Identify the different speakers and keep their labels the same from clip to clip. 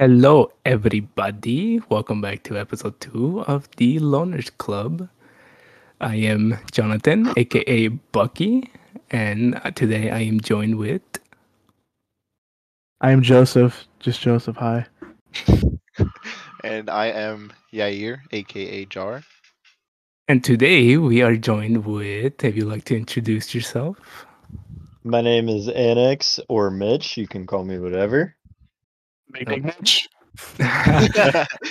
Speaker 1: Hello, everybody. Welcome back to episode two of the Loners Club. I am Jonathan, aka Bucky, and today I am joined with.
Speaker 2: I am Joseph. Just Joseph. Hi.
Speaker 3: And I am Yair, aka Jar.
Speaker 1: And today we are joined with. If you like to introduce yourself,
Speaker 4: My name is Annex or Mitch. You can call me whatever.
Speaker 2: Big
Speaker 1: Big
Speaker 2: Mitch.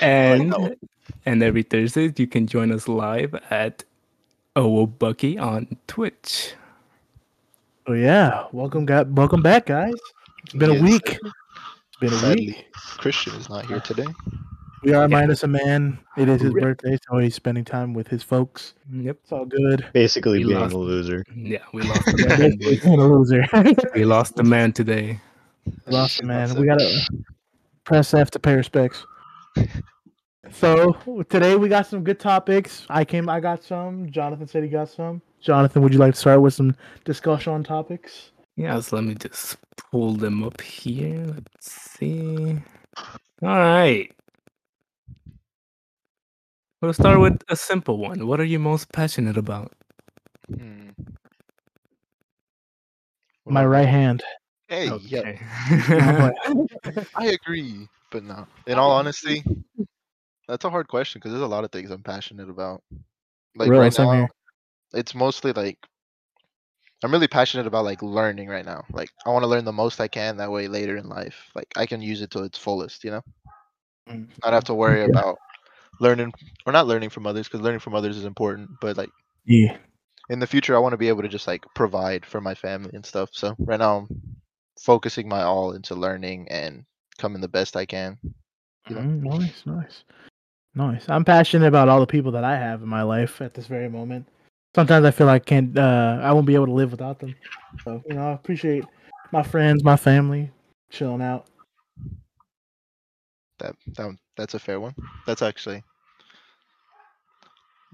Speaker 1: and
Speaker 3: no.
Speaker 1: and every Thursday you can join us live at OO Bucky on Twitch.
Speaker 2: Oh yeah. Welcome, guy. Welcome back, guys. It's been
Speaker 3: Yes.
Speaker 2: a week. It's been a
Speaker 3: Sadly,
Speaker 2: week.
Speaker 3: Christian is not here today.
Speaker 2: We are minus a man. It is his
Speaker 1: Rip.
Speaker 2: birthday, so he's spending time with his folks.
Speaker 1: Yep.
Speaker 2: It's all good.
Speaker 4: Basically
Speaker 1: We
Speaker 4: being
Speaker 1: lost.
Speaker 4: a loser.
Speaker 1: Yeah, we lost the
Speaker 2: Yeah,
Speaker 1: man.
Speaker 2: basically,
Speaker 1: boys.
Speaker 2: kind of loser.
Speaker 1: We lost the man today.
Speaker 2: Lost it, man.
Speaker 3: That's
Speaker 2: We
Speaker 3: it.
Speaker 2: gotta press F to pay respects. So today we got some good topics. I came. I got some. Jonathan said he got some. Jonathan, would you like to start with some discussion on topics?
Speaker 1: Yeah, so let me just pull them up here. Let's see. All right. We'll start with a simple one. What are you most passionate about?
Speaker 3: Hmm. What
Speaker 2: My
Speaker 3: about-
Speaker 2: right Oh, hand.
Speaker 3: Hey, yeah,
Speaker 1: Okay.
Speaker 3: I agree, but no. In all honesty, that's a hard question because there's a lot of things I'm passionate about. Like
Speaker 2: Really,
Speaker 3: right
Speaker 2: same
Speaker 3: now,
Speaker 2: here.
Speaker 3: it's mostly like I'm really passionate about like learning right now. Like I want to learn the most I can. That way, later in life, like I can use it to its fullest. You know,
Speaker 2: Mm.
Speaker 3: not have to worry
Speaker 2: Yeah.
Speaker 3: about learning or not learning from others because learning from others is important. But like
Speaker 2: Yeah.
Speaker 3: in the future, I want to be able to just like provide for my family and stuff. So right now, I'm focusing my all into learning and coming the best I can. you know?
Speaker 2: Mm, nice, nice, nice. I'm passionate about all the people that I have in my life at this very moment. Sometimes I feel I can't, uh, I won't be able to live without them. So you know, I appreciate my friends, my family, chilling out.
Speaker 3: That that one- that's a fair one. That's actually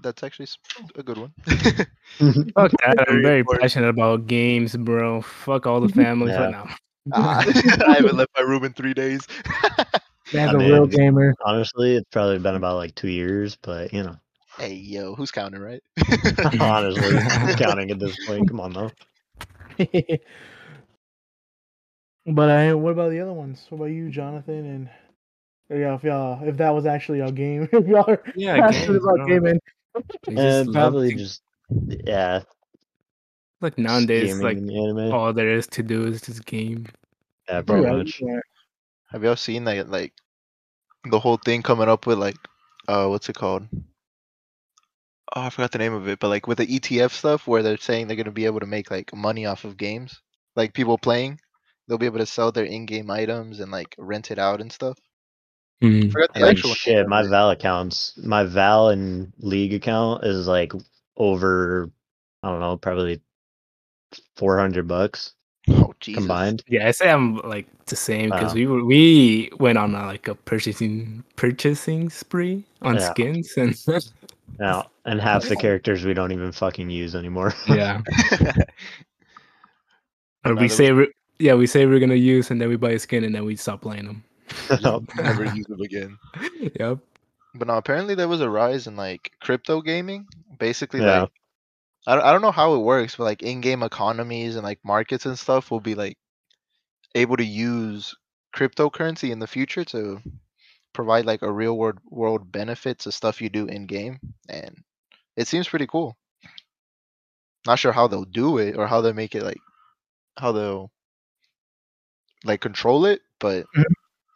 Speaker 3: that's actually s- a good one.
Speaker 1: Fuck that. I'm
Speaker 3: Very
Speaker 1: very
Speaker 3: important.
Speaker 1: passionate about games, bro. Fuck all the families
Speaker 4: Yeah.
Speaker 1: right now.
Speaker 3: Ah, I haven't left my room in three days.
Speaker 2: Man's
Speaker 4: I
Speaker 2: a real
Speaker 4: mean-
Speaker 2: gamer.
Speaker 4: Honestly, it's probably been about like two years, but you know,
Speaker 3: hey yo, who's counting right?
Speaker 4: honestly, I'm counting at this point. Come on, though.
Speaker 2: but I, what about the other ones? What about you, Jonathan? And or yeah, if y'all, if that was actually y'all game, if y'all are
Speaker 1: Yeah,
Speaker 2: passionate about
Speaker 1: bro.
Speaker 2: gaming,
Speaker 1: We just love
Speaker 4: And Uh, probably
Speaker 1: to-
Speaker 4: just, yeah.
Speaker 1: like
Speaker 4: just
Speaker 1: nowadays,
Speaker 4: gaming
Speaker 1: like
Speaker 4: and anime.
Speaker 1: all there is to do is just game.
Speaker 4: yeah, pretty
Speaker 2: Yeah,
Speaker 4: much.
Speaker 2: yeah.
Speaker 3: Have y'all seen that like the whole thing coming up with like uh what's it called? Oh, I forgot the name of it, but like with the ETF stuff where they're saying they're gonna be able to make like money off of games. Like people playing, they'll be able to sell their in game items and like rent it out and stuff. I forgot the
Speaker 4: Like,
Speaker 3: actual name
Speaker 4: shit,
Speaker 3: of
Speaker 4: my
Speaker 3: it.
Speaker 4: Val accounts, my Val and League account is like over, I don't know, probably 400 bucks
Speaker 3: Oh Jesus.
Speaker 4: combined.
Speaker 1: Yeah, I say I'm like the same because
Speaker 2: Uh.
Speaker 4: Wow.
Speaker 1: we were we went on a, like a purchasing purchasing spree on
Speaker 4: Yeah.
Speaker 1: skins and
Speaker 4: Now, and half the characters we don't even fucking use anymore.
Speaker 1: yeah, or we
Speaker 3: Another-
Speaker 1: say we yeah we say we're gonna use and then we buy a skin and then we stop playing them.
Speaker 3: Never use them again.
Speaker 1: Yep.
Speaker 3: But no, apparently there was a rise in like crypto gaming. Basically,
Speaker 4: Yeah.
Speaker 3: like I don't, I don't know how it works, but like in-game economies and like markets and stuff will be like able to use cryptocurrency in the future to provide like a real world world benefit to stuff you do in game, and it seems pretty cool. Not sure how they'll do it or how they make it like how they'll like control it, but
Speaker 2: Mhm.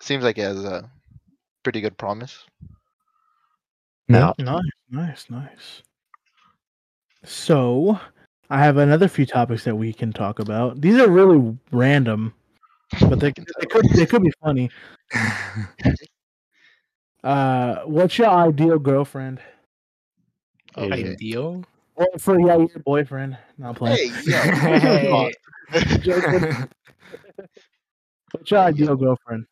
Speaker 3: seems like it has a pretty good promise.
Speaker 2: Nice, nice, nice. So, I have another few topics that we can talk about. These are really random, but they,
Speaker 3: I can
Speaker 2: they
Speaker 3: tell.
Speaker 2: could they could be funny. Uh, what's your ideal girlfriend?
Speaker 4: Oh,
Speaker 3: Okay.
Speaker 1: Ideal.
Speaker 2: Or for yeah, your boyfriend? Not playing.
Speaker 3: Hey, yo.
Speaker 2: Joking. What's your
Speaker 3: Hey,
Speaker 2: ideal
Speaker 3: yo.
Speaker 2: girlfriend?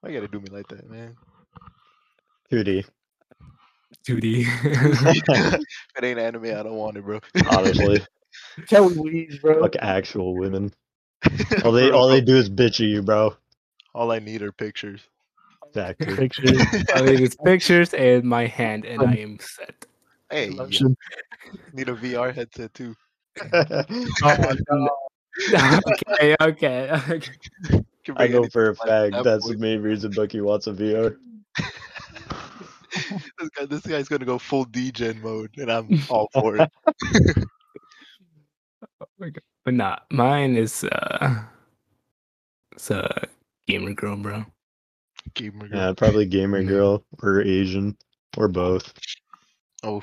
Speaker 3: Why you gotta do me like that, man?
Speaker 4: 2D,
Speaker 1: Duty.
Speaker 3: if it ain't anime, I don't want it, bro.
Speaker 4: honestly.
Speaker 2: Tell me, Louise, bro.
Speaker 4: Fuck actual women. All they all they do is bitch at you, bro.
Speaker 3: all I need are pictures.
Speaker 4: Exactly.
Speaker 2: Pictures.
Speaker 1: I mean, it's pictures and my hand, and I am set.
Speaker 3: Hey, you
Speaker 2: Production.
Speaker 3: need a VR headset too.
Speaker 2: Oh my God.
Speaker 1: okay, okay. okay.
Speaker 3: Can
Speaker 4: I
Speaker 3: bring
Speaker 4: know
Speaker 3: anything
Speaker 4: for a
Speaker 3: to life at
Speaker 4: fact
Speaker 3: that
Speaker 4: that's the
Speaker 3: point.
Speaker 4: main reason Bucky wants a VR.
Speaker 3: this, guy, this guy's gonna go full DGen mode, and I'm all for it.
Speaker 1: But not nah, mine is uh, it's a gamer girl, bro.
Speaker 3: Gamer girl.
Speaker 4: Yeah, probably gamer girl or Asian or both.
Speaker 3: Oh,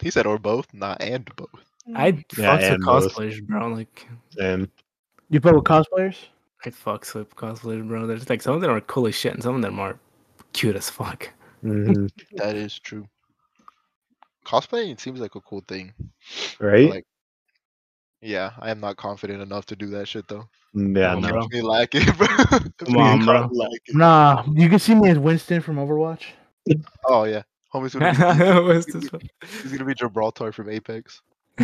Speaker 3: he said or both, not and both.
Speaker 1: I
Speaker 4: Yeah,
Speaker 1: fucks with
Speaker 4: and both.
Speaker 1: cosplayers, bro. Like
Speaker 4: And
Speaker 2: You play with cosplayers?
Speaker 1: I fucks with cosplayers, bro. There's like some of them are cool as shit, and some of them are cute as fuck.
Speaker 4: mhm,
Speaker 3: That is true. Cosplaying seems like a cool thing.
Speaker 4: right?
Speaker 3: Like, yeah, I am not confident enough to do that shit though.
Speaker 4: Mm, yeah,
Speaker 1: Come
Speaker 4: no.
Speaker 1: on, bro.
Speaker 3: Me lack it, bro. Me
Speaker 1: on, bro.
Speaker 3: lack it.
Speaker 2: Nah, you can see me as Winston from Overwatch.
Speaker 3: Oh yeah, homie's gonna be,
Speaker 1: What's this one?
Speaker 3: he's gonna be Gibraltar from Apex.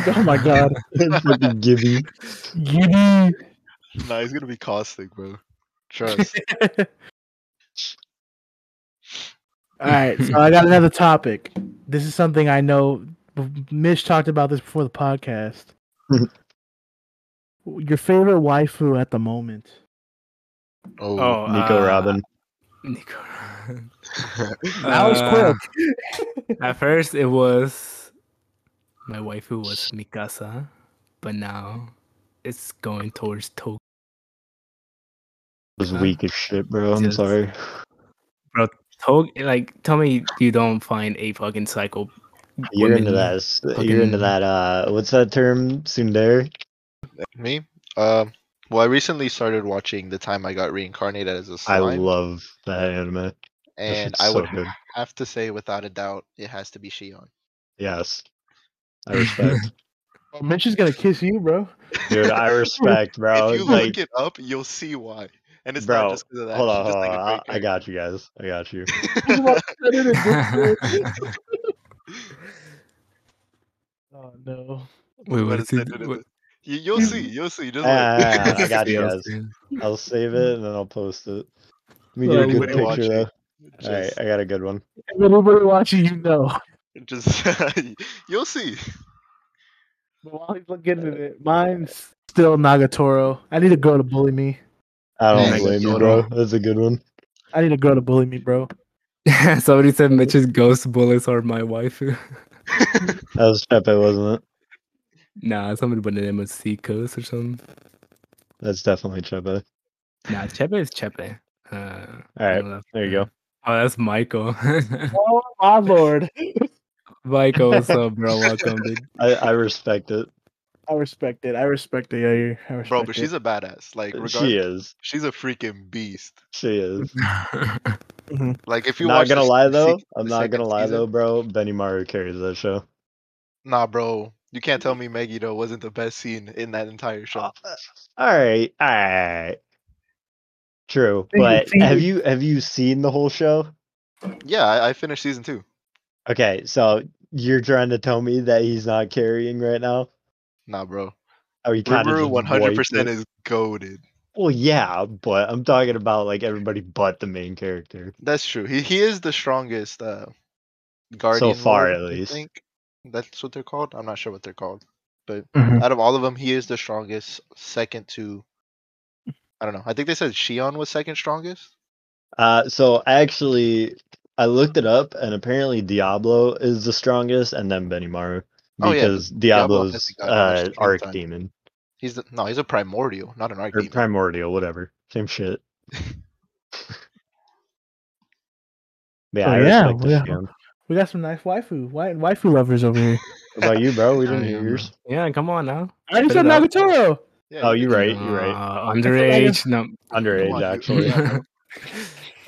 Speaker 2: Oh my god.
Speaker 4: Fucking giddy.
Speaker 2: Giddy.
Speaker 3: Nah, he's gonna be caustic, bro. Trust.
Speaker 2: All right, so I got another topic. This is something I know Mish talked about this before the podcast. Your favorite waifu at the moment?
Speaker 3: Oh,
Speaker 1: Oh,
Speaker 4: Nico
Speaker 1: uh,
Speaker 4: Robin.
Speaker 1: Nico.
Speaker 4: Oh.
Speaker 2: Alex
Speaker 1: Uh,
Speaker 2: Quill.
Speaker 1: At first, it was my waifu was Mikasa, but now it's going towards Tokyo.
Speaker 4: was weak as shit, bro. I'm
Speaker 1: Yes.
Speaker 4: sorry.
Speaker 1: Tog- like, tell me you don't find a fucking psycho.
Speaker 4: You're into
Speaker 1: woman-
Speaker 4: that. s- You're into
Speaker 1: fucking-
Speaker 4: that. Uh, what's that term? Sundare.
Speaker 3: me. Um. Well, I recently started watching the time I got reincarnated as a
Speaker 4: I
Speaker 3: slime,
Speaker 4: love that anime. That
Speaker 3: and
Speaker 4: shit's
Speaker 3: I
Speaker 4: so
Speaker 3: would
Speaker 4: good.
Speaker 3: have to say without a doubt it has to be Shion.
Speaker 4: Yes, I respect,
Speaker 2: Mish is gonna kiss you, bro.
Speaker 4: dude. I respect, bro.
Speaker 3: if you
Speaker 4: Like,
Speaker 3: look it up, you'll see why. And it's
Speaker 4: Bro,
Speaker 3: not just because of that.
Speaker 4: hold
Speaker 3: she's
Speaker 4: on,
Speaker 3: just
Speaker 4: hold on.
Speaker 3: like a
Speaker 4: I,
Speaker 3: great
Speaker 4: I got you guys. I got you.
Speaker 3: character.
Speaker 2: Oh no.
Speaker 1: Wait,
Speaker 3: But
Speaker 1: what
Speaker 3: it's
Speaker 1: is
Speaker 3: that-
Speaker 1: it?
Speaker 3: that-
Speaker 1: What-
Speaker 3: that- you, you'll see. You'll see. Just
Speaker 4: Ah,
Speaker 3: wait.
Speaker 4: I got you
Speaker 1: Yeah,
Speaker 4: guys. I'll save it and then I'll post it. Let me
Speaker 2: Well,
Speaker 4: get a good
Speaker 3: everybody
Speaker 4: picture
Speaker 3: watching.
Speaker 4: though. All right,
Speaker 3: just,
Speaker 4: I got a good one.
Speaker 2: Everybody watching, you know.
Speaker 3: just you'll see.
Speaker 2: But while he's looking at it, mine's still Nagatoro. I need a girl to bully me.
Speaker 4: I
Speaker 3: Yeah,
Speaker 4: don't
Speaker 3: I got
Speaker 4: blame you,
Speaker 3: one.
Speaker 4: bro. That's a good one.
Speaker 2: I need a girl to bully me, bro.
Speaker 1: Somebody said Mitch's ghost bullets are my waifu.
Speaker 4: That was Pepe, wasn't it?
Speaker 1: Nah, somebody put the name of Sea Coast or something.
Speaker 4: That's definitely Pepe.
Speaker 1: Nah, Chepe is Chepe. Uh, All
Speaker 4: right, there you go.
Speaker 1: Oh, that's Michael.
Speaker 2: Oh my lord.
Speaker 1: Michael, what's up, bro? Welcome, dude.
Speaker 3: Mm-hmm.
Speaker 4: I, I respect it.
Speaker 2: I respect it. I respect it. Yeah, you're- I respect
Speaker 3: Bro, but
Speaker 2: it.
Speaker 3: she's a badass. Like
Speaker 4: She
Speaker 3: regardless,
Speaker 4: is.
Speaker 3: she's a freaking beast.
Speaker 4: She is.
Speaker 3: Like if you
Speaker 4: Not
Speaker 3: watch the
Speaker 4: gonna lie
Speaker 3: se- the
Speaker 4: though.
Speaker 3: sec-
Speaker 4: I'm
Speaker 3: the
Speaker 4: not
Speaker 3: second
Speaker 4: gonna lie
Speaker 3: season-
Speaker 4: though, bro. Benny Maru carries that show.
Speaker 3: Nah, bro. You can't tell me Maggie though wasn't the best scene in that entire
Speaker 4: Uh,
Speaker 3: show.
Speaker 4: All right, all right. True,
Speaker 2: Think
Speaker 4: but
Speaker 2: it's easy.
Speaker 4: have you have you seen the whole show?
Speaker 3: Yeah, I, I finished season two.
Speaker 4: Okay, so you're trying to tell me that he's not carrying right now?
Speaker 3: Nah, bro.
Speaker 4: Oh, he kind
Speaker 3: Rimuru
Speaker 4: of
Speaker 3: one hundred percent is goaded.
Speaker 4: Well, yeah, but I'm talking about like everybody but the main character.
Speaker 3: That's true. He he is the strongest uh guardian.
Speaker 4: far,
Speaker 3: lord,
Speaker 4: at
Speaker 3: I
Speaker 4: least.
Speaker 3: think that's what they're called. I'm not sure what they're called.
Speaker 4: Mm-hmm.
Speaker 2: Mhm.
Speaker 3: Out of all of them, he is the strongest, second to I don't know. I think they said Shion was second strongest.
Speaker 4: Uh, so actually, I looked it up, and apparently Diablo is the strongest, and then Benimaru
Speaker 3: Oh, yeah,
Speaker 4: because
Speaker 3: Diablo has
Speaker 4: Diablo's
Speaker 3: the guy who's
Speaker 4: uh,
Speaker 3: the same
Speaker 4: arc
Speaker 3: time.
Speaker 4: demon
Speaker 3: He's the, no, he's a primordial, not an
Speaker 4: or
Speaker 3: archdemon.
Speaker 4: primordial, whatever, same shit. yeah,
Speaker 2: So
Speaker 4: I
Speaker 2: Oh, yeah,
Speaker 4: respect
Speaker 2: yeah.
Speaker 4: this game.
Speaker 2: We got some nice waifu, wi- waifu lovers over here.
Speaker 4: What about you, bro? We
Speaker 1: Oh,
Speaker 4: didn't
Speaker 1: yeah,
Speaker 4: hear
Speaker 1: bro.
Speaker 4: yours.
Speaker 1: Yeah, come on now.
Speaker 2: I already
Speaker 1: Put
Speaker 2: said
Speaker 1: it up.
Speaker 2: Nagatoro.
Speaker 3: Yeah,
Speaker 4: Oh,
Speaker 3: you
Speaker 4: you're
Speaker 3: can-
Speaker 4: right. You're right.
Speaker 1: Uh,
Speaker 2: I
Speaker 1: underage. No.
Speaker 3: come
Speaker 4: Underage,
Speaker 3: on, you-
Speaker 4: actually.
Speaker 3: yeah, bro.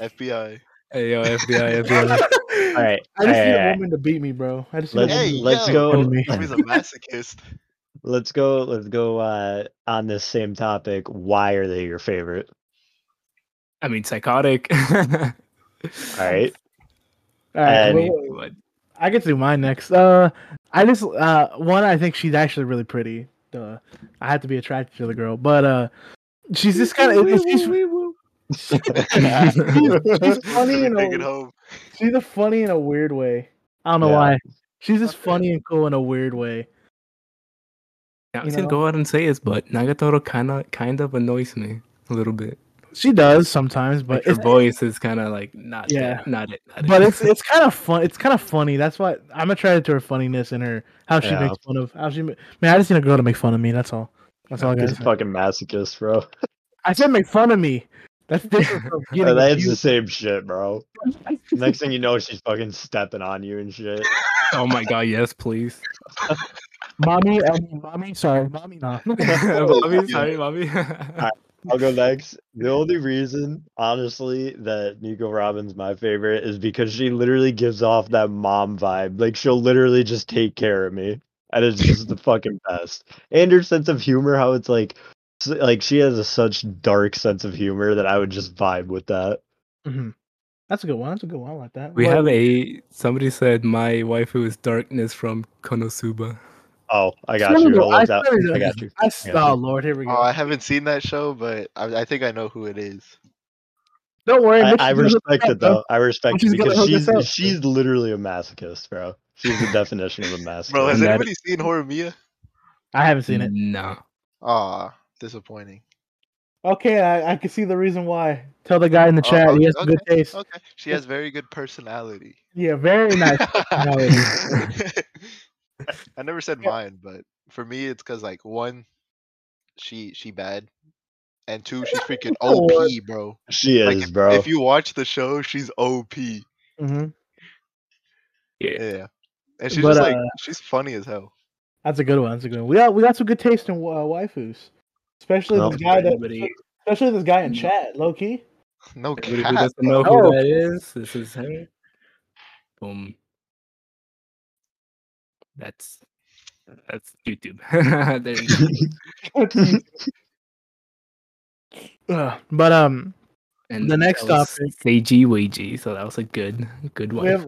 Speaker 3: FBI.
Speaker 1: Hey, yo, FBI, FBI.
Speaker 4: All right.
Speaker 2: I just need
Speaker 4: all
Speaker 2: a
Speaker 4: right,
Speaker 2: woman to beat me, bro. I just need
Speaker 4: Let's
Speaker 2: a
Speaker 3: Hey,
Speaker 2: woman.
Speaker 4: let's
Speaker 3: yo.
Speaker 4: go.
Speaker 2: Pardon me.
Speaker 3: He's a masochist.
Speaker 4: Let's go. Let's go uh, on this same topic. Why are they your favorite?
Speaker 1: I mean, psychotic.
Speaker 4: All right.
Speaker 2: All right,
Speaker 1: I
Speaker 2: well,
Speaker 4: And-
Speaker 1: mean, what?
Speaker 2: I get to do mine next. Uh, I just uh one. I think she's actually really pretty. Duh. I had to be attracted to the girl, but uh, she's just kind of.
Speaker 1: Wee,
Speaker 2: She's,
Speaker 1: woo, wee, woo.
Speaker 3: Oh,
Speaker 2: she's funny and
Speaker 3: Take
Speaker 2: old.
Speaker 3: it home.
Speaker 2: She's a funny in a weird way. I don't know
Speaker 4: Yeah.
Speaker 2: why. She's just funny and cool in a weird way.
Speaker 1: Now, I'm
Speaker 2: You
Speaker 1: just gonna
Speaker 2: know?
Speaker 1: go out and say it, but Nagatoro kind of kind of annoys me a little bit.
Speaker 2: She does sometimes, but
Speaker 1: Like her
Speaker 2: it's,
Speaker 1: voice is kind of like not yeah,
Speaker 2: Yeah.
Speaker 1: not it, not it.
Speaker 2: but it's it's kind of fun. It's kind of funny. That's why I'm attracted to her funniness and her how she
Speaker 4: Yeah.
Speaker 2: makes fun of how she. ma- Man, I just need a girl to make fun of me. That's all. That's all I
Speaker 4: He's
Speaker 2: got.
Speaker 4: a fucking masochist, bro.
Speaker 2: I said make fun of me. That's different from getting
Speaker 4: That's the
Speaker 2: abused.
Speaker 4: same shit, bro. Next thing you know, she's fucking stepping on you and shit.
Speaker 1: oh my god, yes, please.
Speaker 2: mommy. I mean, mommy, sorry, mommy. Nah.
Speaker 1: Bobby, sorry, Bobby.
Speaker 4: I'll go next. The only reason, honestly, that Nico Robin's my favorite is because she literally gives off that mom vibe. Like she'll literally just take care of me, and it's just the fucking best. And her sense of humor, how it's like, s- like she has a such dark sense of humor that I would just vibe with that.
Speaker 2: Mhm. That's a good one. That's a good one. I like that.
Speaker 1: we
Speaker 2: What-
Speaker 1: have a somebody said my waifu is darkness from Konosuba.
Speaker 4: Oh, I got
Speaker 2: Swear to
Speaker 4: you.
Speaker 2: God,
Speaker 4: I'll let
Speaker 2: swear to
Speaker 4: that. I
Speaker 2: God,
Speaker 4: got you.
Speaker 2: I s-
Speaker 4: I got
Speaker 2: oh
Speaker 4: you.
Speaker 2: Lord, here we go.
Speaker 4: Uh,
Speaker 3: Oh, I haven't seen that show, but I, I think I know who it is.
Speaker 2: Don't worry.
Speaker 4: I,
Speaker 2: Mitch
Speaker 4: I
Speaker 2: is gonna hook
Speaker 4: respect
Speaker 2: us
Speaker 4: it
Speaker 2: up, bro.
Speaker 4: though. I respect it
Speaker 2: She's gonna
Speaker 4: because
Speaker 2: hook us
Speaker 4: she's
Speaker 2: up.
Speaker 4: she's literally a masochist, bro. She's the definition of a masochist.
Speaker 3: Bro, has
Speaker 1: And that-
Speaker 3: anybody seen Horror Mia?
Speaker 2: I haven't seen
Speaker 4: Mm-hmm.
Speaker 2: it.
Speaker 1: No,
Speaker 3: Aw, disappointing.
Speaker 2: Okay, I, I can see the reason why. Tell the guy in the
Speaker 3: Oh,
Speaker 2: chat he has
Speaker 3: okay,
Speaker 2: some good taste.
Speaker 3: Okay, she has very good personality.
Speaker 2: Yeah, very nice. personality.
Speaker 3: I never said
Speaker 2: Yeah.
Speaker 3: mine, but for me, it's because like one, she she bad, and two, she's freaking
Speaker 2: Oh,
Speaker 3: OP, bro.
Speaker 4: she
Speaker 3: Like,
Speaker 4: is, bro.
Speaker 3: If you watch the show, she's OP.
Speaker 4: Mm-hmm.
Speaker 2: hmm
Speaker 1: yeah,
Speaker 3: Yeah, and she's
Speaker 2: But,
Speaker 3: just like
Speaker 2: uh,
Speaker 3: she's funny as hell.
Speaker 2: That's a good one. That's a good one. We got we got some good taste in wa- uh, waifus, especially
Speaker 4: Well,
Speaker 2: this guy that,
Speaker 1: everybody-
Speaker 2: especially this guy in chat, low key.
Speaker 3: No
Speaker 1: everybody who
Speaker 3: cap.
Speaker 1: doesn't know
Speaker 2: Oh.
Speaker 1: who that is, this is her. Boom. That's that's YouTube. there you go.
Speaker 2: Ugh, but um,
Speaker 1: And
Speaker 2: The next
Speaker 1: that was
Speaker 2: topic.
Speaker 1: Seiji Weiji. So that was a good good one.
Speaker 2: We have-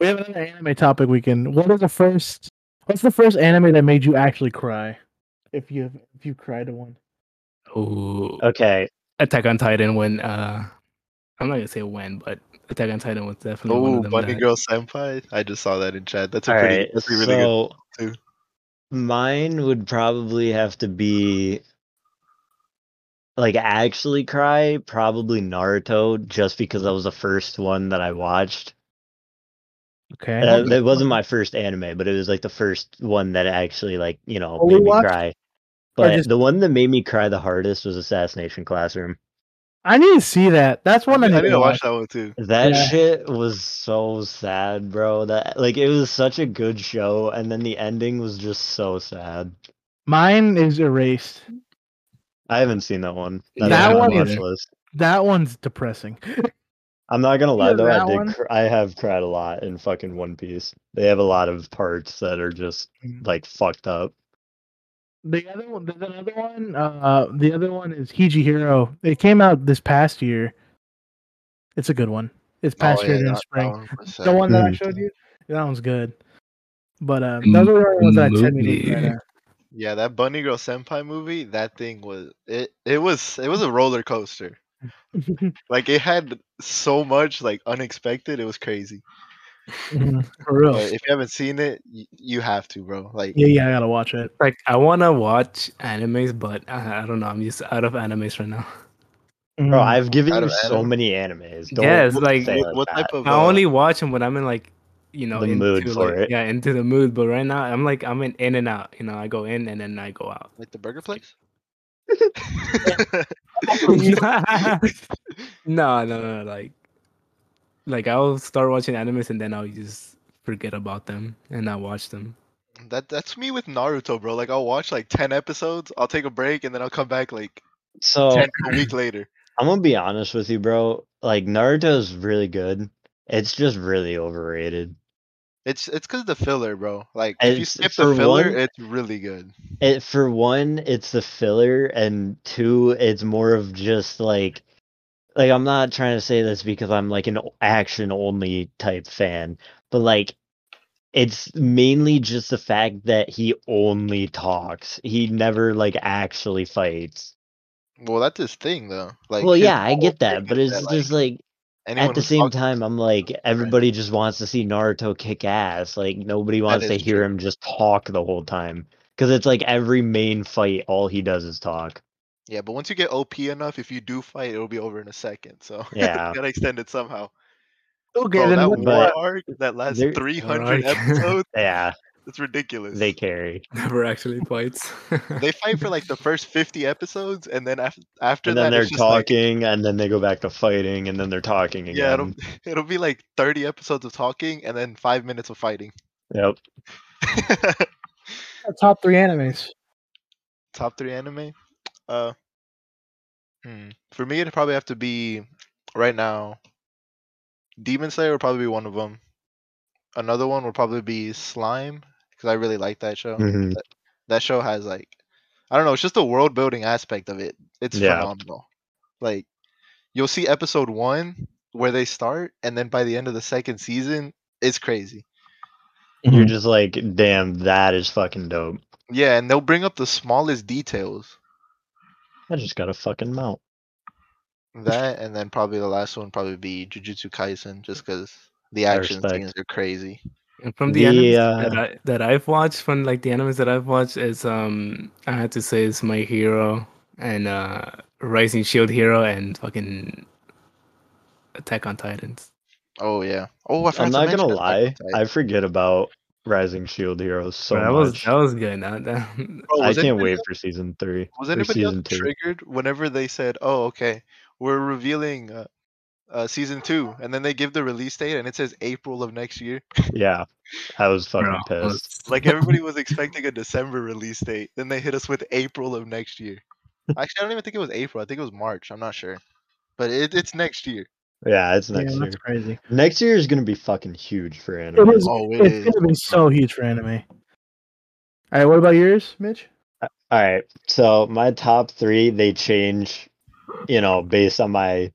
Speaker 2: we have another anime topic we can. What is the first? What's the first anime that made you actually cry? If you if you cried to one,
Speaker 1: Oh,
Speaker 4: okay,
Speaker 1: Attack on Titan when uh I'm not gonna say when, but Attack on Titan was definitely one
Speaker 3: Oh,
Speaker 1: of them.
Speaker 3: Bunny
Speaker 1: that-
Speaker 3: Girl Senpai. I just saw that in chat. That's a
Speaker 4: all
Speaker 3: pretty,
Speaker 4: right.
Speaker 3: that's a really good.
Speaker 4: so
Speaker 3: too.
Speaker 4: mine would probably have to be like actually cry. Probably Naruto, just because that was the first one that I watched.
Speaker 2: okay.
Speaker 4: Uh, it wasn't my first anime, but it was like the first one that actually like you know
Speaker 2: Fully
Speaker 4: made me
Speaker 2: watched?
Speaker 4: cry. But
Speaker 2: just-
Speaker 4: the one that made me cry the hardest was Assassination Classroom.
Speaker 2: I need to see that. That's one I
Speaker 3: I
Speaker 2: need
Speaker 3: need
Speaker 2: to
Speaker 3: to watch
Speaker 2: watch.
Speaker 3: that one too.
Speaker 4: That
Speaker 2: Yeah.
Speaker 4: shit was so sad, bro. That like it was such a good show, and then the ending was just so sad.
Speaker 2: Mine is erased.
Speaker 4: I haven't seen that one.
Speaker 1: Yeah,
Speaker 4: That,
Speaker 2: that
Speaker 4: is on
Speaker 2: one
Speaker 4: my watch
Speaker 1: is-
Speaker 4: list.
Speaker 2: That one's depressing.
Speaker 4: I'm not gonna lie
Speaker 2: Yeah,
Speaker 4: though, I
Speaker 2: that one.
Speaker 4: did. Cr- I have cried a lot in fucking One Piece. They have a lot of parts that are just
Speaker 2: Mhm.
Speaker 4: like fucked up.
Speaker 2: The other one, there's another one. Uh, the other one is Hiji Hero. It came out this past year. It's a good one. It's past year in the
Speaker 3: Oh, that- that
Speaker 2: spring.
Speaker 3: one was
Speaker 2: the
Speaker 3: sad.
Speaker 2: one that I
Speaker 4: Mm.
Speaker 2: showed you, that one's good. But uh,
Speaker 1: Mm,
Speaker 2: those are the ones that I technically
Speaker 1: movie.
Speaker 2: cried at.
Speaker 3: Yeah, that Bunny Girl Senpai movie, that thing was it it was it was a roller coaster. Like it had so much like unexpected, it was crazy.
Speaker 2: Mhm, For real.
Speaker 3: But if you haven't seen it, you, you have to, bro. Like
Speaker 2: Yeah, yeah, I gotta watch it.
Speaker 1: Like I wanna watch animes, but I, I don't know. I'm just out of animes right now.
Speaker 4: Bro,
Speaker 2: Mhm.
Speaker 4: I've given
Speaker 3: Out
Speaker 4: you
Speaker 3: of
Speaker 4: so
Speaker 3: anime.
Speaker 4: many animes. Don't
Speaker 1: Yes,
Speaker 4: say
Speaker 1: like,
Speaker 3: what, what
Speaker 4: that.
Speaker 3: type of
Speaker 1: I
Speaker 3: uh,
Speaker 1: only watch them when I'm in like you know
Speaker 4: The
Speaker 1: into,
Speaker 4: mood for
Speaker 1: like,
Speaker 4: it.
Speaker 1: Yeah, into the mood. But right now I'm like I'm in in and out. You know, I go in and then I go out.
Speaker 3: like the burger place?
Speaker 1: no, no, no, like, like I'll start watching animes and then I'll just forget about them and not watch them.
Speaker 3: that that's me with Naruto, bro. Like I'll watch like 10 episodes, I'll take a break and then I'll come back like
Speaker 4: So
Speaker 3: 10 a week later.
Speaker 4: I'm gonna be honest with you, bro. Like Naruto's really good. It's just really overrated.
Speaker 3: It's it's cuz the filler, bro. Like if you
Speaker 4: It's-
Speaker 3: skip
Speaker 4: for
Speaker 3: the filler,
Speaker 4: one-
Speaker 3: it's really good.
Speaker 4: It for one, it's the filler, and two, it's more of just like like I'm not trying to say this because I'm like an action only type fan, but like it's mainly just the fact that he only talks. He never like actually fights.
Speaker 3: Well, that's his thing, though. Like,
Speaker 4: well,
Speaker 3: his
Speaker 4: yeah, I
Speaker 3: whole
Speaker 4: get
Speaker 3: thing
Speaker 4: that,
Speaker 3: is
Speaker 4: but it's just like
Speaker 3: anyone
Speaker 4: at the
Speaker 3: who
Speaker 4: same
Speaker 3: talks-
Speaker 4: time, I'm like everybody just wants to see Naruto kick ass. Like nobody wants to
Speaker 3: is
Speaker 4: hear him just talk the whole time because it's like every main fight, all he does is talk.
Speaker 3: Yeah, but once you get OP enough, if you do fight, it'll be over in a second. So
Speaker 4: Yeah.
Speaker 3: gotta extend it somehow.
Speaker 2: Okay,
Speaker 3: Bro,
Speaker 2: then
Speaker 3: that
Speaker 2: what-
Speaker 3: war arc that lasts
Speaker 4: there-
Speaker 3: 300
Speaker 1: Alright.
Speaker 3: episodes,
Speaker 4: Yeah,
Speaker 3: it's ridiculous.
Speaker 4: they carry.
Speaker 1: Never actually fights.
Speaker 3: they fight for like the first 50 episodes, and then after after
Speaker 4: And
Speaker 3: that,
Speaker 4: then they're
Speaker 3: it's just like-
Speaker 4: talking, and then they go back to fighting, and then they're talking
Speaker 3: yeah, it'll,
Speaker 4: again.
Speaker 3: it'll be like 30 episodes of talking, and then five minutes of fighting.
Speaker 4: Yep.
Speaker 2: top three animes.
Speaker 3: Top three anime. Uh, hmm. for me, it'd probably have to be right now. Demon Slayer would probably be one of them. Another one would probably be Slime because I really like that show.
Speaker 4: Mhm.
Speaker 3: that show has like I don't know, it's just the world building aspect of it. It's
Speaker 4: Yeah.
Speaker 3: phenomenal. Like you'll see episode one where they start, and then by the end of the second season, it's crazy.
Speaker 4: You're just like, damn, that is fucking dope.
Speaker 3: Yeah, and they'll bring up the smallest details.
Speaker 4: I just got a fucking mount.
Speaker 3: That and then probably the last one probably be Jujutsu Kaisen, just because the
Speaker 4: I
Speaker 3: action
Speaker 4: respect.
Speaker 3: scenes are crazy.
Speaker 1: And from the,
Speaker 4: The,
Speaker 1: animes
Speaker 4: uh,
Speaker 1: that, I, that I've watched, from like the animes that I've watched, is um I had to say it's My Hero and uh Rising Shield Hero and fucking Attack on Titans.
Speaker 3: Oh yeah. Oh, I forgot
Speaker 4: I'm
Speaker 3: to
Speaker 4: not gonna
Speaker 3: mention
Speaker 4: lie,
Speaker 3: Attack on Titan.
Speaker 4: I forget about Rising Shield Heroes so
Speaker 1: Bro, that was
Speaker 4: much.
Speaker 1: that was good. That, that-
Speaker 3: Bro,
Speaker 4: I
Speaker 3: was
Speaker 4: can't
Speaker 3: anybody
Speaker 4: wait for season three.
Speaker 3: Was
Speaker 4: or
Speaker 3: anybody else
Speaker 4: season two.
Speaker 3: triggered whenever they said, "Oh, okay, we're revealing uh, uh, season two, and then they give the release date and it says April of next year.
Speaker 4: Yeah, I was fucking
Speaker 1: bro, I was-
Speaker 4: pissed.
Speaker 3: Like everybody was expecting a December release date, then they hit us with April of next year. Actually, I don't even think it was April. I think it was March. I'm not sure, but it, it's next year.
Speaker 4: Yeah, it's
Speaker 2: Yeah,
Speaker 4: next year.
Speaker 2: that's crazy.
Speaker 4: Next year is gonna be fucking huge for anime.
Speaker 2: It is.
Speaker 3: Oh, it
Speaker 2: It's
Speaker 3: is.
Speaker 2: gonna be so huge for anime. All right, what about yours, Mitch?
Speaker 4: All right, so my top three they change, you know, based on my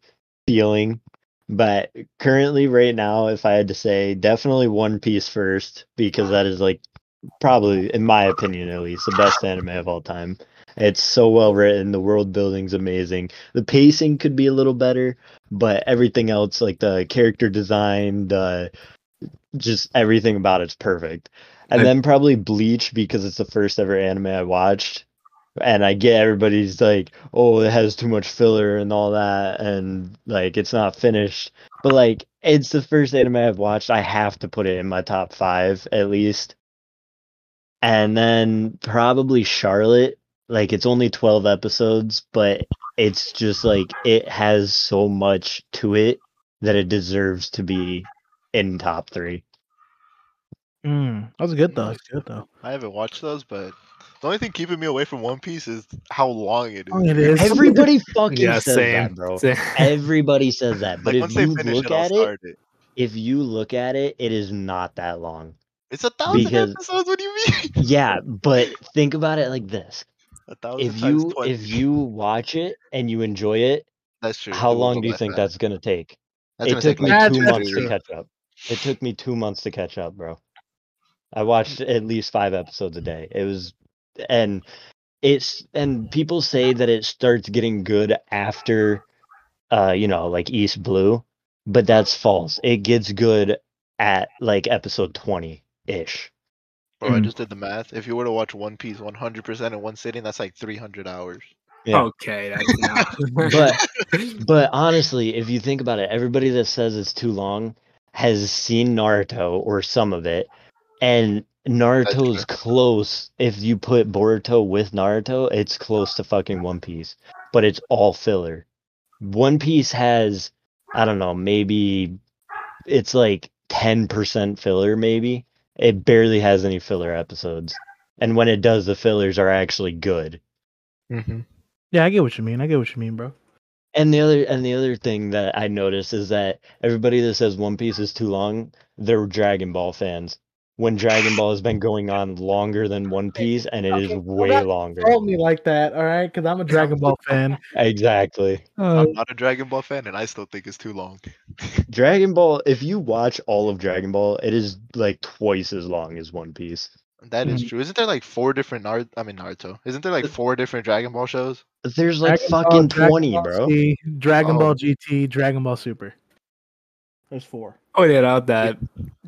Speaker 4: feeling. But currently, right now, if I had to say, definitely One Piece first because that is like probably, in my opinion, at least, the best anime of all time. It's so well written. The world building's amazing. The pacing could be a little better, but everything else, like the character design, the just everything about it's perfect. And
Speaker 1: I-
Speaker 4: then probably Bleach because it's the first ever anime I watched. And I get everybody's like, oh, it has too much filler and all that, and like it's not finished. But like, it's the first anime I've watched. I have to put it in my top five at least. And then probably Charlotte. Like, it's only 12 episodes, but it's just like it has so much to it that it deserves to be in top three.
Speaker 2: Mm, that was good though. It's good though.
Speaker 3: I haven't watched those, but the only thing keeping me away from One Piece is how long it is.
Speaker 2: Long it is.
Speaker 4: Everybody fucking
Speaker 1: yeah,
Speaker 4: says
Speaker 1: same.
Speaker 4: that, bro.
Speaker 1: same.
Speaker 4: Everybody says that.
Speaker 3: Like
Speaker 4: But if
Speaker 3: once they
Speaker 4: you
Speaker 3: finish
Speaker 4: look
Speaker 3: it, I'll
Speaker 4: at it,
Speaker 3: start it.
Speaker 4: if you look at it, it is not that long.
Speaker 3: It's a thousand
Speaker 4: because-
Speaker 3: episodes. What do you mean?
Speaker 4: Yeah, but think about it like this.
Speaker 3: a thousand
Speaker 4: If
Speaker 3: times
Speaker 4: you
Speaker 3: 20.
Speaker 4: if you watch it and you enjoy it,
Speaker 3: that's true.
Speaker 4: how
Speaker 3: it will
Speaker 4: long
Speaker 3: go
Speaker 4: do you
Speaker 3: by
Speaker 4: think
Speaker 3: fast.
Speaker 4: that's gonna take?
Speaker 3: That's
Speaker 4: it
Speaker 3: gonna take
Speaker 4: took me
Speaker 3: like
Speaker 2: That's
Speaker 4: two
Speaker 2: true.
Speaker 4: months
Speaker 2: true.
Speaker 4: to catch up. It took me two months to catch up, bro. I watched at least five episodes a day. It was, and it's and people say that it starts getting good after, uh, you know, like East Blue, but that's false. It gets good at like episode twenty ish.
Speaker 3: Bro, I
Speaker 1: Mm.
Speaker 3: just did the math. If you were to watch One Piece 100% in one sitting, that's like 300 hours.
Speaker 4: Yeah.
Speaker 1: Okay, that's not.
Speaker 4: But But honestly, if you think about it, everybody that says it's too long has seen Naruto or some of it, and Naruto's close. If you put Boruto with Naruto, it's close to fucking One Piece, but it's all filler. One Piece has, I don't know, maybe it's like 10% filler, maybe. It barely has any filler episodes. And when it does, the fillers are actually good.
Speaker 2: Yeah, I get what you mean. I get what you mean, bro.
Speaker 4: And the other and the other thing that I noticed is that everybody that says One Piece is too long, they're Dragon Ball fans. When Dragon Ball has been going on longer than One Piece, and it is
Speaker 2: Okay, well,
Speaker 4: way
Speaker 2: that-
Speaker 4: longer.
Speaker 2: Told me like that, all right? Because I'm a Dragon Ball fan.
Speaker 4: Exactly.
Speaker 2: Uh,
Speaker 3: I'm not a Dragon Ball fan, and I still think it's too long.
Speaker 4: Dragon Ball, if you watch all of Dragon Ball, it is like twice as long as One Piece.
Speaker 3: That is true. Isn't there like four different Naruto? I mean Naruto. Isn't there like four different Dragon Ball shows?
Speaker 4: There's like
Speaker 2: Dragon Ball,
Speaker 4: fucking
Speaker 2: Dragon
Speaker 4: 20,
Speaker 2: Ball
Speaker 4: bro.
Speaker 2: Z, Dragon
Speaker 3: Oh.
Speaker 2: Ball GT, Dragon Ball Super. There's four.
Speaker 1: Pointed out that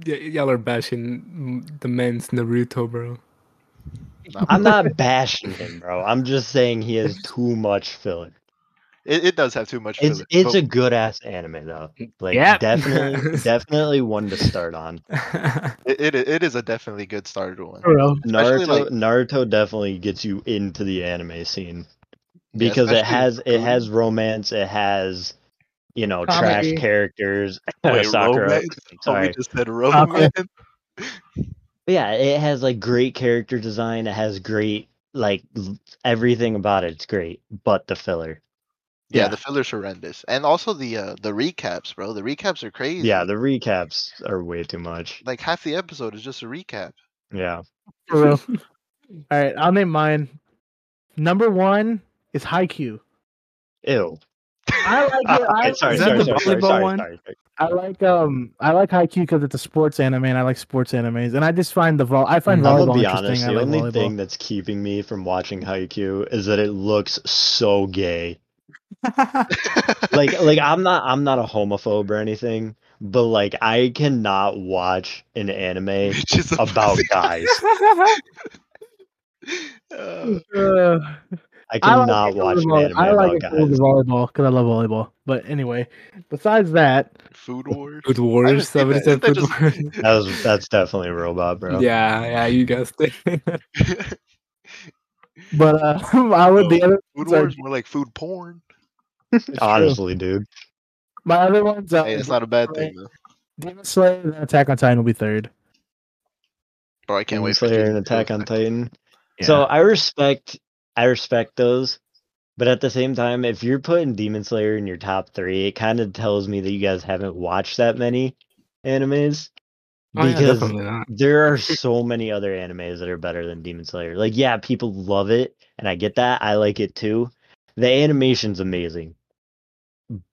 Speaker 1: y- y'all are bashing mm, the man's Naruto, bro.
Speaker 3: No.
Speaker 4: I'm not bashing him, bro. I'm just saying he has too much filler.
Speaker 3: It, it does have too much.
Speaker 4: It's
Speaker 3: filler,
Speaker 4: it's
Speaker 3: but
Speaker 4: a good ass anime though. Like
Speaker 1: Yep.
Speaker 4: definitely definitely one to start on.
Speaker 3: it, it, it is a definitely good starter one.
Speaker 4: Oh,
Speaker 2: For real.
Speaker 3: Especially,
Speaker 4: Naruto
Speaker 3: like-
Speaker 4: Naruto definitely gets you into the anime scene
Speaker 3: Yeah,
Speaker 4: because it
Speaker 3: especially
Speaker 4: has it
Speaker 3: Goku.
Speaker 4: has romance, it has you know
Speaker 2: Comedy.
Speaker 4: trash characters. uh,
Speaker 3: Wait,
Speaker 4: Sakura.
Speaker 3: romance? Oh, we
Speaker 4: Sorry.
Speaker 3: just said
Speaker 2: Sakura.
Speaker 3: romance.
Speaker 4: But yeah, it has like great character design. It has great like l- everything about it. It's great, but the filler.
Speaker 3: Yeah,
Speaker 4: Yeah.
Speaker 3: the filler's horrendous, and also the uh, the recaps, bro. The recaps are crazy.
Speaker 4: Yeah, the recaps are way too much.
Speaker 3: like half the episode is just a recap.
Speaker 4: Yeah,
Speaker 2: For real. All right, I'll name mine. Number one is Haikyuu.
Speaker 4: ew.
Speaker 2: I like it. I,
Speaker 4: Okay, sorry,
Speaker 1: Is that
Speaker 4: sorry,
Speaker 1: the
Speaker 4: sorry, sorry,
Speaker 1: volleyball
Speaker 4: sorry,
Speaker 1: one?
Speaker 4: sorry, sorry.
Speaker 2: I like um I like Haikyuu because it's a sports anime and I like sports animes and I just find the vol I
Speaker 1: I'm
Speaker 2: find
Speaker 4: I'm
Speaker 2: volleyball
Speaker 4: gonna be
Speaker 2: interesting. I
Speaker 4: honest. The
Speaker 2: like
Speaker 4: only
Speaker 2: volleyball.
Speaker 4: thing that's keeping me from watching Haikyuu is that it looks so gay. Like, like I'm not, I'm not a homophobe or anything, but like I cannot watch an anime
Speaker 3: Just a
Speaker 4: about
Speaker 3: pussy.
Speaker 4: guys.
Speaker 3: Uh,
Speaker 2: Uh,
Speaker 4: I
Speaker 2: like
Speaker 4: cannot
Speaker 2: it 'cause
Speaker 4: watch
Speaker 2: of
Speaker 4: an
Speaker 2: volley-
Speaker 4: anime
Speaker 2: I like
Speaker 4: about
Speaker 2: it 'cause of
Speaker 4: guys.
Speaker 2: volleyball because I love volleyball. But anyway, besides that,
Speaker 3: food wars.
Speaker 1: Good Warriors.
Speaker 3: seen
Speaker 1: Somebody
Speaker 3: that.
Speaker 1: said
Speaker 3: Isn't
Speaker 1: Good
Speaker 3: that just-
Speaker 1: Warriors.
Speaker 4: That was, that's definitely robot, bro.
Speaker 1: Yeah, yeah, you guys did.
Speaker 2: but uh, I would the
Speaker 3: Oh,
Speaker 2: other
Speaker 3: Food
Speaker 2: Sorry.
Speaker 3: wars more like food porn.
Speaker 2: it's true.
Speaker 4: honestly, dude.
Speaker 2: my other ones uh,
Speaker 3: Hey, it's not a bad thing though.
Speaker 2: Demon Slayer and Attack on Titan will be third.
Speaker 3: Bro, I can't
Speaker 4: Demon
Speaker 3: wait for
Speaker 4: Slayer
Speaker 3: season
Speaker 4: and
Speaker 3: two.
Speaker 4: Attack on Titan. So I respect, I respect those, but at the same time, if you're putting Demon Slayer in your top three, it kind of tells me that you guys haven't watched that many animes
Speaker 1: Oh, yeah,
Speaker 4: because
Speaker 1: definitely not.
Speaker 4: there are so many other animes that are better than Demon Slayer. Like, yeah, people love it, and I get that. I like it too. The animation's amazing.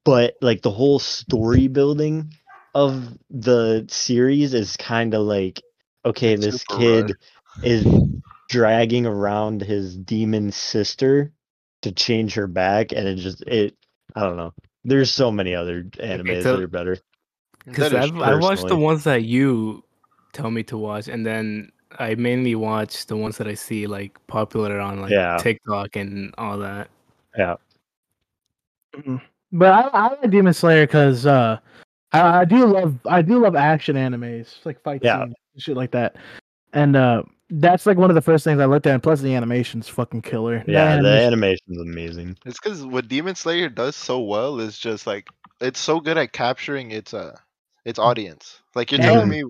Speaker 4: But like the whole story building of the series is kind of like okay, this
Speaker 3: Super
Speaker 4: kid is dragging around his demon sister to change her back and it just it I don't know. There's so many other animes
Speaker 1: so-
Speaker 4: that are better.
Speaker 1: Because
Speaker 3: That is
Speaker 1: I've I watched the
Speaker 4: personally.
Speaker 1: ones that you tell me to watch, and then I mainly watch the ones that I see like popular on like
Speaker 4: Yeah.
Speaker 1: TikTok and all that.
Speaker 2: But I, I like Demon Slayer because uh, I, I do love I do love action animes like fight
Speaker 4: Yeah.
Speaker 2: scenes and shit like that, and uh, that's like one of the first things I looked at. And plus, the animation's fucking killer. That
Speaker 4: Yeah, the
Speaker 2: animation-
Speaker 4: animation's amazing.
Speaker 3: It's because what Demon Slayer does so well is just like it's so good at capturing its uh its audience. Like you're telling me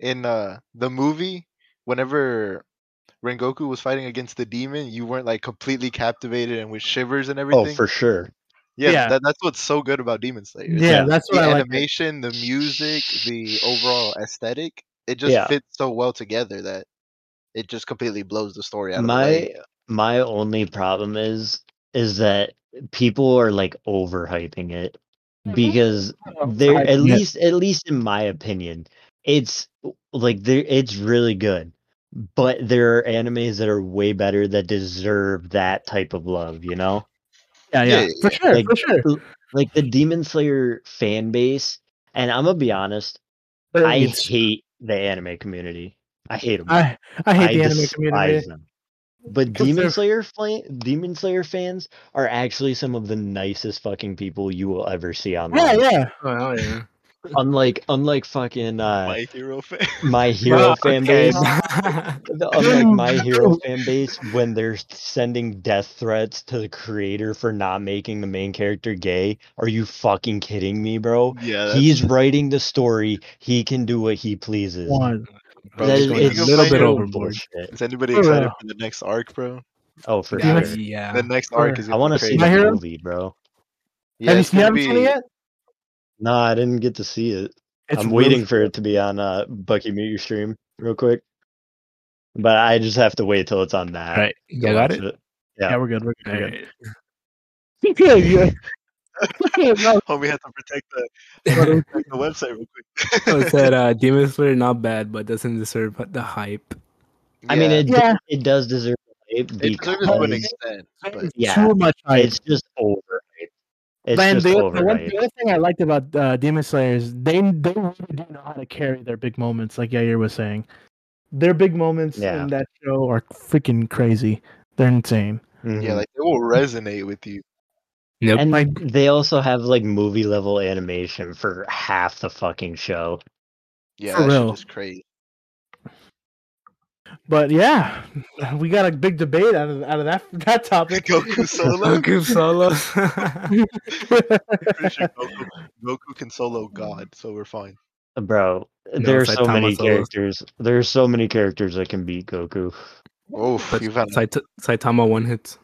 Speaker 3: in uh the movie, whenever Rengoku was fighting against the demon, you weren't like completely captivated and with shivers and everything.
Speaker 4: Oh, for sure.
Speaker 3: yeah,
Speaker 2: yeah.
Speaker 3: That, that's what's so good about Demon Slayer. It's
Speaker 2: yeah,
Speaker 4: yeah,
Speaker 2: that's
Speaker 3: the
Speaker 2: what I like.
Speaker 3: animation, the music, the overall aesthetic, it just
Speaker 4: Yeah.
Speaker 3: fits so well together that it just completely blows the story out of the
Speaker 4: my
Speaker 3: way.
Speaker 4: my only problem is is that people are like overhyping it
Speaker 3: Mm-hmm.
Speaker 4: because they're at
Speaker 2: Overhyping it.
Speaker 4: least at least in my opinion it's like there it's really good but there are animes that are way better that deserve that type of love you know
Speaker 2: Yeah, yeah,
Speaker 3: Yeah,
Speaker 2: for sure,
Speaker 4: like-
Speaker 2: for sure.
Speaker 4: like the demon slayer fan base and i'm gonna be honest
Speaker 2: But
Speaker 4: i
Speaker 2: it's-
Speaker 4: hate the anime community i hate them
Speaker 2: I I hate the anime
Speaker 4: despise
Speaker 2: community.
Speaker 4: Them. But
Speaker 2: 'Cause
Speaker 4: Demon
Speaker 2: they're-
Speaker 4: Slayer, fla- Demon Slayer fans are actually some of the nicest fucking people you will ever see
Speaker 2: Yeah,
Speaker 4: online.
Speaker 2: yeah.
Speaker 1: Oh yeah.
Speaker 4: Unlike, unlike fucking uh,
Speaker 3: My hero fan.
Speaker 4: my hero fan base. the- Unlike my hero
Speaker 2: Dude.
Speaker 4: fan base, when they're sending death threats to the creator for not making the main character gay, are you fucking kidding me, bro?
Speaker 3: Yeah, that's-
Speaker 4: He's writing the story. He can do what he pleases.
Speaker 2: One.
Speaker 3: Bro,
Speaker 4: That
Speaker 3: he's
Speaker 4: is-
Speaker 3: going to
Speaker 4: it's
Speaker 3: go
Speaker 1: a little
Speaker 3: play
Speaker 1: bit
Speaker 3: hero.
Speaker 4: so
Speaker 1: overboard.
Speaker 4: bullshit.
Speaker 3: Is anybody
Speaker 2: For
Speaker 3: excited
Speaker 2: real.
Speaker 3: for the next arc, bro?
Speaker 4: Oh, for
Speaker 1: yeah.
Speaker 4: sure.
Speaker 1: yeah.
Speaker 3: The next arc
Speaker 2: For-
Speaker 3: is
Speaker 4: I want to
Speaker 3: to
Speaker 4: see
Speaker 2: My
Speaker 4: the
Speaker 2: Hero?
Speaker 4: movie, bro.
Speaker 2: Have you seen, haven't seen it yet?
Speaker 4: No, I didn't get to see it. I'm
Speaker 2: really
Speaker 4: waiting for it to be on uh Bucky Mute Your Stream real quick. But I just have to wait till it's on that.
Speaker 1: All right. You
Speaker 4: to
Speaker 1: got
Speaker 4: watch
Speaker 1: it.
Speaker 4: Yeah.
Speaker 2: Yeah, we're good. We're good. We're good.
Speaker 1: Alright.
Speaker 2: Yeah, yeah. Yeah,
Speaker 3: Homie had to protect the, protect the website real quick.
Speaker 1: So it said uh, Demon Slayer not bad, but doesn't deserve the hype.
Speaker 4: I mean,
Speaker 3: Yeah,
Speaker 4: it,
Speaker 2: Yeah.
Speaker 4: it does deserve it
Speaker 3: it deserves to an
Speaker 4: because
Speaker 3: extent, but
Speaker 2: It's
Speaker 4: yeah,
Speaker 2: too much hype.
Speaker 4: it's just over. It's
Speaker 2: Man,
Speaker 4: just
Speaker 2: the, the
Speaker 4: over.
Speaker 2: one, the other thing I liked about uh, Demon Slayer is they they really do know how to carry their big moments, like Yair was saying. Their big moments
Speaker 4: Yeah.
Speaker 2: in that show are freaking crazy. They're insane.
Speaker 3: yeah, like it will resonate with you.
Speaker 1: Nope.
Speaker 4: Mm-hmm. and
Speaker 2: like-
Speaker 4: they also have like movie level animation for half the fucking show.
Speaker 3: Yeah,
Speaker 2: For
Speaker 3: that
Speaker 2: real.
Speaker 3: shit is crazy.
Speaker 2: But yeah, we got a big debate out of out of that that topic.
Speaker 3: Goku solo.
Speaker 1: Goku solo.
Speaker 3: I'm pretty sure Goku, Goku can solo God, so we're fine.
Speaker 4: Uh, Bro,
Speaker 1: No,
Speaker 4: there are so
Speaker 1: Saitama
Speaker 4: many
Speaker 1: solo.
Speaker 4: characters. There are so many characters that can beat Goku.
Speaker 3: Oh,
Speaker 1: but
Speaker 3: you've had
Speaker 1: Saita- Saitama one hits.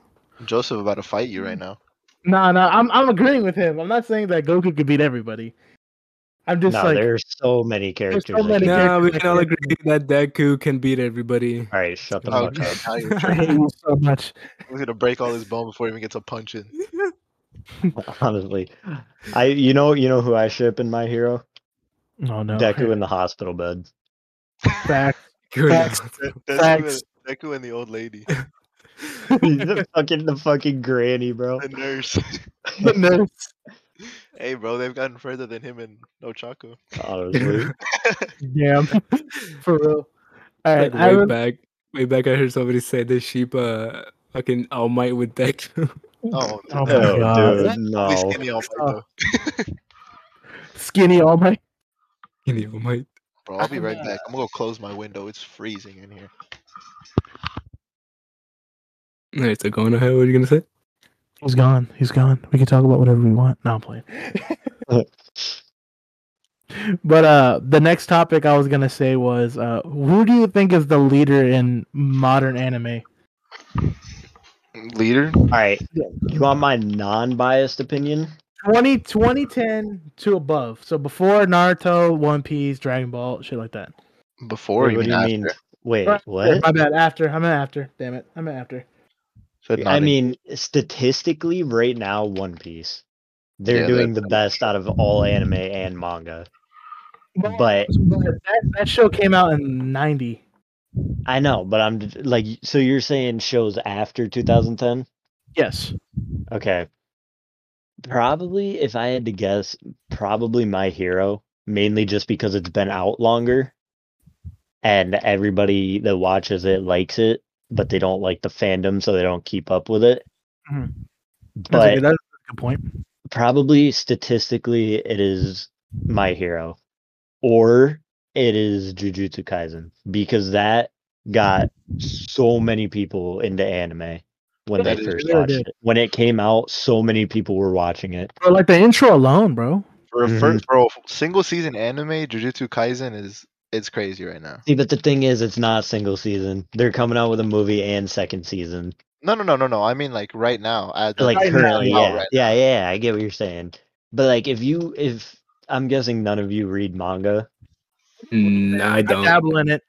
Speaker 3: Joseph about to fight you right now.
Speaker 2: no, no, I'm I'm agreeing with him. I'm not saying that Goku could beat everybody. I'm just
Speaker 4: no,
Speaker 2: like
Speaker 4: there are so many characters. that
Speaker 2: many
Speaker 4: can-
Speaker 2: characters.
Speaker 1: No, we
Speaker 2: I
Speaker 1: can all
Speaker 2: can't-
Speaker 1: agree that Deku can beat everybody.
Speaker 4: All right, shut the
Speaker 1: Oh,
Speaker 4: fuck up.
Speaker 3: now you're
Speaker 2: I hate you so much.
Speaker 3: He's gonna break all his bone before he even gets a punch in.
Speaker 4: Honestly, I you know you know who I ship in my hero
Speaker 2: Oh no,
Speaker 4: Deku in the hospital bed.
Speaker 2: back.
Speaker 1: Good.
Speaker 2: Facts.
Speaker 3: Deku, and, Deku and the old lady,
Speaker 4: the fucking the fucking granny, bro.
Speaker 3: the nurse.
Speaker 2: The nurse.
Speaker 3: hey, bro, they've gotten further than him and Ochako.
Speaker 4: Honestly,
Speaker 2: Damn, for real. All right,
Speaker 1: Like,
Speaker 2: I
Speaker 1: way
Speaker 2: was-
Speaker 1: back, way back, I heard somebody say the sheep, uh, fucking All Might with Deku.
Speaker 3: Oh,
Speaker 2: Oh my
Speaker 4: oh,
Speaker 2: God.
Speaker 4: dude,
Speaker 2: That-
Speaker 3: At least
Speaker 4: no.
Speaker 3: give me all my
Speaker 2: Oh.
Speaker 3: though.
Speaker 2: skinny all my
Speaker 1: You know, All Might.
Speaker 3: Bro, I'll be
Speaker 2: I'm,
Speaker 3: right
Speaker 2: uh,
Speaker 3: back. I'm gonna go close my window. It's freezing in here.
Speaker 1: All right, so going ahead, what are you gonna say?
Speaker 2: He's gone. He's gone. We can talk about whatever we want. No, I'm playing. But uh, the next topic I was gonna say was, uh, who do you think is the leader in modern anime?
Speaker 3: Leader?
Speaker 4: All right, you want my non-biased opinion?
Speaker 2: 20, 2010 to above. So before Naruto, One Piece, Dragon Ball, shit like that.
Speaker 3: Before
Speaker 4: Wait,
Speaker 3: you
Speaker 4: what do you mean? Wait,
Speaker 2: Or-
Speaker 4: what?
Speaker 2: My bad. After. I'm an after. Damn it. I'm an after.
Speaker 3: Said
Speaker 4: I
Speaker 3: nodding.
Speaker 4: mean, statistically, right now, One Piece, they're
Speaker 3: Yeah,
Speaker 4: doing
Speaker 3: that-
Speaker 4: the best out of all anime and manga.
Speaker 2: But,
Speaker 4: But
Speaker 2: that, that show came out in '90.
Speaker 4: I know, but I'm j- like, so you're saying shows after 2010?
Speaker 2: Yes.
Speaker 4: Okay. Probably, if I had to guess, probably My Hero, mainly just because it's been out longer and everybody that watches it likes it, but they don't like the fandom, so they don't keep up with it.
Speaker 2: Mhm. That's a
Speaker 4: But
Speaker 2: good, that's a good point.
Speaker 4: probably statistically it is my hero or it is jujutsu kaisen because that got so many people into anime when they
Speaker 3: That is
Speaker 4: first
Speaker 2: really
Speaker 4: watched
Speaker 2: good.
Speaker 4: it when it came out so many people were watching it
Speaker 2: Bro, like the intro alone, bro.
Speaker 3: for a
Speaker 4: Mhm.
Speaker 3: first bro, single season anime, Jujutsu Kaisen is it's crazy right now.
Speaker 4: see but the thing is it's not single season they're coming out with a movie and second season
Speaker 3: No, no, no, no, no. I mean like right now. As of
Speaker 4: like
Speaker 2: Right now,
Speaker 4: currently
Speaker 3: now,
Speaker 4: yeah
Speaker 3: right
Speaker 4: yeah yeah i get what you're saying but like if you if i'm guessing none of you read manga
Speaker 1: Mm, I
Speaker 2: I
Speaker 1: don't.
Speaker 2: dabble in it.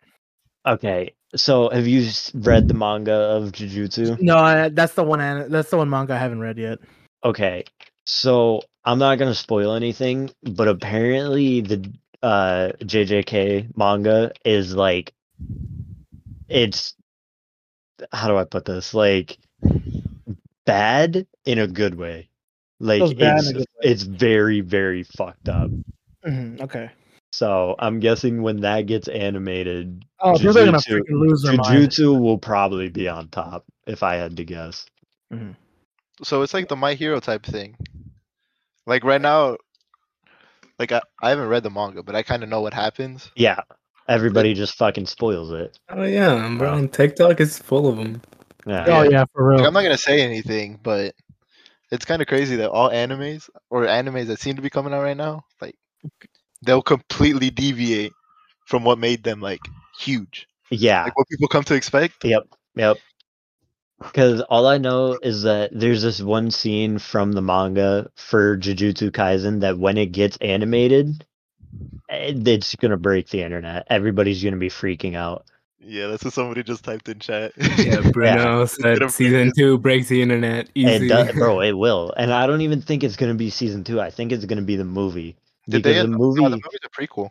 Speaker 4: okay so have you s- read the manga of jujutsu
Speaker 2: No, I, that's the one. an- That's the one manga I haven't read yet.
Speaker 4: Okay, so I'm not gonna spoil anything, but apparently the uh JJK manga is like it's how do I put this? Like bad in a good way. Like
Speaker 2: Feels bad in a
Speaker 4: it's
Speaker 2: good way.
Speaker 4: it's very, very fucked up.
Speaker 2: Mm-hmm, Okay.
Speaker 4: So I'm guessing when that gets animated,
Speaker 2: Oh, people are gonna
Speaker 4: Jujutsu-
Speaker 2: freaking lose their mind.
Speaker 4: Jujutsu will probably be on top, if I had to guess.
Speaker 3: So it's like the My Hero type thing. Like right now, like I, I haven't read the manga, but I kind of know what happens.
Speaker 4: Yeah. Everybody just fucking spoils it.
Speaker 1: Oh yeah, bro. On TikTok is full of them.
Speaker 4: Yeah.
Speaker 2: Oh yeah, for real.
Speaker 3: Like, I'm not gonna say anything, but it's kind of crazy that all animes or animes that seem to be coming out right now, like they'll completely deviate from what made them like huge,
Speaker 4: Yeah.
Speaker 3: like what people come to expect.
Speaker 4: Yep, yep. Because all I know is that there's this one scene from the manga for Jujutsu Kaisen that when it gets animated, eh, it's gonna break the internet. Everybody's gonna be freaking out.
Speaker 3: Yeah, that's what somebody just typed in chat.
Speaker 1: Yeah, Bruno said
Speaker 3: Could've
Speaker 1: season
Speaker 3: been-
Speaker 1: two breaks the internet
Speaker 4: It
Speaker 1: easy.
Speaker 4: does, bro. It will, and I don't even think it's gonna be season two. I think it's gonna be the movie
Speaker 3: Did
Speaker 4: because
Speaker 3: they?
Speaker 4: the
Speaker 3: announce- no,
Speaker 4: movie.
Speaker 3: the movie's a prequel.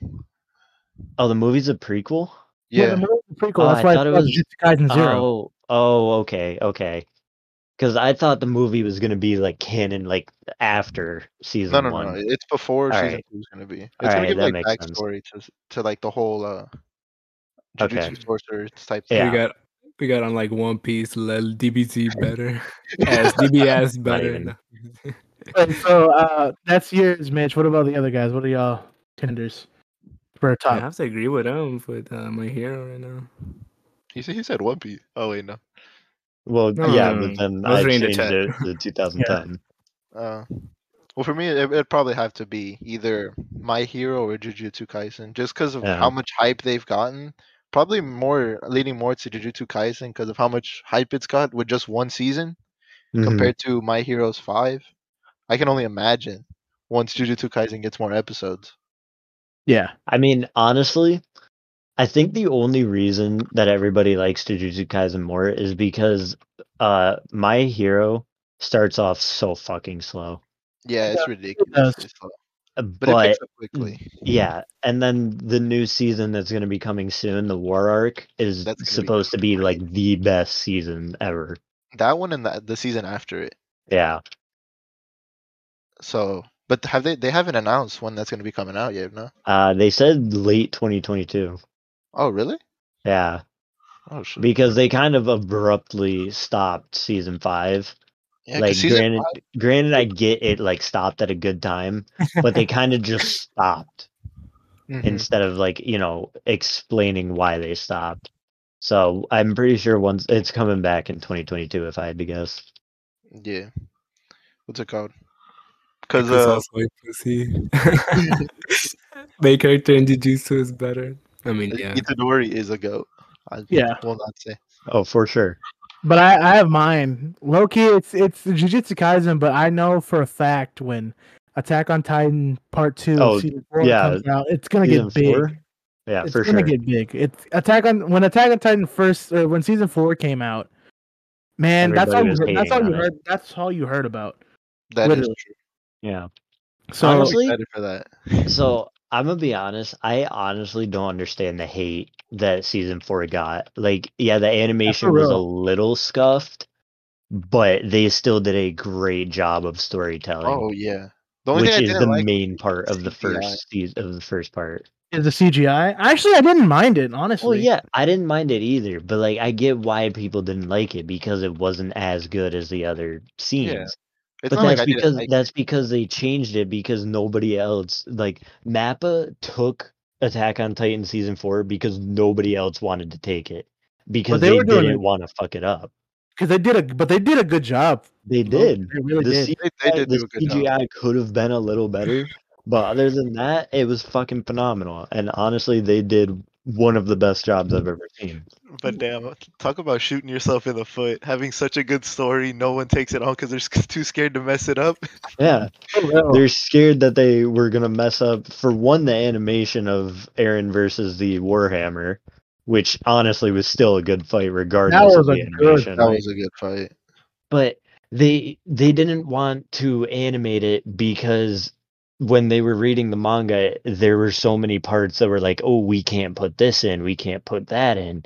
Speaker 4: Oh, the movie's a prequel.
Speaker 2: Well,
Speaker 3: Yeah,
Speaker 2: the movie's a prequel.
Speaker 4: Oh,
Speaker 2: That's
Speaker 4: I
Speaker 2: why
Speaker 4: thought it
Speaker 2: it was
Speaker 4: was-
Speaker 2: Jujutsu Kaisen Zero.
Speaker 4: Oh, oh, okay, okay. Because I thought the movie was gonna be like canon, like after season
Speaker 3: No, no,
Speaker 4: one.
Speaker 3: no. It's before
Speaker 4: All
Speaker 3: season
Speaker 4: right.
Speaker 3: two is gonna be. It's
Speaker 4: All
Speaker 3: gonna
Speaker 4: right,
Speaker 3: give
Speaker 4: that
Speaker 3: like
Speaker 4: makes sense.
Speaker 3: backstory to to like the whole uh,
Speaker 4: Okay.
Speaker 3: Jujutsu sorcerers type.
Speaker 4: Yeah.
Speaker 1: We got we got on like One Piece, let DBZ better, as DBS better.
Speaker 4: even.
Speaker 2: Alright, so uh, that's yours, Mitch. What about the other guys? What are y'all tenders for a
Speaker 1: I
Speaker 2: top?
Speaker 1: have to agree with him with uh, my hero right now.
Speaker 3: He said he said One Piece. Oh wait, no.
Speaker 4: Well,
Speaker 1: No,
Speaker 4: yeah,
Speaker 1: no,
Speaker 3: Um,
Speaker 4: but then
Speaker 1: I was
Speaker 4: I
Speaker 1: reading the
Speaker 4: changed
Speaker 1: chat.
Speaker 4: it to 2010.
Speaker 3: Uh, well, for me, it, it'd probably have to be either My Hero or Jujutsu Kaisen, just because of
Speaker 4: Yeah.
Speaker 3: how much hype they've gotten. Probably more leaning more to Jujutsu Kaisen because of how much hype it's got with just one season
Speaker 4: Mhm.
Speaker 3: compared to My Hero's five. I can only imagine once Jujutsu Kaisen gets more episodes.
Speaker 2: Yeah,
Speaker 4: I mean, honestly, I think the only reason that everybody likes Jujutsu Kaisen more is because uh My Hero starts off so fucking slow.
Speaker 3: Yeah, it's
Speaker 2: does.
Speaker 3: ridiculous. It's slow,
Speaker 4: Uh,
Speaker 3: but,
Speaker 4: But mm.
Speaker 3: it picks up quickly.
Speaker 4: yeah, and then the new season that's going to be coming soon, the War Arc, is
Speaker 3: That's gonna be
Speaker 4: supposed to be like the best season ever.
Speaker 3: That one and the, the season after it.
Speaker 4: Yeah.
Speaker 3: So, but have they? They haven't announced when that's going to be coming out yet. No.
Speaker 4: Uh they said late 2022.
Speaker 3: Oh, really?
Speaker 4: Yeah.
Speaker 3: Oh shit.
Speaker 4: because they kind of abruptly stopped season five.
Speaker 3: Yeah, 'cause
Speaker 4: like
Speaker 3: season
Speaker 4: granted, granted, I get it. Like stopped at a good time, but they kind of just
Speaker 2: Mm-hmm.
Speaker 3: five-
Speaker 4: stopped
Speaker 3: Mhm.
Speaker 4: instead of like you know explaining why they stopped. So I'm pretty sure once it's coming back in 2022, if I had to guess.
Speaker 3: Yeah. What's it called? Because
Speaker 1: It's
Speaker 3: uh,
Speaker 1: also a pussy. my character in Jujutsu is better. I mean, yeah.
Speaker 3: Itadori is a goat. I
Speaker 2: yeah.
Speaker 3: will not say.
Speaker 4: Oh, for sure.
Speaker 2: But I, I have mine. Low key, it's it's Jujutsu Kaisen, but I know for a fact when Attack on Titan Part Two,
Speaker 4: Oh,
Speaker 2: season four
Speaker 4: yeah.
Speaker 2: comes out, it's gonna
Speaker 4: Season
Speaker 2: get big.
Speaker 4: four? Yeah,
Speaker 2: it's
Speaker 4: for
Speaker 2: gonna
Speaker 4: sure.
Speaker 2: get big. It's Attack on when Attack on Titan first or when season four came out. Man,
Speaker 4: Everybody
Speaker 2: that's
Speaker 4: was
Speaker 2: all. You, that's
Speaker 4: hating
Speaker 2: all
Speaker 4: on
Speaker 2: you
Speaker 4: it.
Speaker 2: heard. That's all you heard about.
Speaker 3: That is
Speaker 2: Literally.
Speaker 3: true.
Speaker 4: yeah.
Speaker 2: So
Speaker 4: Honestly,
Speaker 3: I'm excited for that.
Speaker 4: So I'm gonna be honest. I honestly don't understand the hate that season four got. Like, yeah, the animation was a
Speaker 2: real.
Speaker 4: little scuffed, but they still did a great job of storytelling,
Speaker 3: Oh yeah. The only
Speaker 4: which
Speaker 3: thing I
Speaker 4: is
Speaker 3: didn't
Speaker 4: the
Speaker 3: like.
Speaker 4: main part of the
Speaker 3: CGI.
Speaker 4: first season of the first part.
Speaker 2: is the CGI? Actually, I didn't mind it. Honestly,
Speaker 4: Well, yeah, I didn't mind it either, but like, I get why people didn't like it because it wasn't as good as the other scenes.
Speaker 3: It's
Speaker 4: but
Speaker 3: not like
Speaker 4: that's
Speaker 3: I didn't
Speaker 4: because
Speaker 3: like.
Speaker 4: that's because they changed it because nobody else like Mappa took Attack on Titan season four because nobody else wanted to take it because
Speaker 2: they
Speaker 4: they,
Speaker 2: were doing
Speaker 4: didn't
Speaker 2: it-
Speaker 4: want to fuck it up.
Speaker 2: because they did a but they did a good job.
Speaker 4: They
Speaker 2: Loki.
Speaker 4: did.
Speaker 2: They really
Speaker 4: The
Speaker 2: did.
Speaker 4: C-
Speaker 3: They, they did
Speaker 4: the
Speaker 3: do a good job.
Speaker 4: CGI could have been a little better, but other than that, it was fucking phenomenal. And honestly, they did one of the best jobs I've ever seen.
Speaker 3: But damn, talk about shooting yourself in the foot. Having such a good story, no one takes it on because they're sc- too scared to mess it up.
Speaker 4: Yeah, they're scared that they were gonna mess up for one the animation of Aaron versus the Warhammer, which honestly was still a good fight regardless
Speaker 2: was
Speaker 4: of the
Speaker 2: a good
Speaker 4: animation.
Speaker 3: That was a good fight.
Speaker 4: But they they didn't want to animate it because when they were reading the manga, there were so many parts that were like, "Oh, we can't put this in, we can't put that in,"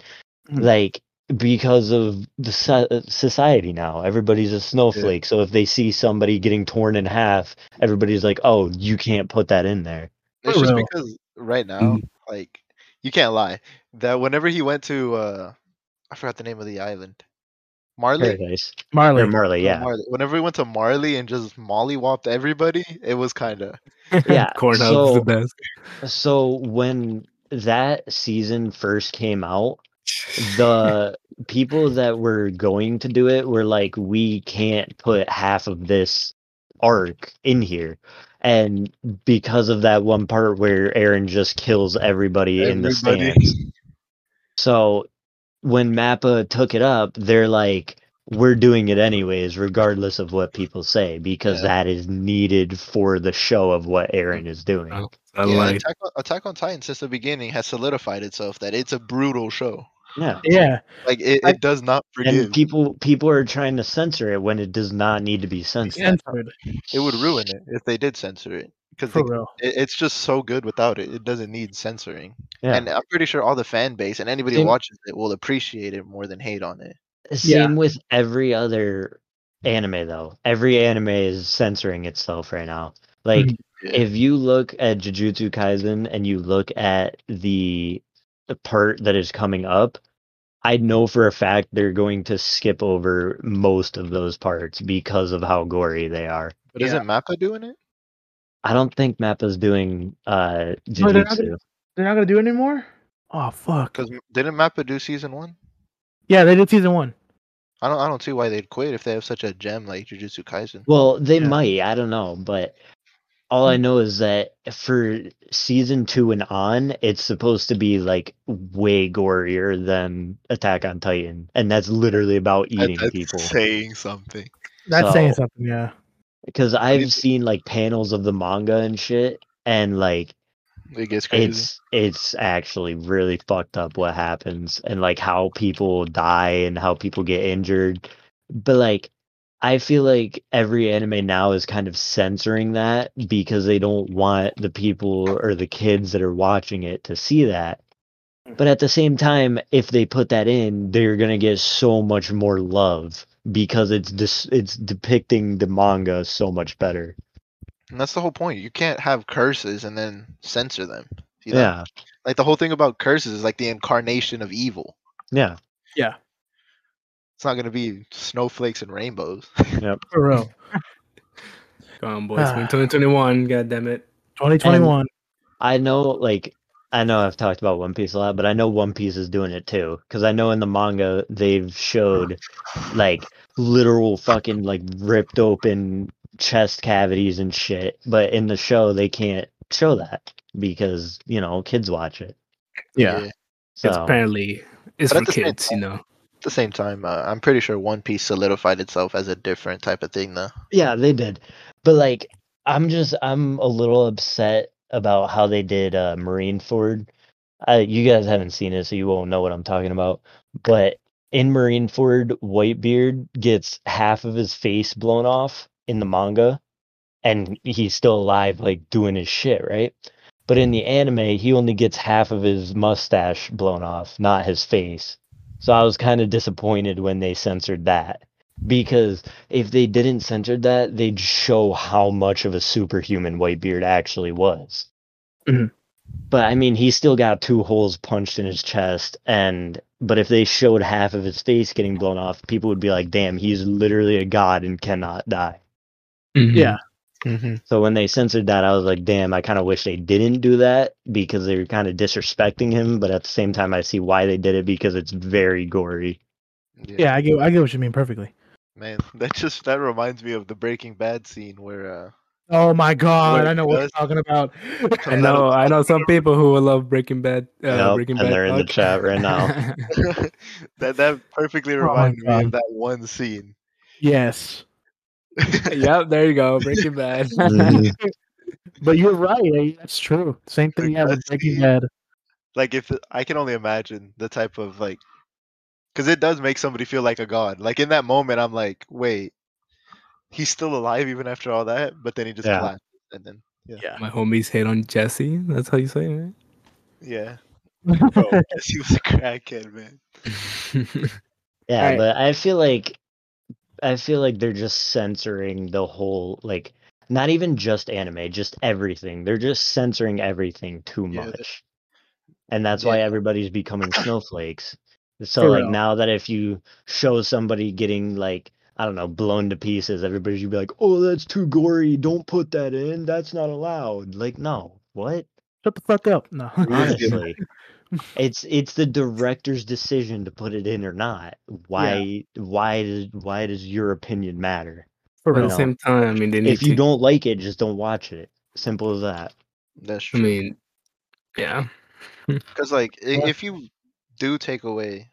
Speaker 2: Mhm.
Speaker 4: like because of the so- uh, society now. Everybody's a snowflake, so if they see somebody getting torn in half, everybody's like, "Oh, you can't put that in there."
Speaker 3: It's just
Speaker 2: Real.
Speaker 3: because right now,
Speaker 4: Mm-hmm.
Speaker 3: like, you can't lie that whenever he went to, uh, I forgot the name of the island, Marley.
Speaker 4: Paradise or
Speaker 2: Marley.
Speaker 4: Marley,
Speaker 3: Uh,
Speaker 4: yeah,
Speaker 3: Marley. Whenever we went to Marley and just mollywopped everybody, it was kind of
Speaker 4: yeah.
Speaker 1: Cornhub is
Speaker 4: so
Speaker 1: the best.
Speaker 4: so when that season first came out. the people that were going to do it were like, we can't put half of this arc in here. And because of that one part where Aaron just kills everybody, in the stands. So when Mappa took it up, they're like, we're doing it anyways, regardless of what people say, because
Speaker 3: Yeah.
Speaker 4: that is needed for the show of what Aaron is doing.
Speaker 1: Oh. I
Speaker 3: Yeah,
Speaker 1: like
Speaker 3: Attack, on, Attack on Titan since the beginning has solidified itself that it's a brutal show.
Speaker 4: Yeah.
Speaker 2: Yeah,
Speaker 3: Like it,
Speaker 2: I-
Speaker 3: it does not forgive.
Speaker 4: And people people are trying to censor it when it does not need to be censored.
Speaker 2: censored
Speaker 3: it would ruin it if they did censor it because
Speaker 2: for real.
Speaker 3: it's just so good without it. It doesn't need censoring.
Speaker 4: Yeah.
Speaker 3: And I'm pretty sure all the fan base and anybody
Speaker 4: Same-
Speaker 3: who watches it will appreciate it more than hate on it.
Speaker 4: Same with every other anime though. Every anime is censoring itself right now.
Speaker 2: Hmm.
Speaker 4: Like
Speaker 3: Yeah.
Speaker 4: if you look at Jujutsu Kaisen and you look at the the part that is coming up, I know for a fact they're going to skip over most of those parts because of how gory they are.
Speaker 3: But isn't Mappa doing it?
Speaker 4: I don't think Mappa's doing uh
Speaker 2: No, they're not
Speaker 4: Jujutsu.
Speaker 2: gonna- They're not gonna do it anymore. Oh fuck.
Speaker 3: Because didn't Mappa do season one?
Speaker 2: Yeah, they did season one.
Speaker 3: I don't. I don't see why they'd quit if they have such a gem like Jujutsu Kaisen.
Speaker 4: Well, they
Speaker 2: Yeah.
Speaker 4: might. I don't know, but all I know is that for season two and on, it's supposed to be like way gorier than Attack on Titan, and that's literally about eating people.
Speaker 3: saying something.
Speaker 2: That's saying
Speaker 4: So-
Speaker 2: something. Yeah.
Speaker 4: Because
Speaker 3: It-
Speaker 4: I've seen like panels of the manga and shit, and like
Speaker 3: It gets crazy.
Speaker 4: it's it's actually really fucked up what happens and like how people die and how people get injured but like i feel like every anime now is kind of censoring that because they don't want the people or the kids that are watching it to see that but at the same time if they put that in they're going to get so much more love because it's dis- it's depicting the manga so much better
Speaker 3: and that's the whole point. You can't have curses and then censor them. See that?
Speaker 4: yeah
Speaker 3: Like the whole thing about curses is like the incarnation of evil.
Speaker 4: yeah
Speaker 3: It's not gonna be snowflakes and rainbows.
Speaker 2: For real.
Speaker 1: Come on, boys. We're in 2021. God damn it.
Speaker 2: Twenty twenty one.
Speaker 4: I know, like, I know I've talked about One Piece a lot, but I know One Piece is doing it too. Because I know in the manga they've showed, like, literal fucking, like, ripped open chest cavities and shit. But in the show, they can't show that because, you know, kids watch it.
Speaker 1: It's
Speaker 4: So,
Speaker 1: apparently it's
Speaker 3: But
Speaker 1: for
Speaker 3: at the same
Speaker 1: kids, you know.
Speaker 3: At the same time, uh, I'm pretty sure One Piece solidified itself as a different type of thing, though.
Speaker 4: yeah, they did. But, like, I'm just, I'm a little upset about how they did uh, Marineford. I, you guys haven't seen it, so you won't know what I'm talking about. But in Marineford, Whitebeard gets half of his face blown off in the manga, and he's still alive, like doing his shit, right? But in the anime, he only gets half of his mustache blown off, not his face. So I was kind of disappointed when they censored that. Because if they didn't censor that, they'd show how much of a superhuman Whitebeard actually was.
Speaker 2: Mhm.
Speaker 4: But I mean, he still got two holes punched in his chest, and but if they showed half of his face getting blown off, people would be like, "Damn, he's literally a god and cannot die."
Speaker 2: Yeah.
Speaker 3: Mm-hmm.
Speaker 4: So when they censored that, I was like, "Damn, I kind of wish they didn't do that because they were kind of disrespecting him." But at the same time, I see why they did it because it's very gory.
Speaker 2: Yeah, I get I get what you mean perfectly.
Speaker 3: man, that just that reminds me of the Breaking Bad scene where uh,
Speaker 2: Oh my god,
Speaker 3: What
Speaker 2: I know what you're
Speaker 3: does-
Speaker 2: talking about.
Speaker 1: I know I know some people who will love Breaking Bad uh
Speaker 4: Yep,
Speaker 1: Breaking
Speaker 4: and
Speaker 1: Bad.
Speaker 4: they're in the
Speaker 1: talk.
Speaker 4: chat right now.
Speaker 3: that that perfectly
Speaker 2: my
Speaker 3: reminded me
Speaker 2: God.
Speaker 3: of that one scene.
Speaker 2: yes.
Speaker 1: yep, there you go. Breaking Bad.
Speaker 4: Mhm.
Speaker 2: But you're right. eh, That's true. Same thing yeah with
Speaker 3: Let's
Speaker 2: Breaking
Speaker 3: see.
Speaker 2: Bad.
Speaker 3: like if I can only imagine the type of like, because it does make somebody feel like a god. Like in that moment, I'm like, wait, he's still alive even after all that. But then he just
Speaker 4: Yeah.
Speaker 3: collapsed, and then
Speaker 1: My homies hate on Jesse. That's how you say it,
Speaker 3: yeah, bro, guess he was a crackhead, man.
Speaker 1: right?
Speaker 4: Yeah,
Speaker 2: Right.
Speaker 4: but I feel like I feel like they're just censoring the whole like not even just anime, just everything. They're just censoring everything too
Speaker 3: Yeah, that-
Speaker 4: much. And that's why
Speaker 3: Yeah.
Speaker 4: everybody's becoming snowflakes. So
Speaker 2: For
Speaker 4: like
Speaker 2: real.
Speaker 4: now that if you show somebody getting like I don't know, blown to pieces, everybody's gonna be like, "Oh, that's too gory. Don't put that in. That's not allowed." Like, no. What?
Speaker 2: Shut the fuck up. No.
Speaker 4: honestly it's it's the director's decision to put it in or not why why does why does your opinion matter
Speaker 2: For
Speaker 1: But at
Speaker 2: real.
Speaker 1: the same time, I mean they need
Speaker 4: if you
Speaker 1: to-
Speaker 4: don't like it just don't watch it simple as that
Speaker 3: That's
Speaker 1: I
Speaker 3: true.
Speaker 1: mean yeah.
Speaker 3: Because like i-
Speaker 2: Yeah.
Speaker 3: if you do take away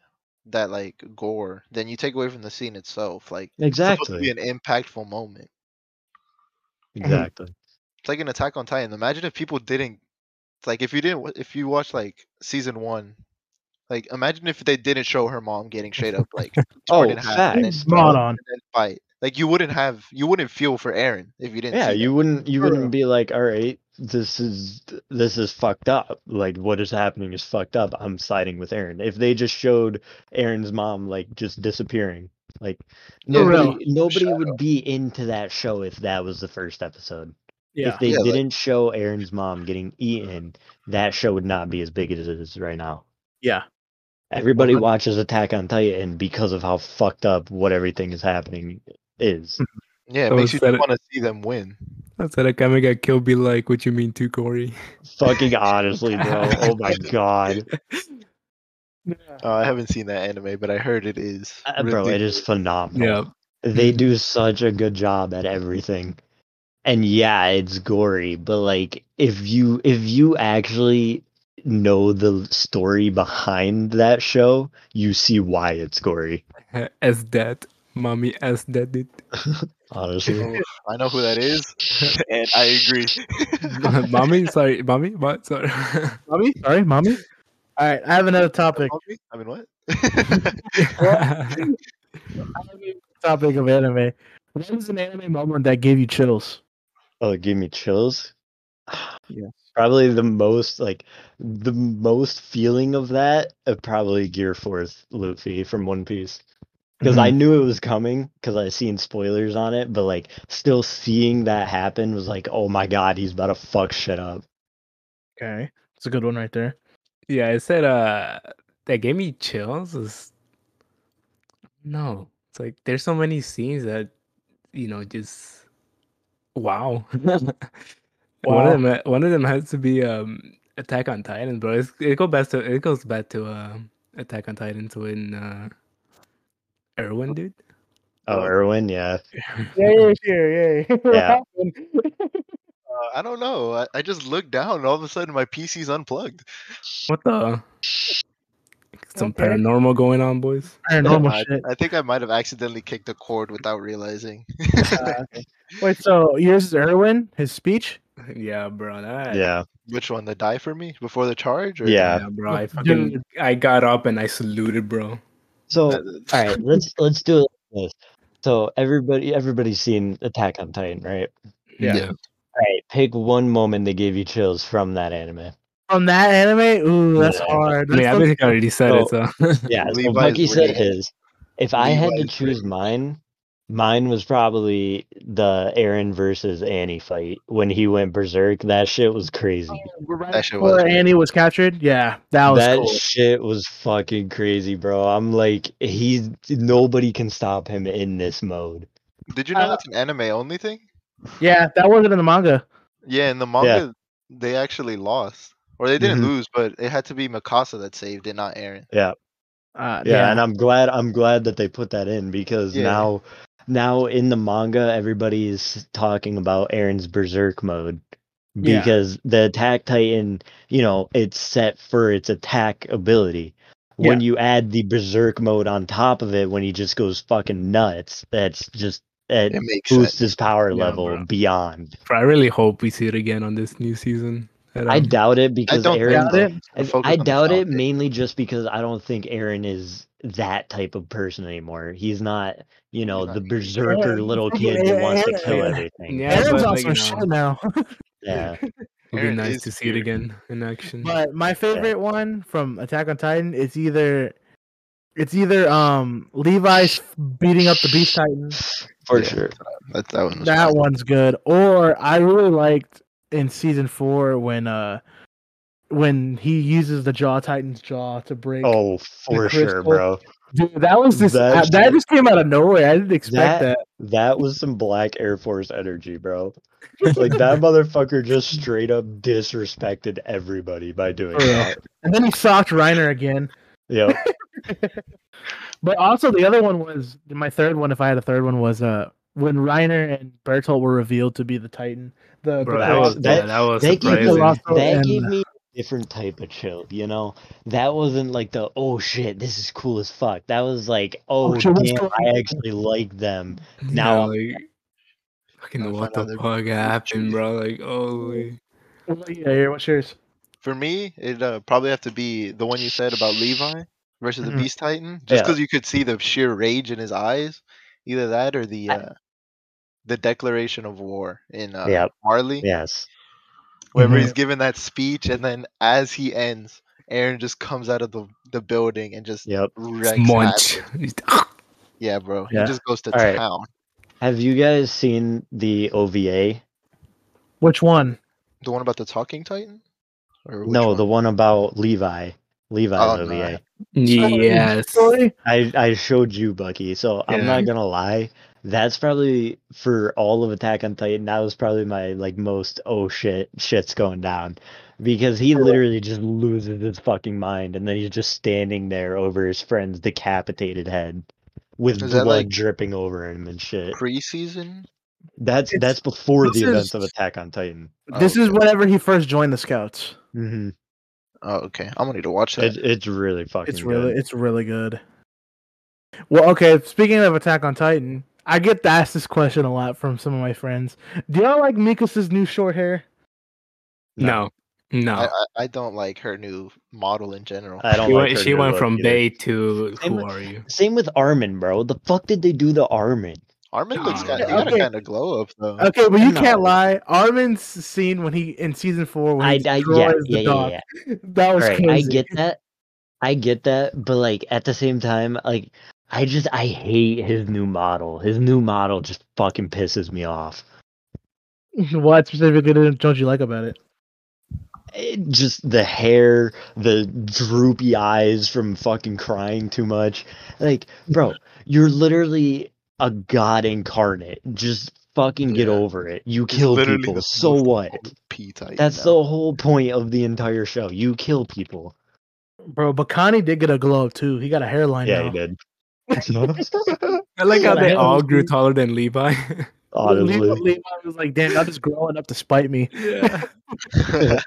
Speaker 3: that like gore, then you take away from the scene itself. Like it's supposed to be
Speaker 4: exactly
Speaker 3: an impactful moment.
Speaker 4: exactly
Speaker 3: It's like an Attack on Titan. Imagine if people didn't. It's like if you didn't, wa- if you watch like season one, like imagine if they didn't show her mom getting straight up like torn
Speaker 4: Oh,
Speaker 3: in half and then,
Speaker 4: facts.
Speaker 2: Spot on.
Speaker 3: and then fight. Like you wouldn't have, you wouldn't feel for Aaron if you didn't.
Speaker 4: yeah
Speaker 3: see
Speaker 4: you wouldn't you
Speaker 2: For
Speaker 4: wouldn't
Speaker 2: real.
Speaker 4: be like all right this is this is fucked up. Like what is happening is fucked up. I'm siding with Aaron. If they just showed Aaron's mom like just disappearing, like
Speaker 2: No,
Speaker 4: nobody,
Speaker 2: no.
Speaker 4: nobody would be into that show if that was the first episode.
Speaker 2: Yeah.
Speaker 4: If they
Speaker 3: Yeah, like-
Speaker 4: didn't show Aaron's mom getting eaten, that show would not be as big as it is right now.
Speaker 2: yeah.
Speaker 4: Everybody watches Attack on Titan because of how fucked up what everything is happening is.
Speaker 3: Yeah, it
Speaker 1: So
Speaker 3: makes you
Speaker 1: instead of-
Speaker 3: want to see them win.
Speaker 1: That's how that guy got killed. Be like, what you mean to Corey?
Speaker 4: Fucking honestly, bro. Oh my god.
Speaker 3: Uh, I haven't seen that anime, but I heard it is.
Speaker 4: Uh, Bro,
Speaker 3: really
Speaker 4: it is phenomenal.
Speaker 1: yeah,
Speaker 4: They do such a good job at everything. And yeah, it's gory, but like if you if you actually know the story behind that show, you see why it's gory.
Speaker 1: as that, mommy as that dude.
Speaker 4: Honestly.
Speaker 3: good. I know who that is, and I agree.
Speaker 1: mommy, sorry, mommy, what? Sorry.
Speaker 2: Mommy? Sorry, mommy? All right. I have another topic.
Speaker 3: I mean, what?
Speaker 2: Topic of anime. What was an anime moment that gave you chills?
Speaker 4: Oh, it gave me chills.
Speaker 2: Yes.
Speaker 4: Probably the most like the most feeling of that uh, probably Gear Fourth Luffy from One Piece. Because I knew it was coming because I seen spoilers on it, but like still seeing that happen was like, oh my god, he's about to fuck shit up.
Speaker 2: Okay. It's a good one right there.
Speaker 1: yeah, I said uh that gave me chills. Is no, it's like there's so many scenes that you know just wow. One
Speaker 2: Wow.
Speaker 1: of them, uh, one of them has to be um Attack on Titan, bro. It's, it goes back to it goes back to uh, Attack on Titans when uh, Erwin dude.
Speaker 4: Oh,
Speaker 3: Oh.
Speaker 4: Erwin, yeah.
Speaker 2: Yay, yay, yay.
Speaker 4: Yeah.
Speaker 3: Uh, I don't know. I, I just looked down, and all of a sudden, my PC's unplugged.
Speaker 1: What the? Some
Speaker 2: Okay.
Speaker 1: paranormal going on, boys.
Speaker 2: Paranormal
Speaker 3: I,
Speaker 2: shit.
Speaker 3: I think I might have accidentally kicked a cord without realizing.
Speaker 2: Uh, wait, so yours is Erwin, his speech?
Speaker 1: Yeah, bro. That,
Speaker 4: Yeah.
Speaker 3: Which one? The die for me before the charge? Or
Speaker 4: Yeah.
Speaker 1: bro. I fucking
Speaker 2: Dude.
Speaker 1: I got up and I saluted, bro.
Speaker 4: So
Speaker 3: Uh,
Speaker 4: all right, let's let's do it like this. So everybody everybody's seen Attack on Titan, right?
Speaker 2: Yeah.
Speaker 4: All right, pick one moment that gave you chills from that anime.
Speaker 2: From that anime? Ooh, that's
Speaker 4: Yeah.
Speaker 2: hard.
Speaker 1: I mean, I
Speaker 2: Let's look-
Speaker 1: basically already said it. So
Speaker 4: Yeah, so
Speaker 3: Levi's
Speaker 4: Bucky said
Speaker 3: Ray.
Speaker 4: his. If I had to
Speaker 3: Levi's
Speaker 4: choose
Speaker 3: Ray.
Speaker 4: mine, mine was probably the Aaron versus Annie fight when he went berserk. That shit was crazy.
Speaker 2: right
Speaker 3: That shit
Speaker 2: before
Speaker 3: was-
Speaker 2: Annie was captured? Yeah, that was
Speaker 4: that
Speaker 2: cool.
Speaker 4: shit was fucking crazy, bro. I'm like, he's nobody can stop him in this mode.
Speaker 3: Did you know
Speaker 2: Uh,
Speaker 3: that's an anime only thing?
Speaker 2: yeah, that wasn't in the manga.
Speaker 3: Yeah, in the manga, they actually lost, or they didn't
Speaker 4: Mhm.
Speaker 3: lose, but it had to be Mikasa that saved it, not Aaron.
Speaker 2: Uh,
Speaker 4: Yeah, and I'm glad I'm glad that they put that in because
Speaker 3: Yeah.
Speaker 4: now now in the manga everybody is talking about Aaron's berserk mode
Speaker 2: Yeah.
Speaker 4: because the attack titan, you know, it's set for its attack ability. When you add the berserk mode on top of it when he just goes fucking nuts, that's just that
Speaker 3: It makes
Speaker 4: boosts
Speaker 3: sense.
Speaker 4: his power
Speaker 1: Yeah,
Speaker 4: level
Speaker 1: bro.
Speaker 4: beyond.
Speaker 1: I really hope we see it again on this new season. That,
Speaker 4: I
Speaker 1: um,
Speaker 4: doubt it because
Speaker 3: don't think
Speaker 4: Aaron
Speaker 2: Doubt it?
Speaker 4: I,
Speaker 3: focus
Speaker 4: I
Speaker 3: on the
Speaker 4: doubt it
Speaker 3: topic.
Speaker 4: mainly just because I don't think Aaron is that type of person anymore. He's not, you know,
Speaker 3: not
Speaker 4: the
Speaker 3: me.
Speaker 4: berserker little kid who wants to kill
Speaker 1: Aaron-
Speaker 4: everything.
Speaker 1: Yeah,
Speaker 2: Aaron's
Speaker 1: but,
Speaker 2: on
Speaker 1: like,
Speaker 2: some
Speaker 1: you
Speaker 2: shit now.
Speaker 4: Yeah.
Speaker 1: It'd be
Speaker 3: Aaron
Speaker 1: nice
Speaker 3: is
Speaker 1: to see it
Speaker 3: here.
Speaker 1: again in action.
Speaker 2: But my favorite one from Attack on Titan is either it's either um Levi's beating up the Beast Titan.
Speaker 4: for
Speaker 3: Yeah.
Speaker 4: sure.
Speaker 3: That that one. Was
Speaker 2: That one's good. Or I really liked in season four when uh when he uses the Jaw Titan's jaw to break.
Speaker 4: Oh, for sure,
Speaker 2: crystal-
Speaker 4: bro.
Speaker 2: Dude, that was just
Speaker 4: That
Speaker 2: that, that
Speaker 4: shit-
Speaker 2: just came out of nowhere. I didn't expect that.
Speaker 4: That was some black Air Force energy, bro. Like that motherfucker just straight up disrespected everybody by doing
Speaker 2: For real.
Speaker 4: that.
Speaker 2: And then he socked Reiner again.
Speaker 4: Yeah.
Speaker 2: But also the other one was my third one. If I had a third one, was uh when Reiner and Bertolt were revealed to be the Titan. The,
Speaker 1: bro,
Speaker 2: the
Speaker 1: that was,
Speaker 4: that- that-
Speaker 1: yeah, that was
Speaker 4: that gave, me,
Speaker 1: surprising.
Speaker 2: lost-
Speaker 4: that
Speaker 2: and-
Speaker 4: gave me a different type of chill, you know? That wasn't like the, oh shit, this is cool as fuck. That was like, oh,
Speaker 2: shit, what's
Speaker 4: damn,
Speaker 2: going
Speaker 4: I
Speaker 2: on?"
Speaker 4: actually like them.
Speaker 1: Now,
Speaker 4: Now-
Speaker 1: like, fucking
Speaker 3: Gotta
Speaker 1: what the
Speaker 3: find out
Speaker 1: fuck happened, bro? Like, holy.
Speaker 2: yeah, yeah, uh, what's yours?
Speaker 3: For me, it uh, probably have to be the one you said about Levi versus
Speaker 2: Mhm.
Speaker 3: the Beast Titan, just
Speaker 4: Mm-hmm. Yeah.
Speaker 3: because you could see the sheer rage in his eyes. Either that or the
Speaker 4: I-
Speaker 3: uh, the declaration of war in uh,
Speaker 4: yeah, Mm-hmm.
Speaker 3: Marley.
Speaker 4: yes.
Speaker 3: Whenever
Speaker 2: Mhm.
Speaker 3: he's giving that speech, and then as he ends, Aaron just comes out of the, the building and just
Speaker 4: Yep.
Speaker 3: wrecks ass.
Speaker 1: Munch.
Speaker 3: Yeah, bro.
Speaker 4: Yeah.
Speaker 3: He just goes to
Speaker 4: All right.
Speaker 3: town.
Speaker 4: Have you guys seen the OVA?
Speaker 2: Which one?
Speaker 3: The one about the talking titan? Or which
Speaker 4: No,
Speaker 3: one?
Speaker 4: the one about Levi. Levi's
Speaker 3: Oh, no.
Speaker 4: OVA.
Speaker 1: yes.
Speaker 2: Really?
Speaker 4: I, I showed you Bucky, so I'm
Speaker 1: Yeah.
Speaker 4: not gonna lie. That's probably for all of Attack on Titan. That was probably my like most oh shit shit's going down, because he literally just loses his fucking mind, and then he's just standing there over his friend's decapitated head, with
Speaker 3: Is that,
Speaker 4: blood
Speaker 3: like,
Speaker 4: dripping over him and shit.
Speaker 3: preseason.
Speaker 4: That's
Speaker 2: It's-
Speaker 4: that's before the
Speaker 2: this
Speaker 4: events
Speaker 2: is-
Speaker 4: of Attack on Titan.
Speaker 2: This
Speaker 3: Oh,
Speaker 2: is
Speaker 3: okay.
Speaker 2: whenever he first joined the Scouts.
Speaker 4: hmm
Speaker 3: Oh, okay. I'm gonna need to watch that.
Speaker 4: It, it's really fucking.
Speaker 2: It's
Speaker 4: good.
Speaker 2: really, it's really good. Well, okay. Speaking of Attack on Titan, I get asked this question a lot from some of my friends. Do y'all like Mikos's new short hair?
Speaker 1: No, no.
Speaker 3: I, I, I don't like her new model in general.
Speaker 4: I don't.
Speaker 1: she
Speaker 4: like
Speaker 1: went,
Speaker 4: her
Speaker 1: she
Speaker 4: new
Speaker 1: went
Speaker 4: look
Speaker 1: from
Speaker 4: either.
Speaker 1: Bay to
Speaker 4: Same
Speaker 1: Who
Speaker 4: with-
Speaker 1: Are You?
Speaker 4: Same with Armin, bro. The fuck did they do to Armin?
Speaker 3: Armin looks
Speaker 1: Nah,
Speaker 3: kind. He got a
Speaker 2: okay.
Speaker 3: kind of glow up though.
Speaker 2: Okay, but you can't
Speaker 4: No.
Speaker 2: lie. Armin's scene when he in season four when
Speaker 4: I,
Speaker 2: he
Speaker 4: I
Speaker 2: destroys
Speaker 4: yeah,
Speaker 2: the
Speaker 4: yeah, yeah,
Speaker 2: dog.
Speaker 4: yeah.
Speaker 2: That
Speaker 4: All
Speaker 2: was
Speaker 4: right, I
Speaker 2: crazy.
Speaker 4: get that. I get that, but like at the same time, like I just I hate his new model. His new model just fucking pisses me off.
Speaker 2: what specifically did- don't you like about it?
Speaker 4: It- Eh, just the hair, the droopy eyes from fucking crying too much. Like, bro, you're literally a god incarnate. Just fucking get
Speaker 3: Yeah.
Speaker 4: over it. You
Speaker 3: He's
Speaker 4: kill
Speaker 3: literally
Speaker 4: people.
Speaker 3: the
Speaker 4: So
Speaker 3: most
Speaker 4: what?
Speaker 3: OP Titan
Speaker 4: That's
Speaker 3: now.
Speaker 4: the whole point of the entire show. You kill people.
Speaker 2: Bro, but Connie did get a glow up too. He got a hairline.
Speaker 4: yeah,
Speaker 2: now.
Speaker 4: he did.
Speaker 1: I like how they
Speaker 2: Yeah, that
Speaker 1: all
Speaker 2: was
Speaker 1: grew
Speaker 2: good.
Speaker 1: taller than Levi.
Speaker 4: Honestly.
Speaker 2: Levi, Levi was like, damn, y'all just growing up to spite me.
Speaker 1: yeah.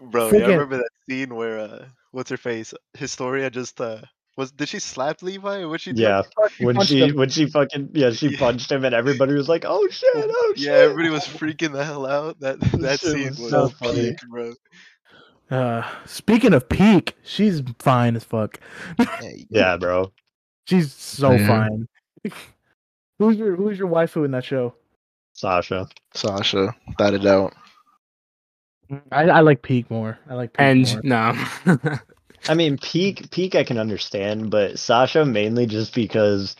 Speaker 3: Bro, yeah, I
Speaker 2: Freaking-
Speaker 3: remember that scene where uh, what's her face? Historia just uh was did she slap Levi? What she do?
Speaker 4: Yeah, when
Speaker 2: punched
Speaker 4: she
Speaker 2: him.
Speaker 4: when she fucking yeah she
Speaker 3: Yeah.
Speaker 4: punched him and everybody was like oh shit oh shit
Speaker 3: Yeah, everybody was freaking the hell out. That that
Speaker 4: shit
Speaker 3: scene
Speaker 4: was
Speaker 3: was
Speaker 4: so
Speaker 3: so
Speaker 4: funny.
Speaker 3: peak, bro.
Speaker 2: Uh, speaking of peak, she's fine as fuck.
Speaker 3: Yeah, you-
Speaker 4: yeah bro
Speaker 2: She's so
Speaker 1: Yeah.
Speaker 2: fine. who's your Who's your waifu in that show?
Speaker 4: Sasha
Speaker 3: Sasha, without a doubt.
Speaker 2: I, I like peak more. I like peak
Speaker 1: And
Speaker 2: more.
Speaker 1: no.
Speaker 4: I mean peak peak I can understand but Sasha mainly just because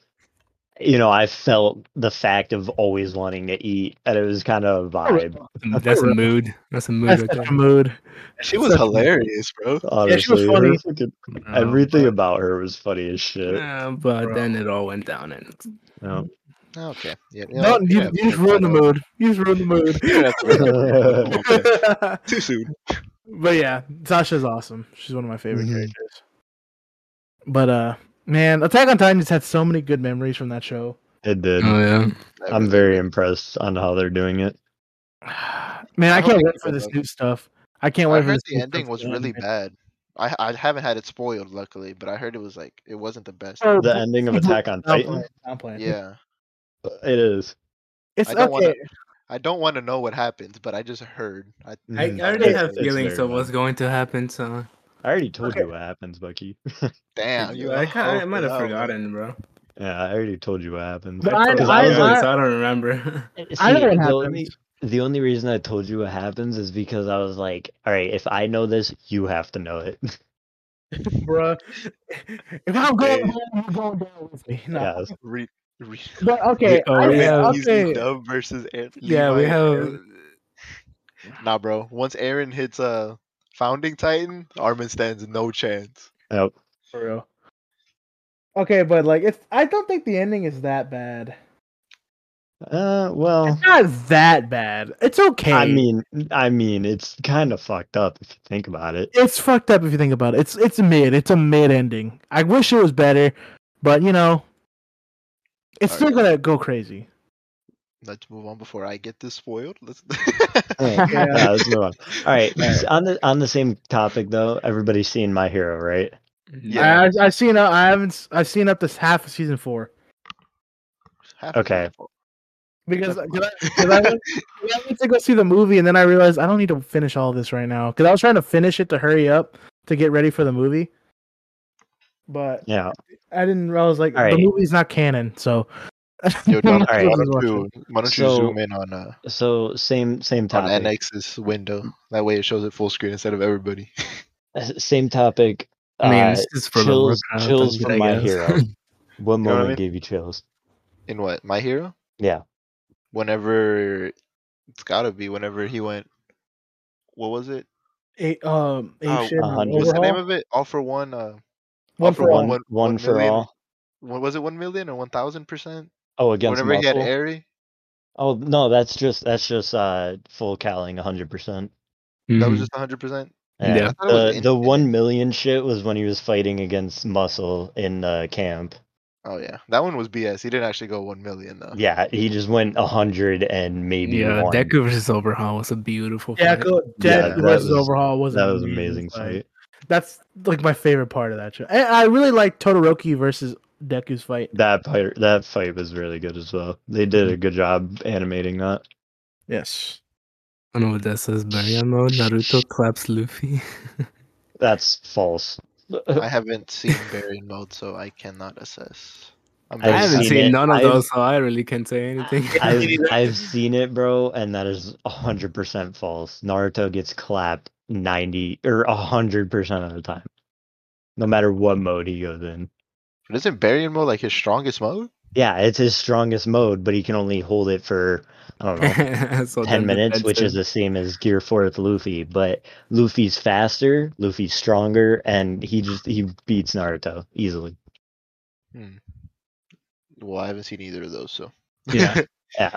Speaker 4: you know I felt the fact of always wanting to eat and it was kind of a vibe
Speaker 1: That's a mood. That's a mood
Speaker 2: That's
Speaker 1: right
Speaker 2: such a
Speaker 1: there.
Speaker 2: mood.
Speaker 3: She was
Speaker 2: Such a-
Speaker 3: hilarious, bro.
Speaker 4: honestly
Speaker 2: she was
Speaker 4: Her
Speaker 2: funny.
Speaker 4: fucking-
Speaker 1: No,
Speaker 4: everything about her was funny as shit
Speaker 1: Yeah, but
Speaker 2: Bro.
Speaker 1: then it all went down and
Speaker 4: No.
Speaker 3: Okay. Yeah, you know
Speaker 2: No,
Speaker 3: what?
Speaker 2: you, you
Speaker 3: You're gonna have
Speaker 2: just
Speaker 3: to bring
Speaker 2: ruined the
Speaker 3: that up.
Speaker 2: mood. You just ruined the mood.
Speaker 3: You're gonna have to bring that up. Come on, man. Too soon.
Speaker 2: but yeah, Sasha's awesome. She's one of my favorite
Speaker 4: Mhm.
Speaker 2: characters. But uh, man, Attack on Titan just had so many good memories from that show.
Speaker 4: it did
Speaker 1: oh yeah.
Speaker 4: I'm very impressed on how they're doing it
Speaker 2: Man, I
Speaker 3: I don't
Speaker 2: can't
Speaker 3: think
Speaker 2: wait
Speaker 3: it
Speaker 2: for
Speaker 3: was
Speaker 2: this
Speaker 3: a-
Speaker 2: new stuff. I can't
Speaker 3: I
Speaker 2: wait for
Speaker 3: heard
Speaker 2: this.
Speaker 3: the
Speaker 2: new
Speaker 3: ending
Speaker 2: stuff
Speaker 3: was
Speaker 2: to
Speaker 3: really
Speaker 2: animate.
Speaker 3: bad. I I haven't had it spoiled luckily, but I heard it was like it wasn't the best.
Speaker 2: Oh,
Speaker 4: the ending of Attack on
Speaker 2: I'm
Speaker 4: Titan
Speaker 2: playing. I'm playing.
Speaker 3: Yeah.
Speaker 4: it is
Speaker 2: It's
Speaker 3: I don't wanna-
Speaker 2: okay.
Speaker 3: I don't want to know what happened, but I just heard. I,
Speaker 1: I, I
Speaker 4: Mhm.
Speaker 1: already
Speaker 4: It's-
Speaker 1: have
Speaker 4: it's
Speaker 1: feelings
Speaker 4: very
Speaker 1: of what's going to happen, so
Speaker 4: I already told
Speaker 2: Okay.
Speaker 4: you what happens, Bucky.
Speaker 3: damn, you
Speaker 1: I,
Speaker 3: all
Speaker 1: ca- I
Speaker 3: hope
Speaker 1: might
Speaker 3: it
Speaker 1: have
Speaker 3: out, man.
Speaker 1: forgotten, bro.
Speaker 4: Yeah, I already told you what happens.
Speaker 2: But I-
Speaker 1: I,
Speaker 4: Because
Speaker 1: I,
Speaker 4: was
Speaker 1: was
Speaker 4: like-
Speaker 1: like, so I don't remember.
Speaker 2: I know
Speaker 4: See,
Speaker 2: what
Speaker 4: the
Speaker 2: happens.
Speaker 4: only, the only reason I told you what happens is because I was like, all right, if I know this, you have to know it.
Speaker 2: Bruh. If I'm going
Speaker 3: Okay.
Speaker 2: down, you're going down with me. No.
Speaker 4: Yes.
Speaker 3: Re, re,
Speaker 2: But okay,
Speaker 1: oh,
Speaker 2: I,
Speaker 1: we have-
Speaker 2: okay.
Speaker 3: Easy dub versus Aaron,
Speaker 1: yeah, we have.
Speaker 3: Nah, bro. Once Aaron hits uh, founding Titan, Armin stands no chance.
Speaker 4: Yep.
Speaker 2: For real. Okay, but like it's I don't think the ending is that bad.
Speaker 4: Uh, well,
Speaker 2: It's not that bad. It's okay.
Speaker 4: I mean, I mean, it's kind of fucked up if you think about it.
Speaker 2: it's fucked up if you think about it. It's it's mid. It's a mid ending. I wish it was better, but you know, it's still
Speaker 3: Alright.
Speaker 2: gonna go crazy.
Speaker 3: Let's move on before I get this spoiled. Let's.
Speaker 4: yeah, let's move on. All right.
Speaker 3: All right.
Speaker 4: On the on the same topic though, everybody's seen My Hero, right?
Speaker 1: Yeah.
Speaker 3: Yeah.
Speaker 2: I, I've seen. uh, I haven't. s- I've seen up this half of season four
Speaker 3: Half of
Speaker 4: Okay.
Speaker 3: Titanfall.
Speaker 2: because because I, 'cause I, went, 'cause I went to go see the movie and then I realized I don't need to finish all this right now because I was trying to finish it to hurry up to get ready for the movie. But
Speaker 4: Yeah.
Speaker 2: I didn't. I was like, the
Speaker 4: Alright.
Speaker 2: movie's not canon, so
Speaker 3: Yo, Jonathan,
Speaker 2: All right.
Speaker 3: why don't you, why don't you
Speaker 4: So-
Speaker 3: zoom in on uh,
Speaker 4: So same same
Speaker 3: on
Speaker 4: topic.
Speaker 3: NX's window? That way it shows it full screen instead of everybody.
Speaker 4: Uh, Same topic.
Speaker 1: I mean,
Speaker 4: uh,
Speaker 1: this is for the
Speaker 4: chills,
Speaker 1: workout,
Speaker 4: chills
Speaker 1: I
Speaker 4: from my
Speaker 1: guess.
Speaker 4: hero.
Speaker 3: know what I
Speaker 4: What moment
Speaker 3: mean?
Speaker 4: gave you chills?
Speaker 3: In what? My Hero?
Speaker 4: Yeah.
Speaker 3: Whenever it's gotta be whenever he went. What was it?
Speaker 2: Eight, um, eight
Speaker 3: Oh,
Speaker 2: shit.
Speaker 4: a hundred.
Speaker 3: What's the name
Speaker 2: overhaul?
Speaker 3: of it? All for one. Uh,
Speaker 2: One
Speaker 3: All
Speaker 2: for one.
Speaker 3: one.
Speaker 4: one,
Speaker 3: one
Speaker 4: for
Speaker 3: million.
Speaker 4: all.
Speaker 3: what was it? One million or one thousand percent?
Speaker 4: Oh, against
Speaker 3: Whenever he had
Speaker 4: muscle?
Speaker 3: Airy.
Speaker 4: Oh no, that's just that's just uh full calling 100. percent
Speaker 3: That was
Speaker 1: Mhm.
Speaker 3: just hundred percent.
Speaker 1: Yeah.
Speaker 4: Yeah.
Speaker 1: I
Speaker 3: thought it was
Speaker 4: The the
Speaker 3: instant.
Speaker 4: one million shit was when he was fighting against muscle in uh, camp.
Speaker 3: Oh yeah, that one was BS. He didn't actually go one million though.
Speaker 4: Yeah, he just went a hundred and maybe
Speaker 1: yeah,
Speaker 4: one.
Speaker 1: Deku versus Overhaul was a beautiful fight.
Speaker 2: Deku,
Speaker 4: Yeah,
Speaker 2: Deku
Speaker 4: that
Speaker 2: versus
Speaker 4: was-
Speaker 2: Overhaul was
Speaker 4: that was
Speaker 2: an
Speaker 4: amazing
Speaker 2: fight.
Speaker 4: fight.
Speaker 2: That's like my favorite part of that show. And I really like Todoroki versus Deku's fight.
Speaker 4: That fight that fight was really good as well. They did a good job animating that.
Speaker 2: Yes.
Speaker 1: I don't know what that says. Baryon mode. Naruto claps Luffy.
Speaker 4: That's false.
Speaker 3: I haven't seen Barry mode, so I cannot assess. I'm
Speaker 1: I
Speaker 4: I've
Speaker 3: very
Speaker 1: haven't
Speaker 3: happy.
Speaker 1: seen
Speaker 4: it.
Speaker 1: none of
Speaker 4: I've-
Speaker 1: those, so I really can't say anything.
Speaker 4: I've, I've seen it, bro, and that is 100% false. Naruto gets clapped 90 or 100% of the time, no matter what mode he goes in.
Speaker 3: But isn't Barry mode like his strongest mode?
Speaker 4: Yeah, it's his strongest mode, but he can only hold it for, I don't know,
Speaker 1: so then
Speaker 4: 10 minutes, which is
Speaker 1: defensive.
Speaker 4: the same as Gear 4 with Luffy. But Luffy's faster, Luffy's stronger, and he just he beats Naruto easily.
Speaker 3: Well, I haven't seen either of those, so
Speaker 1: yeah.
Speaker 4: Yeah.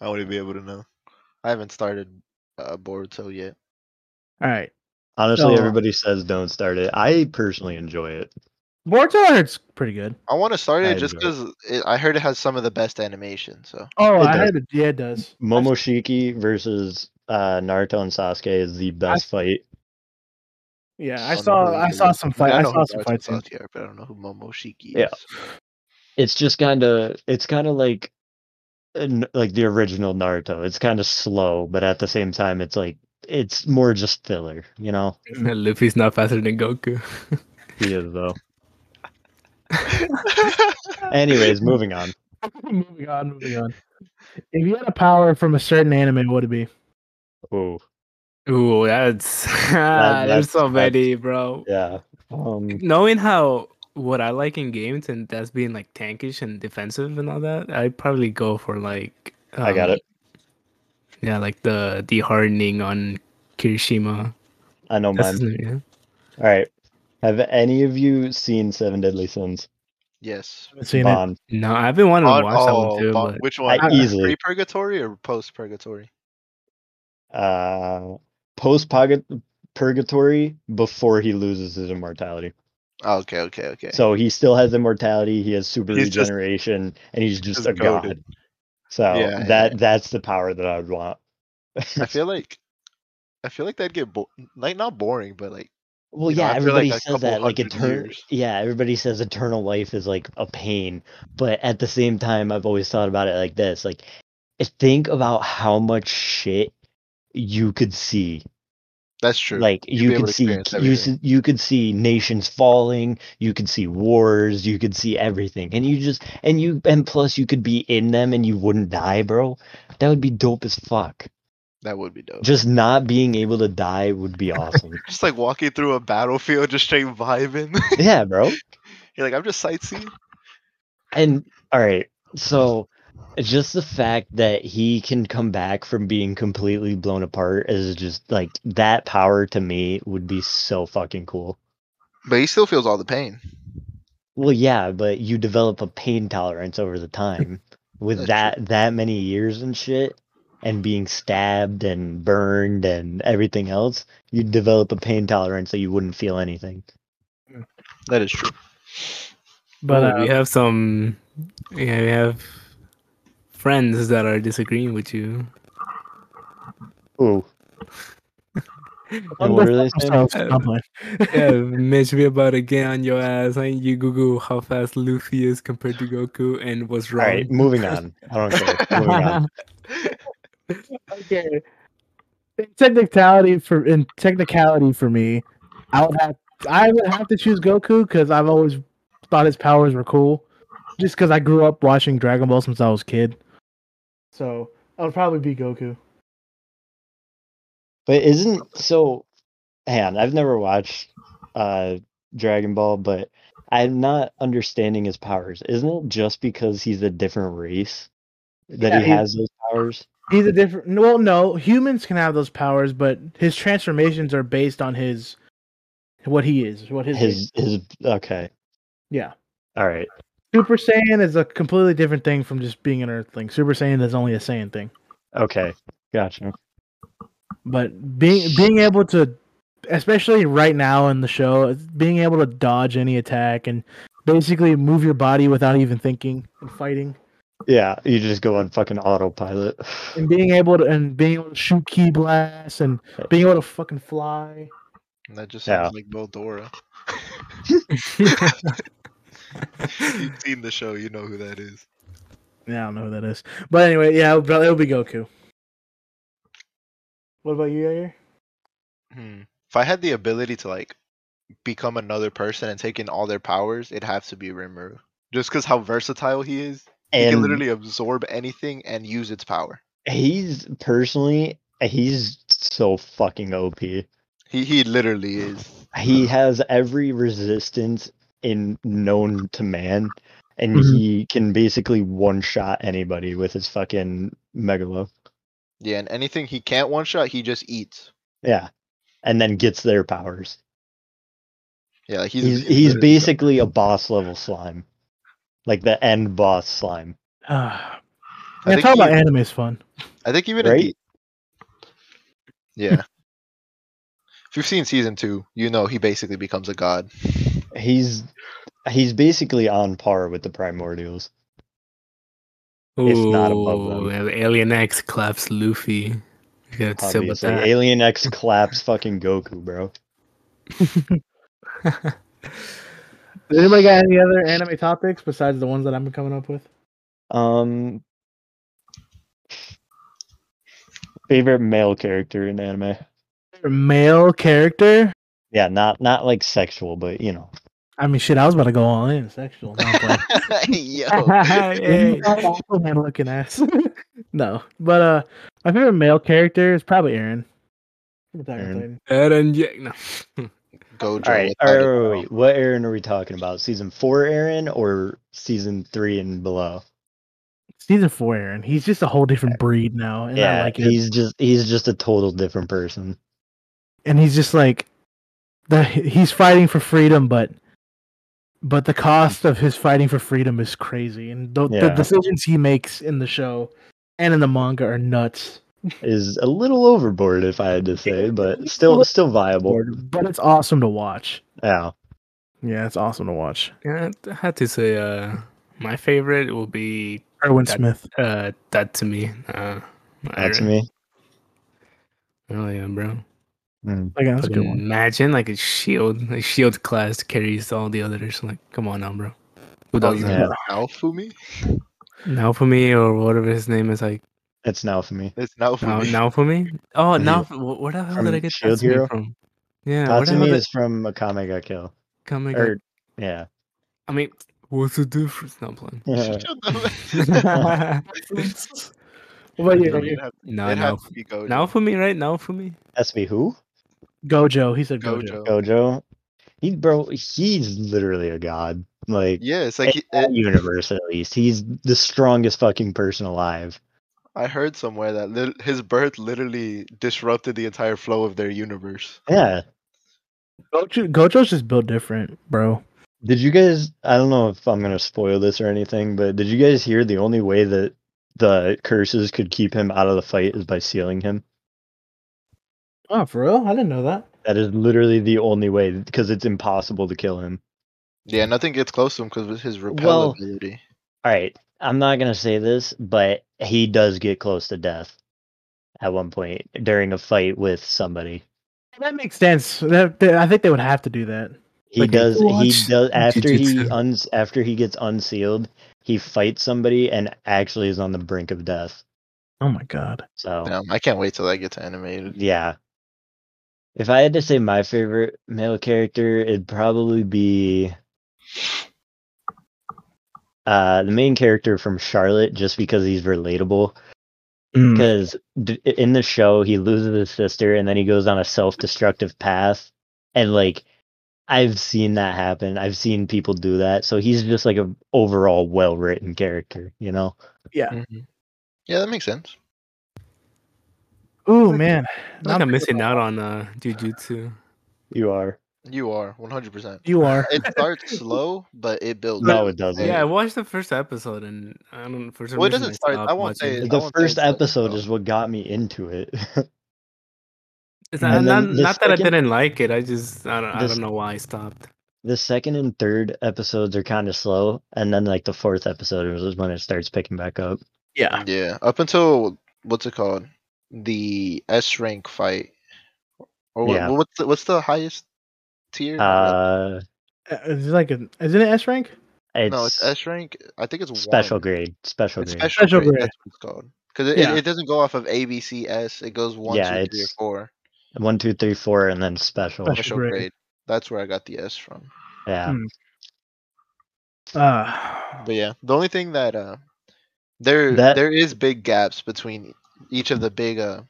Speaker 3: I wouldn't be able to know. I haven't started uh, Boruto yet.
Speaker 2: All right.
Speaker 4: Honestly,
Speaker 2: Oh.
Speaker 4: everybody says don't start it. I personally enjoy it.
Speaker 2: Boruto hurts pretty good.
Speaker 3: I want to start it
Speaker 4: I
Speaker 3: just
Speaker 4: enjoy
Speaker 3: because I heard it has some of the best animation. So
Speaker 2: Oh,
Speaker 4: It
Speaker 2: I
Speaker 4: does.
Speaker 2: heard it. Yeah, it does.
Speaker 4: Momoshiki versus uh, Naruto and Sasuke is the best fight.
Speaker 2: Yeah, I
Speaker 3: don't know
Speaker 2: saw.
Speaker 3: who
Speaker 2: I
Speaker 3: it
Speaker 2: saw
Speaker 3: is.
Speaker 2: some
Speaker 3: mean,
Speaker 2: fight. I,
Speaker 3: know
Speaker 2: saw
Speaker 3: who
Speaker 2: some
Speaker 3: Naruto
Speaker 2: fights. in-
Speaker 3: Sasuke are, but I don't know who Momoshiki
Speaker 4: Yeah.
Speaker 3: is.
Speaker 4: It's just kind of it's kind of like an- like the original Naruto. It's kind of slow, but at the same time, it's like it's more just filler. You know,
Speaker 1: Luffy's not faster than Goku.
Speaker 4: he is though. Anyways, moving on.
Speaker 2: moving on. Moving on. If you had a power from a certain anime, what would it be?
Speaker 4: Oh
Speaker 1: Ooh, that's, there's
Speaker 4: that's-
Speaker 1: so
Speaker 4: that's-
Speaker 1: many, bro.
Speaker 4: yeah. Um,
Speaker 1: Knowing how what I like in games and that's being like tankish and defensive and all that, I'd probably go for like
Speaker 4: I got
Speaker 1: um,
Speaker 4: it.
Speaker 1: Yeah, like the the hardening on Kirishima.
Speaker 4: I know
Speaker 1: That's his
Speaker 4: mine.
Speaker 1: name, yeah.
Speaker 4: All right. Have any of you seen Seven Deadly Sins?
Speaker 3: yes.
Speaker 2: I haven't seen it.
Speaker 4: Bond.
Speaker 1: No, I've been wanting to
Speaker 3: Bon-
Speaker 1: watch that
Speaker 4: oh,
Speaker 1: one too,
Speaker 3: Bon-
Speaker 1: but
Speaker 3: which one?
Speaker 4: I easily-
Speaker 3: Pre purgatory or post purgatory?
Speaker 4: Uh, post purgatory before he loses his immortality.
Speaker 3: Oh, okay, okay, okay.
Speaker 4: So he still has immortality. He has super
Speaker 3: He's just-
Speaker 4: regeneration, and he's just,
Speaker 3: just
Speaker 4: a
Speaker 3: goated.
Speaker 4: god. So
Speaker 3: Yeah, yeah,
Speaker 4: that that's the power that I would want.
Speaker 3: I feel like I feel like that'd get bo- like not boring, but like
Speaker 4: well,
Speaker 3: you know,
Speaker 4: yeah,
Speaker 3: I feel like
Speaker 4: everybody
Speaker 3: a
Speaker 4: says
Speaker 3: couple
Speaker 4: that. Like
Speaker 3: hundred
Speaker 4: eternal,
Speaker 3: years.
Speaker 4: yeah, everybody says eternal life is like a pain, but at the same time, I've always thought about it like this: like, think about how much shit you could see
Speaker 3: that's true.
Speaker 4: Like
Speaker 3: be
Speaker 4: you
Speaker 3: able
Speaker 4: could
Speaker 3: to
Speaker 4: see,
Speaker 3: experience
Speaker 4: you,
Speaker 3: everything.
Speaker 4: s- you could see nations falling, you could see wars, you could see everything, and you just and you and plus you could be in them and you wouldn't die, bro. That would be dope as fuck.
Speaker 3: that would be dope. Just,
Speaker 4: Just not being able to die would be awesome.
Speaker 3: like walking through a battlefield, just straight vibing.
Speaker 4: yeah, bro.
Speaker 3: You're like, I'm just sightseeing.
Speaker 4: And all right, so just the fact that he can come back from being completely blown apart is just like that power to me would be so fucking cool.
Speaker 3: But he still feels all the pain.
Speaker 4: Well, yeah, but you develop a pain tolerance over the time with
Speaker 3: That's
Speaker 4: that that many years and shit, and being stabbed and burned and everything else. You develop a pain tolerance so you wouldn't feel anything.
Speaker 3: That is true.
Speaker 2: But
Speaker 1: Ooh,
Speaker 2: uh,
Speaker 1: we have some yeah, we have friends that are disagreeing with you.
Speaker 4: Ooh.
Speaker 2: let
Speaker 4: what
Speaker 2: them
Speaker 4: are they
Speaker 2: fuck
Speaker 4: saying?
Speaker 2: themselves.
Speaker 1: Uh,
Speaker 2: I'm playing.
Speaker 1: yeah, Mitch, we about to get on your ass. Ain't you Google how fast Luffy is compared to Goku and what's
Speaker 4: All
Speaker 1: wrong.
Speaker 4: right, moving on. I don't care. Moving on.
Speaker 2: okay. In technicality for in technicality for me, I would have I would have to choose Goku because I've always thought his powers were cool. just because I grew up watching Dragon Ball since I was a kid. So I would probably be Goku.
Speaker 4: But isn't so? Man, I've never watched uh Dragon Ball, but I'm not understanding his powers. Isn't it just because he's a different race that
Speaker 2: Yeah,
Speaker 4: he
Speaker 2: he's-
Speaker 4: has those powers?
Speaker 2: He's a different. Well, no, humans can have those powers, but his transformations are based on his what he is, what his,
Speaker 4: His his okay.
Speaker 2: yeah.
Speaker 4: All right.
Speaker 2: Super Saiyan is a completely different thing from just being an Earthling. Super Saiyan is only a Saiyan thing.
Speaker 4: Okay. Gotcha.
Speaker 2: But being being able to, especially right now in the show, being able to dodge any attack and basically move your body without even thinking and fighting,
Speaker 4: Yeah, you just go on fucking autopilot.
Speaker 2: and being able to and being able to shoot key blasts and being able to fucking fly.
Speaker 3: And that just
Speaker 4: Yeah.
Speaker 3: sounds like Beldora. You've seen the show, you know who that is.
Speaker 2: Yeah, I don't know who that is. But anyway, yeah, it'll, probably- it'll be Goku. What about you, Yair?
Speaker 3: Hmm. If I had the ability to like become another person and take in all their powers, it'd have to be Rimuru. Just because how versatile he is, he can
Speaker 4: And
Speaker 3: literally absorb anything and use its power.
Speaker 4: he's personally he's so fucking OP.
Speaker 3: He he literally is.
Speaker 4: He has every resistance in known to man, and
Speaker 2: Mhm.
Speaker 4: he can basically one shot anybody with his fucking megalo.
Speaker 3: Yeah, and anything he can't one shot, he just eats.
Speaker 4: Yeah. And then gets their powers.
Speaker 3: Yeah, like, he's
Speaker 4: He's he's,
Speaker 3: literally-
Speaker 4: basically a boss level slime. Like the end boss slime.
Speaker 2: Ah,
Speaker 3: I
Speaker 2: yeah,
Speaker 3: think
Speaker 2: talking about
Speaker 3: he-
Speaker 2: anime is fun.
Speaker 3: I think even at the
Speaker 4: Right?
Speaker 3: Yeah. if you've seen season two, you know he basically becomes a god.
Speaker 4: He's he's basically on par with the primordials. It's not above
Speaker 1: Ooh,
Speaker 4: them.
Speaker 1: well, Alien X claps Luffy. You gotta say about
Speaker 4: Obviously. Alien X claps fucking Goku, bro.
Speaker 1: that.
Speaker 2: Does anybody got any other anime topics besides the ones that I'm coming up with?
Speaker 4: Um favorite male character in anime.
Speaker 2: Male character?
Speaker 4: Yeah, not not like sexual, but you know.
Speaker 2: I mean, shit, I was about to go all in sexual. No, I'm playing. Oh,
Speaker 3: Yo.
Speaker 1: Hey.
Speaker 2: man looking ass. no, but uh, my favorite male character is probably Aaron. From Attack on
Speaker 4: Aaron.
Speaker 2: Titan.
Speaker 1: Aaron Jack. No.
Speaker 3: Gojo. without
Speaker 4: All right, all
Speaker 3: a
Speaker 4: right, wait, wait,
Speaker 3: crown.
Speaker 4: wait. What Aaron are we talking about? Season four Aaron or season three and below?
Speaker 2: Season four, Aaron. He's just a whole different breed now, and I
Speaker 4: yeah,
Speaker 2: like it.
Speaker 4: he's just he's just a total different person.
Speaker 2: and he's just like the he's fighting for freedom but but the cost of his fighting for freedom is crazy and the, the
Speaker 4: Yeah.
Speaker 2: decisions he makes in the show and in the manga are nuts
Speaker 4: Is a little overboard if I had to say, but still still viable.
Speaker 2: but it's awesome to watch
Speaker 4: Yeah.
Speaker 2: yeah it's awesome to watch
Speaker 1: Yeah, I had to say, uh, my favorite will be
Speaker 2: erwin
Speaker 1: That-
Speaker 2: smith
Speaker 1: uh, that to me. Uh,
Speaker 4: That's me.
Speaker 1: Oh yeah, bro.
Speaker 4: Mm.
Speaker 2: like that's a
Speaker 1: Fucking
Speaker 2: good one
Speaker 1: Imagine like a shield, a shield class carries all the others. Like, come on now, bro. Who
Speaker 3: Oh,
Speaker 1: does
Speaker 3: you
Speaker 1: that?
Speaker 4: yeah.
Speaker 3: mean Naofumi?
Speaker 1: Now for me or whatever his name is. Like
Speaker 4: That's now for me.
Speaker 3: It's
Speaker 1: now,
Speaker 3: Naofumi.
Speaker 1: now for me. Oh,
Speaker 4: Mhm.
Speaker 1: now for, wh- where the hell
Speaker 4: From
Speaker 1: did I get
Speaker 4: Shield
Speaker 1: Shield
Speaker 4: E Hero?
Speaker 1: from? Yeah, where the hell
Speaker 4: Tatsumi
Speaker 1: did
Speaker 4: is from Akame ga Kill.
Speaker 1: come like,
Speaker 4: Or Er, yeah.
Speaker 1: I mean, what's the difference? Not playing.
Speaker 2: what about
Speaker 3: No,
Speaker 2: you
Speaker 3: it'd have-
Speaker 1: no,
Speaker 3: it'd
Speaker 1: now,
Speaker 3: have to be Gojo.
Speaker 1: now for me, right? Now for me.
Speaker 4: SB who?
Speaker 2: gojo he said gojo,
Speaker 3: Gojo.
Speaker 4: Gojo. He bro he's literally a god. Like
Speaker 3: Yeah, it's like
Speaker 4: in
Speaker 3: he-
Speaker 4: that
Speaker 3: it,
Speaker 4: universe at least. He's the strongest fucking person alive.
Speaker 3: I heard somewhere that lit- his birth literally disrupted the entire flow of their universe.
Speaker 4: Yeah.
Speaker 2: gojo gojo's just built different bro
Speaker 4: Did you guys? I don't know if I'm gonna spoil this or anything, but did you guys hear the only way that the curses could keep him out of the fight is by sealing him?
Speaker 2: oh for real i didn't know that
Speaker 4: That is literally the only way because it's impossible to kill him.
Speaker 3: Yeah, nothing gets close to him because of his repel
Speaker 4: Well-
Speaker 3: ability.
Speaker 4: All right, I'm not gonna say this, but he does get close to death at one point during a fight with somebody.
Speaker 2: that makes sense that, that- i think they would have to do that
Speaker 4: He
Speaker 1: Like,
Speaker 4: does. He
Speaker 1: watch
Speaker 4: does after he
Speaker 1: Jujutsu.
Speaker 4: un, after he gets unsealed. He fights somebody and actually is on the brink of death.
Speaker 2: oh my god
Speaker 4: So
Speaker 3: Damn, Um, I can't wait till that gets animated.
Speaker 4: Yeah. If I had to say my favorite male character, it'd probably be uh, the main character from Charlotte just because he's relatable.
Speaker 2: Mm.
Speaker 4: because d- in the show he loses his sister and then he goes on a self-destructive path and like i've seen that happen i've seen people do that so he's just like a overall well-written character you know
Speaker 3: Yeah, that makes sense.
Speaker 2: Ooh man,
Speaker 1: I feel like I'm missing out on uh, jujutsu.
Speaker 4: you are
Speaker 3: You are 100%.
Speaker 2: You are.
Speaker 3: It starts slow, but it builds.
Speaker 4: no
Speaker 3: up.
Speaker 4: it doesn't
Speaker 1: Yeah, I watched the first episode and I don't. For some
Speaker 3: Well, it
Speaker 1: reason, I
Speaker 3: doesn't start- I
Speaker 1: stopped
Speaker 3: won't say
Speaker 1: watching it.
Speaker 3: it- I
Speaker 4: the
Speaker 3: won't say
Speaker 4: first
Speaker 3: it's-
Speaker 4: episode is what got me into it
Speaker 1: It's not, not,
Speaker 2: And
Speaker 4: then the
Speaker 1: not that I
Speaker 4: second-
Speaker 1: didn't like it. I just I don't, I
Speaker 4: the
Speaker 1: don't
Speaker 4: s-
Speaker 1: know why I stopped.
Speaker 4: the second and third episodes are kind of slow and then like the fourth episode is when it starts picking back up
Speaker 2: Yeah.
Speaker 3: Yeah, up until what's it called? The S rank fight. Or what,
Speaker 4: Yeah.
Speaker 3: what's the, what's the highest tier?
Speaker 4: uh
Speaker 2: Uh, Is it like an isn't it S rank?
Speaker 4: it's,
Speaker 3: no, it's S rank. I think it's
Speaker 4: special
Speaker 3: one.
Speaker 4: grade special
Speaker 3: It's
Speaker 4: grade
Speaker 3: special,
Speaker 2: Special
Speaker 3: grade,
Speaker 2: grade.
Speaker 3: That's what it's called. Because it,
Speaker 2: Yeah.
Speaker 3: it, it doesn't go off of A, B, C, S. It goes one, two,
Speaker 4: Yeah,
Speaker 3: three, or
Speaker 4: it's-
Speaker 3: four.
Speaker 4: one two three four and then special
Speaker 2: Special
Speaker 3: Special
Speaker 2: grade.
Speaker 3: grade. That's where I got the S from.
Speaker 4: yeah
Speaker 2: Hmm. Uh,
Speaker 3: But yeah, the only thing that uh, there
Speaker 4: That-
Speaker 3: there is big gaps between each of the big uh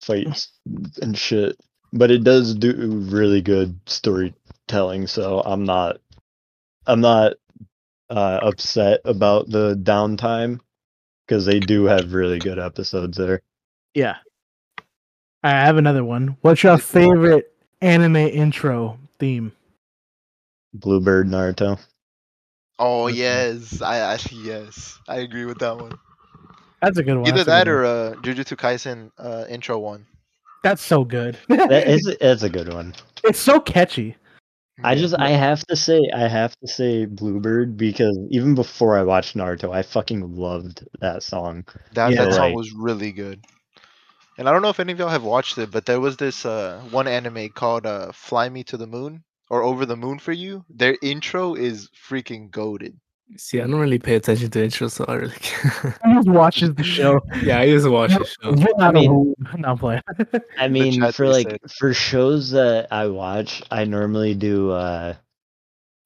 Speaker 4: fights and shit but it does do really good storytelling so i'm not i'm not uh upset about the downtime because they do have really good episodes there
Speaker 2: yeah. I have another one. What's your favorite anime intro theme?
Speaker 4: bluebird naruto
Speaker 3: oh
Speaker 2: Okay.
Speaker 3: yes I, I yes I agree with that one.
Speaker 2: That's a good one.
Speaker 3: Either
Speaker 2: that's a
Speaker 3: that
Speaker 2: good one.
Speaker 3: or uh, Jujutsu Kaisen uh, intro one.
Speaker 2: that's so good.
Speaker 4: that is that's a good one
Speaker 2: it's so catchy.
Speaker 4: i
Speaker 3: Yeah.
Speaker 4: just i have to say i have to say bluebird because even before i watched naruto i fucking loved that song
Speaker 3: That
Speaker 2: Yeah,
Speaker 3: that song
Speaker 4: like-
Speaker 3: was really good. And I don't know if any of y'all have watched it, but there was this uh, one anime called uh, "Fly Me to the Moon" or "Over the Moon for You." Their intro is freaking goaded.
Speaker 1: See, I don't really pay attention to intro, so I really can't.
Speaker 2: Who just watches the show?
Speaker 1: yeah, I just watched the
Speaker 2: You're
Speaker 1: show.
Speaker 2: not
Speaker 4: I mean-
Speaker 2: alone. No, I'm playing.
Speaker 3: the
Speaker 4: I mean,
Speaker 3: chat
Speaker 4: for
Speaker 3: they
Speaker 4: like
Speaker 3: said.
Speaker 4: for shows that I watch, I normally do uh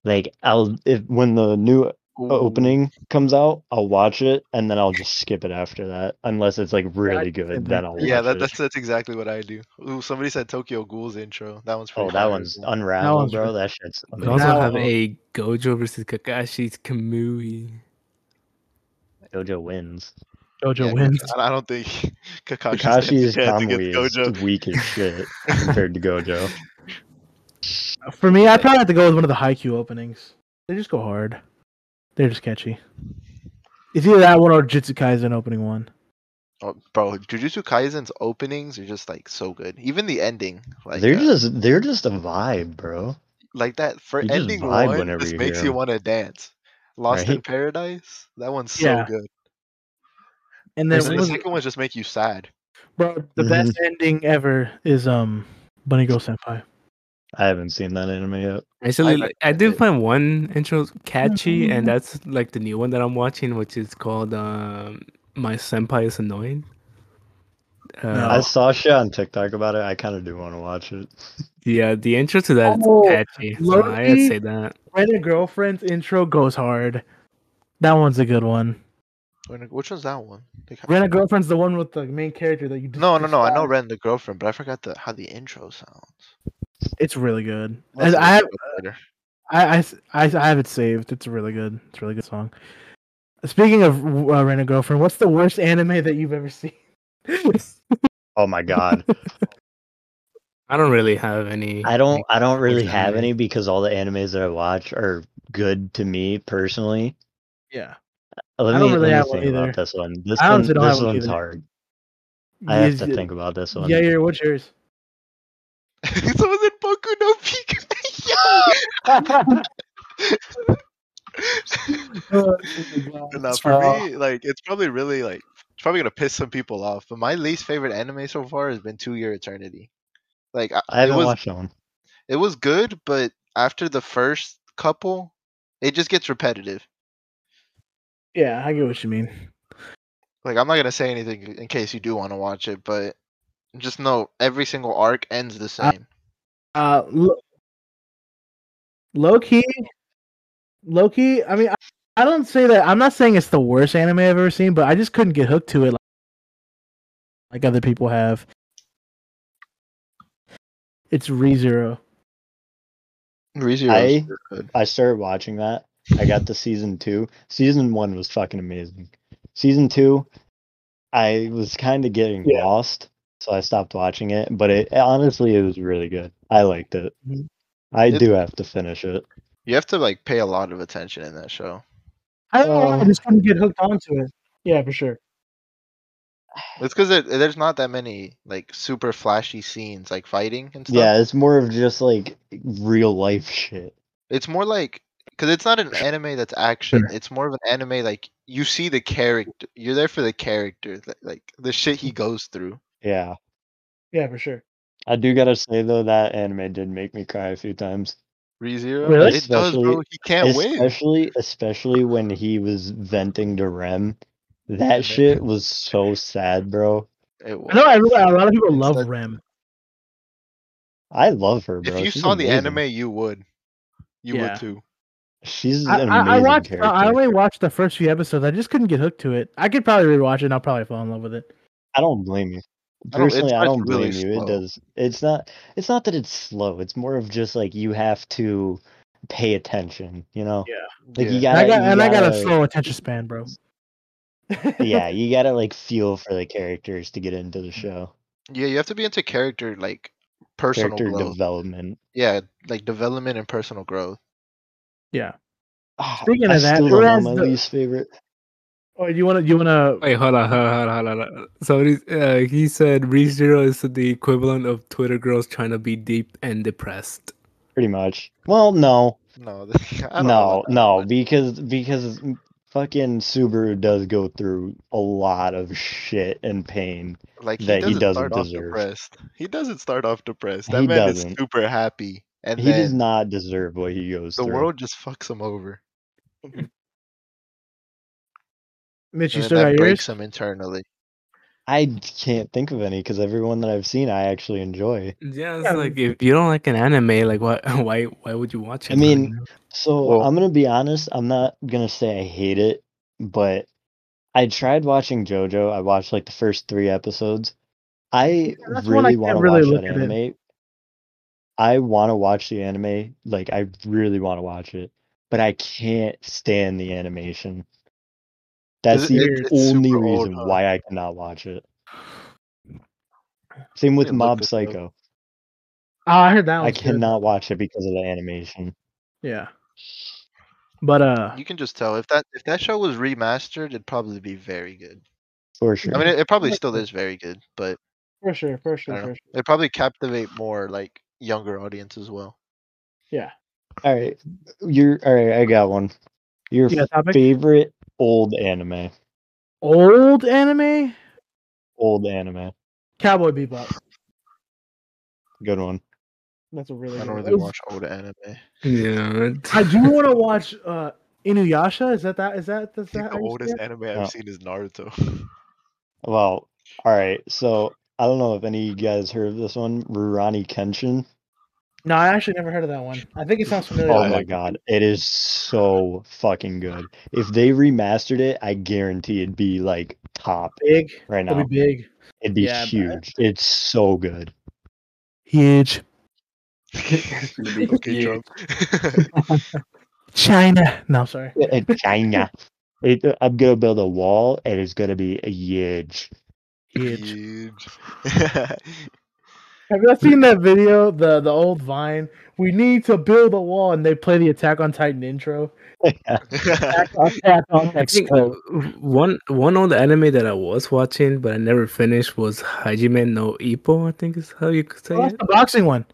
Speaker 4: like I'll if when the new uh, Oh,
Speaker 3: Mm.
Speaker 4: opening comes out, I'll watch it and then I'll just skip it after that unless it's like really
Speaker 2: did that.
Speaker 4: good. Then I'll
Speaker 3: Yeah,
Speaker 4: watch
Speaker 3: that,
Speaker 4: it.
Speaker 3: that's that's exactly what I do. Ooh, somebody said Tokyo Ghoul's intro. That one's pretty
Speaker 4: oh that
Speaker 3: fire
Speaker 4: one's
Speaker 3: as well.
Speaker 4: unravel,
Speaker 2: one's
Speaker 4: bro.
Speaker 2: really-
Speaker 4: That shit's
Speaker 1: We also
Speaker 2: Now-
Speaker 1: have a Gojo versus Kakashi's Kamui.
Speaker 4: Gojo wins.
Speaker 2: Jojo
Speaker 3: Yeah,
Speaker 2: wins.
Speaker 3: I, I don't think Kakashi's
Speaker 4: Kakashi's
Speaker 3: chance
Speaker 4: Kamui
Speaker 3: against Gojo.
Speaker 4: is weak as shit compared to Gojo.
Speaker 2: For me, I probably have to go with one of the Haikyuu openings. They just go hard. They're just catchy. It's either that one or Jitsu Kaisen opening one.
Speaker 3: Oh, bro, Jujutsu Kaisen's openings are just like so good. Even the ending, like
Speaker 4: they're
Speaker 3: uh,
Speaker 4: just they're just a vibe, bro.
Speaker 3: like that for
Speaker 4: You just
Speaker 3: ending
Speaker 4: vibe
Speaker 3: one
Speaker 4: whenever
Speaker 3: just
Speaker 4: you
Speaker 3: makes
Speaker 4: hear
Speaker 3: you
Speaker 4: 'em.
Speaker 3: want to dance. Lost in
Speaker 4: Right?
Speaker 3: Paradise, that one's so
Speaker 2: Yeah.
Speaker 3: good.
Speaker 2: And then
Speaker 3: And
Speaker 2: what
Speaker 3: then the
Speaker 2: was
Speaker 3: second one just make you sad.
Speaker 2: bro, the best ending ever is um Bunny Girl Senpai.
Speaker 4: I haven't seen that anime yet.
Speaker 1: Actually,
Speaker 3: like
Speaker 1: like, I
Speaker 3: that
Speaker 1: did
Speaker 3: bit.
Speaker 1: find one intro catchy,
Speaker 2: Mhm.
Speaker 1: and that's like the new one that I'm watching, which is called um, "My Senpai is Annoying."
Speaker 2: No.
Speaker 1: Uh,
Speaker 3: Oh.
Speaker 4: I saw shit on TikTok about it. I kind of do want to watch it.
Speaker 1: Yeah, the intro to that is
Speaker 2: Oh,
Speaker 1: catchy. So I'd
Speaker 2: Lurky.
Speaker 1: say that.
Speaker 2: Friend and girlfriend's intro goes hard. That one's a good one.
Speaker 3: When- Which one's that one? They ca-
Speaker 2: Rent a girlfriend's the one with the main character that you. just
Speaker 3: No, no, no. I know
Speaker 2: described.
Speaker 3: Ren the girlfriend, but I forgot the how the intro sounds.
Speaker 2: It's really good.
Speaker 3: I'll
Speaker 2: And
Speaker 3: have to
Speaker 2: I
Speaker 3: look
Speaker 2: have,
Speaker 3: it up later.
Speaker 2: I, I s- I s- I have it saved. It's really good. It's a really good song. Speaking of uh, Rent a Girlfriend, what's the worst anime that you've ever seen?
Speaker 4: Oh my god.
Speaker 1: I don't really have any.
Speaker 4: I don't I don't really have
Speaker 1: anime?
Speaker 4: any because all the animes that I watch are good to me personally.
Speaker 2: yeah.
Speaker 4: Let
Speaker 2: I
Speaker 4: me,
Speaker 2: don't really
Speaker 4: let me
Speaker 2: have one
Speaker 4: think about
Speaker 2: either.
Speaker 4: this one. This
Speaker 2: I
Speaker 4: one
Speaker 2: honestly don't have
Speaker 4: this
Speaker 2: one
Speaker 4: one's
Speaker 2: either.
Speaker 4: hard. I have to
Speaker 2: Yeah,
Speaker 4: think about this one.
Speaker 2: Yeah, yeah. What's yours?
Speaker 3: Someone said Boku no Pika.
Speaker 2: Oh, Oh,
Speaker 3: no, for
Speaker 2: Uh,
Speaker 3: me, like it's probably really like it's probably gonna piss some people off. But my least favorite anime so far has been Two Year Eternity. Like I,
Speaker 4: I
Speaker 3: it
Speaker 4: haven't
Speaker 3: was
Speaker 4: watched that one.
Speaker 3: it was good, but after the first couple, it just gets repetitive.
Speaker 2: Yeah, I get what you mean.
Speaker 3: Like I'm not gonna say anything in case you do want to watch it, but just know every single arc ends the
Speaker 2: I-
Speaker 3: same.
Speaker 2: Uh, lo- low key, low key. I mean, I I don't say that. I'm not saying it's the worst anime I've ever seen, but I just couldn't get hooked to it like, like other people have. It's ReZero.
Speaker 3: ReZero
Speaker 4: I-
Speaker 3: is good.
Speaker 4: I started watching that. I got to season two. Season one was fucking amazing. Season two, I was kind of getting
Speaker 2: Yeah.
Speaker 4: lost, so I stopped watching it. But it honestly, it was really good. I liked it.
Speaker 2: Mhm.
Speaker 4: I
Speaker 3: It-
Speaker 4: do have to finish it.
Speaker 3: You have to like pay a lot of attention in that show.
Speaker 2: I don't know. I
Speaker 4: Uh,
Speaker 2: just couldn't get hooked onto it. Yeah, for sure.
Speaker 3: It's because there, there's not that many like super flashy scenes like fighting and stuff.
Speaker 4: Yeah, it's more of just like real life shit.
Speaker 3: It's more like because it's not an anime that's action. It's more of an anime like you see the character. You're there for the character, th- like the shit he goes through.
Speaker 4: Yeah,
Speaker 2: Yeah, for sure.
Speaker 4: I do gotta say though that anime did make me cry a few times.
Speaker 3: ReZero,
Speaker 2: Really?
Speaker 3: it does, bro.
Speaker 4: Especially-
Speaker 3: He can't win.
Speaker 4: especially especially when he was venting to Rem.
Speaker 3: man.
Speaker 4: That shit was so sad, bro.
Speaker 3: It
Speaker 2: I know
Speaker 3: was.
Speaker 2: everyone, a lot of people
Speaker 3: It's
Speaker 2: love
Speaker 3: like-
Speaker 2: Rem.
Speaker 4: I love her, bro.
Speaker 3: If you
Speaker 4: She's
Speaker 3: saw the
Speaker 4: amazing.
Speaker 3: anime, you would. You
Speaker 2: Yeah.
Speaker 3: would too.
Speaker 4: she's
Speaker 2: I,
Speaker 4: an
Speaker 2: I, I
Speaker 4: amazing
Speaker 2: watched. uh,
Speaker 4: character.
Speaker 2: I only watched the first few episodes. I just couldn't get hooked to it. I could probably rewatch it. and I'll probably fall in love with it.
Speaker 4: I don't blame you.
Speaker 3: I don't- it
Speaker 4: Personally, I
Speaker 3: starts
Speaker 4: don't
Speaker 3: really
Speaker 4: blame you.
Speaker 3: slow.
Speaker 4: It does. It's not. It's not that it's slow. It's more of just like you have to pay attention. You know, like you
Speaker 3: Yeah.
Speaker 2: And I
Speaker 4: gotta.
Speaker 2: got
Speaker 4: you
Speaker 2: and I got a
Speaker 4: gotta-
Speaker 2: slow attention span, bro.
Speaker 4: uh, yeah, you gotta like feel for the characters to get into
Speaker 3: Mm,
Speaker 4: the show.
Speaker 3: Yeah, you have to be into character like personal
Speaker 4: Character
Speaker 3: growth.
Speaker 4: development.
Speaker 3: yeah, like development and personal growth.
Speaker 2: Yeah.
Speaker 4: Ah,
Speaker 2: Speaking
Speaker 4: I
Speaker 2: of that,
Speaker 4: still
Speaker 2: who
Speaker 4: don't know
Speaker 2: has
Speaker 4: my
Speaker 2: the-
Speaker 4: least favorite.
Speaker 2: Oh, you wanna you wanna
Speaker 1: Wait, hold on, hold on, hold on, hold on. Somebody, uh, he said ReZero is the equivalent of Twitter girls trying to be deep and depressed.
Speaker 4: Pretty much. Well, no,
Speaker 3: No, th- I don't know
Speaker 4: no,
Speaker 3: about that,
Speaker 4: no,
Speaker 3: but
Speaker 4: because because m- fucking Subaru does go through a lot of shit and pain.
Speaker 3: like he
Speaker 4: that
Speaker 3: doesn't,
Speaker 4: he doesn't
Speaker 3: start
Speaker 4: deserve.
Speaker 3: off depressed. He doesn't start off depressed. That
Speaker 4: He
Speaker 3: man is
Speaker 4: doesn't.
Speaker 3: super happy, and
Speaker 4: he does
Speaker 3: then
Speaker 4: not deserve what he goes
Speaker 3: the
Speaker 4: through.
Speaker 3: world just fucks him over.
Speaker 2: Mitch, you
Speaker 3: and then
Speaker 2: still
Speaker 3: that
Speaker 2: got yours?
Speaker 3: breaks him internally.
Speaker 4: I d- can't think of any because everyone that I've seen, I actually enjoy.
Speaker 1: Yeah, it's
Speaker 2: Yeah.
Speaker 1: like if you don't like an anime, like why, why, why would you watch it?
Speaker 4: I mean, So
Speaker 3: Well-
Speaker 4: I'm gonna be honest. I'm not gonna say I hate it, but I tried watching JoJo. I watched like the first three episodes. I
Speaker 2: that's one I
Speaker 4: really
Speaker 2: can't
Speaker 4: want to
Speaker 2: really
Speaker 4: watch
Speaker 2: look
Speaker 4: that
Speaker 2: at it.
Speaker 4: anime. I want to watch the anime. Like I really want to watch it, but I can't stand the animation. That's
Speaker 3: it-
Speaker 4: the
Speaker 3: it- it's
Speaker 4: only
Speaker 3: super old,
Speaker 4: reason
Speaker 3: huh?
Speaker 4: why I cannot watch it. Same with
Speaker 3: It looked
Speaker 4: Mob
Speaker 3: this up.
Speaker 4: Psycho.
Speaker 2: Oh, I heard that one.
Speaker 4: I cannot watch it because of the animation.
Speaker 2: Yeah. But uh
Speaker 3: You can just tell if that if that show was remastered, it'd probably be very good.
Speaker 4: For sure.
Speaker 3: I mean, it, it probably
Speaker 2: Like-
Speaker 3: still is very good, but
Speaker 2: for sure, for
Speaker 3: I
Speaker 2: sure,
Speaker 3: don't
Speaker 2: for
Speaker 3: know.
Speaker 2: sure.
Speaker 3: It'd probably captivate more like younger audience as well.
Speaker 2: Yeah.
Speaker 4: all right. You're all right, I got one. Your
Speaker 2: You got a topic?
Speaker 4: favorite old anime.
Speaker 2: Old anime?
Speaker 4: Old anime.
Speaker 2: Cowboy Bebop.
Speaker 4: Good one.
Speaker 2: That's a really
Speaker 3: I
Speaker 2: good
Speaker 3: don't
Speaker 2: one.
Speaker 3: really watch old anime.
Speaker 1: yeah,
Speaker 2: I do want to watch uh Inuyasha. Is that that is that that's
Speaker 3: I think
Speaker 2: that how
Speaker 3: the
Speaker 2: you say
Speaker 3: oldest
Speaker 2: it?
Speaker 3: anime I've
Speaker 4: No.
Speaker 3: seen is Naruto.
Speaker 4: Well, all right. So I don't know if any of you guys heard of this one, Rurani Kenshin.
Speaker 2: No, I actually never heard of that one. I think it sounds familiar.
Speaker 4: Oh
Speaker 3: I
Speaker 4: my
Speaker 3: like-
Speaker 4: god, it is so fucking good. If they remastered it, I guarantee it'd be like top
Speaker 2: Big.
Speaker 4: right now.
Speaker 2: It'll be big.
Speaker 4: It'd be
Speaker 2: yeah, but-
Speaker 4: huge. It's so good.
Speaker 2: Huge.
Speaker 3: okay, Trump.
Speaker 2: China. No, sorry.
Speaker 4: in China. It, I'm gonna build a wall, and it's gonna be huge.
Speaker 2: Huge.
Speaker 3: Huge.
Speaker 2: Have you seen that video, the the old Vine? We need to build a wall, and they play the Attack on Titan intro. Attack on Attack on
Speaker 1: I think uh,
Speaker 2: Titan.
Speaker 1: one one old anime that I was watching but I never finished was Hajime no Ippo. I think is how you could say
Speaker 2: Oh, that's
Speaker 1: it.
Speaker 2: the boxing one.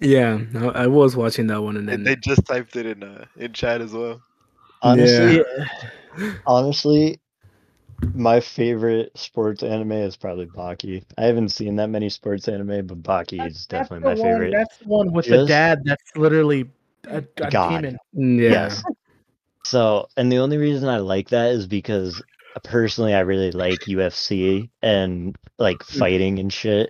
Speaker 1: Yeah, I, I was watching that one and then
Speaker 3: And they just typed it in uh, in chat as well.
Speaker 4: Honestly,
Speaker 1: Yeah.
Speaker 4: honestly, my favorite sports anime is probably Baki. I haven't seen that many sports anime, but Baki is definitely my
Speaker 2: the one,
Speaker 4: favorite.
Speaker 2: That's the one with the
Speaker 4: Just-
Speaker 2: dad. That's literally a, a
Speaker 4: God.
Speaker 2: demon.
Speaker 1: yeah.
Speaker 4: Yes. So, and the only reason I like that is because uh, personally, I really like UFC and like fighting and shit.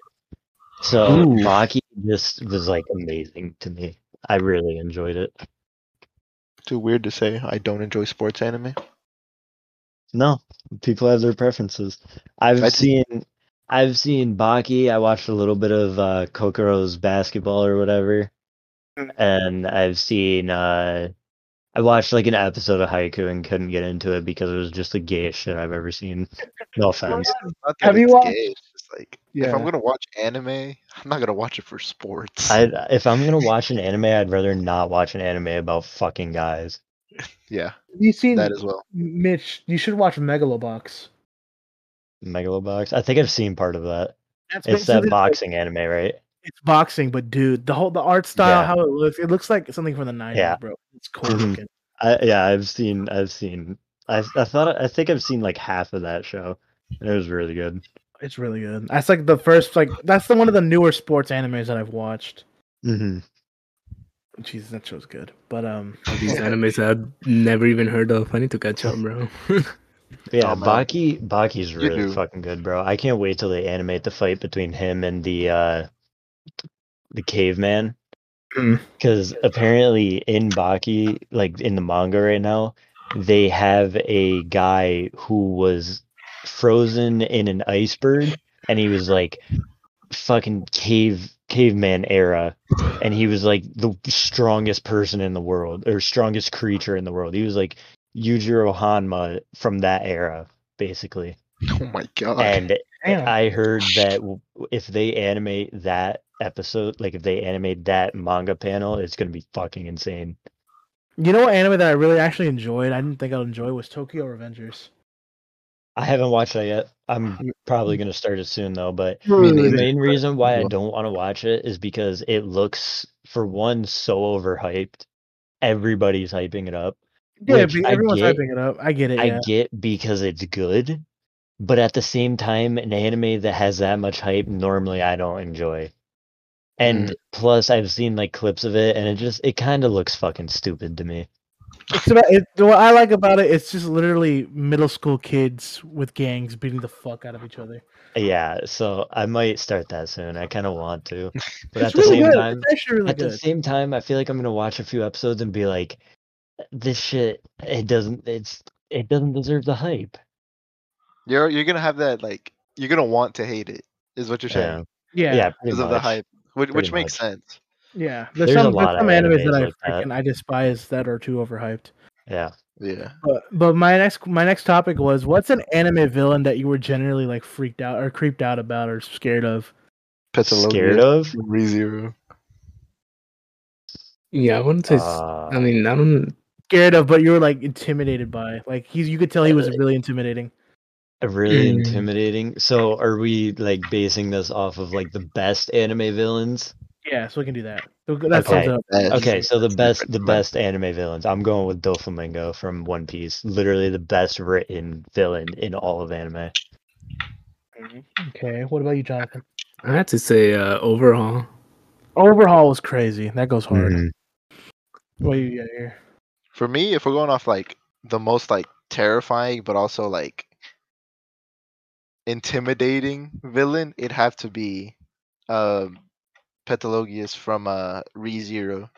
Speaker 4: So,
Speaker 2: Ooh.
Speaker 4: Baki just was like amazing to me. I really enjoyed it.
Speaker 3: Too weird to say I don't enjoy sports anime.
Speaker 4: No, people have their preferences. I've
Speaker 3: I just-
Speaker 4: seen I've seen Baki. I watched a little bit of uh, Kokoro's basketball or whatever,
Speaker 2: Mm.
Speaker 4: and I've seen uh, I watched like an episode of Haiku and couldn't get into it because it was just the gayest shit I've ever seen. No offense.
Speaker 3: Not that
Speaker 2: Oh, Have you
Speaker 3: it's
Speaker 2: watched-
Speaker 3: gay, it's just like if
Speaker 2: Yeah.
Speaker 3: I'm gonna watch anime, I'm not gonna watch it for sports.
Speaker 4: I if I'm gonna watch an anime, I'd rather not watch an anime about fucking guys.
Speaker 3: yeah,
Speaker 2: You seen
Speaker 3: that as well.
Speaker 2: Mitch? You should watch Megalobox.
Speaker 4: Megalobox. I think I've seen part of that.
Speaker 2: That's
Speaker 4: It's that
Speaker 2: basically like-
Speaker 4: boxing anime, right?
Speaker 2: it's boxing, but dude, the whole the art style,
Speaker 4: Yeah.
Speaker 2: how it looks, it looks like something from the nineties,
Speaker 4: Yeah.
Speaker 2: bro. It's cool
Speaker 4: Mhm.
Speaker 2: looking.
Speaker 4: I yeah, I've seen I've seen I I thought I think I've seen like half of that show. And it was really good.
Speaker 2: It's really good. That's like the first, like that's the one of the newer sports animes that I've watched.
Speaker 4: Mm-hmm.
Speaker 2: Jesus, that show's good. But um,
Speaker 1: These animes I've never even heard of. I need to catch up, bro.
Speaker 4: Yeah,
Speaker 3: Oh, man.
Speaker 4: Baki Baki's
Speaker 3: You
Speaker 4: really
Speaker 3: do.
Speaker 4: fucking good, bro. I can't wait till they animate the fight between him and the uh the caveman.
Speaker 2: Mm.
Speaker 4: Because apparently in Baki, like in the manga right now, they have a guy who was frozen in an iceberg and he was like fucking cave caveman era and he was like the strongest person in the world or strongest creature in the world. He was like Yujiro Hanma from that era, basically.
Speaker 3: Oh my god.
Speaker 4: And
Speaker 2: damn,
Speaker 4: I heard that w- if they animate that episode, like if they animate that manga panel, it's gonna be fucking insane.
Speaker 2: you know what anime that I really actually enjoyed? I didn't think I'd enjoy was Tokyo Revengers.
Speaker 4: I haven't watched that yet. I'm probably gonna start it soon though, but
Speaker 3: Mm-hmm. Me
Speaker 4: the
Speaker 3: neither.
Speaker 4: main reason why I
Speaker 3: Yeah.
Speaker 4: don't want to watch it is because it looks, for one, so overhyped. Everybody's hyping it up.
Speaker 2: Yeah,
Speaker 4: Which
Speaker 2: be-
Speaker 4: I
Speaker 2: everyone's
Speaker 4: get-
Speaker 2: hyping it up. I get it.
Speaker 4: I
Speaker 2: Yeah,
Speaker 4: get because it's good, but at the same time, an anime that has that much hype normally I don't enjoy. And
Speaker 2: Mm.
Speaker 4: plus, I've seen like clips of it, and it just it kind of looks fucking stupid to me.
Speaker 2: it's about it, what I like about it. It's just literally middle school kids with gangs beating the fuck out of each other.
Speaker 4: Yeah, so I might start that soon. I kind of want to, but at
Speaker 2: it's
Speaker 4: the
Speaker 2: really
Speaker 4: same
Speaker 2: good.
Speaker 4: time,
Speaker 2: it's actually really
Speaker 4: at the
Speaker 2: good.
Speaker 4: same time, I feel like I'm gonna watch a few episodes and be like, this shit it doesn't it's it doesn't deserve the hype.
Speaker 3: You're you're gonna have that like you're gonna want to hate it is what you're saying
Speaker 4: Yeah,
Speaker 2: yeah,
Speaker 4: yeah, pretty
Speaker 3: because of the
Speaker 4: much.
Speaker 3: hype, which,
Speaker 4: Pretty
Speaker 3: which makes sense.
Speaker 2: Yeah, there's,
Speaker 4: There's a
Speaker 2: some,
Speaker 4: lot
Speaker 2: there's some
Speaker 4: of
Speaker 2: animes that
Speaker 4: animes
Speaker 2: I
Speaker 4: like that.
Speaker 2: freaking I despise that are too overhyped.
Speaker 4: Yeah.
Speaker 3: Yeah.
Speaker 2: But but my next my next topic was what's an anime villain that you were generally like freaked out or creeped out about or scared of?
Speaker 4: Scared of?
Speaker 3: ReZero.
Speaker 1: yeah, I wouldn't say. s- I
Speaker 4: Uh,
Speaker 1: mean, I don't.
Speaker 2: Scared of, but you were like intimidated by. Like he's you could tell he was really intimidating.
Speaker 4: really
Speaker 1: Mm.
Speaker 4: intimidating. So are we like basing this off of like the best anime villains?
Speaker 2: Yeah, so we can do that. So That
Speaker 4: Okay.
Speaker 2: sums it up.
Speaker 4: Okay, so the best the
Speaker 3: different, right?
Speaker 4: best anime villains. I'm going with Doflamingo from One Piece. Literally the best written villain in all of anime.
Speaker 2: Okay, what about you, Jonathan?
Speaker 1: I had to say uh, overall.
Speaker 2: Overhaul was crazy. That goes hard.
Speaker 4: Mm.
Speaker 2: What do you got here?
Speaker 3: For me, if we're going off like the most like terrifying but also like intimidating villain, it'd have to be um Petalogius from uh ReZero.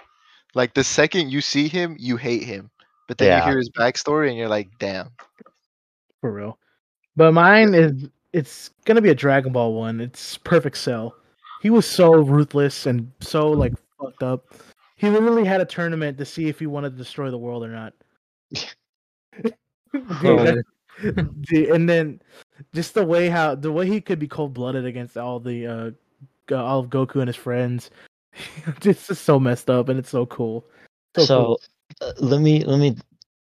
Speaker 3: Like the second you see him, you hate him. But then
Speaker 4: Yeah.
Speaker 3: you hear his backstory and you're like, damn.
Speaker 2: For real. But mine is it's gonna be a Dragon Ball one. It's perfect cell. He was so ruthless and so like fucked up. He literally had a tournament to see if he wanted to destroy the world or not. Dude,
Speaker 1: Oh,
Speaker 2: that- dude, and then just the way how the way he could be cold blooded against all the uh Go- all of Goku and his friends. it's just so messed up and it's so cool.
Speaker 4: So,
Speaker 2: cool.
Speaker 4: uh, let me let me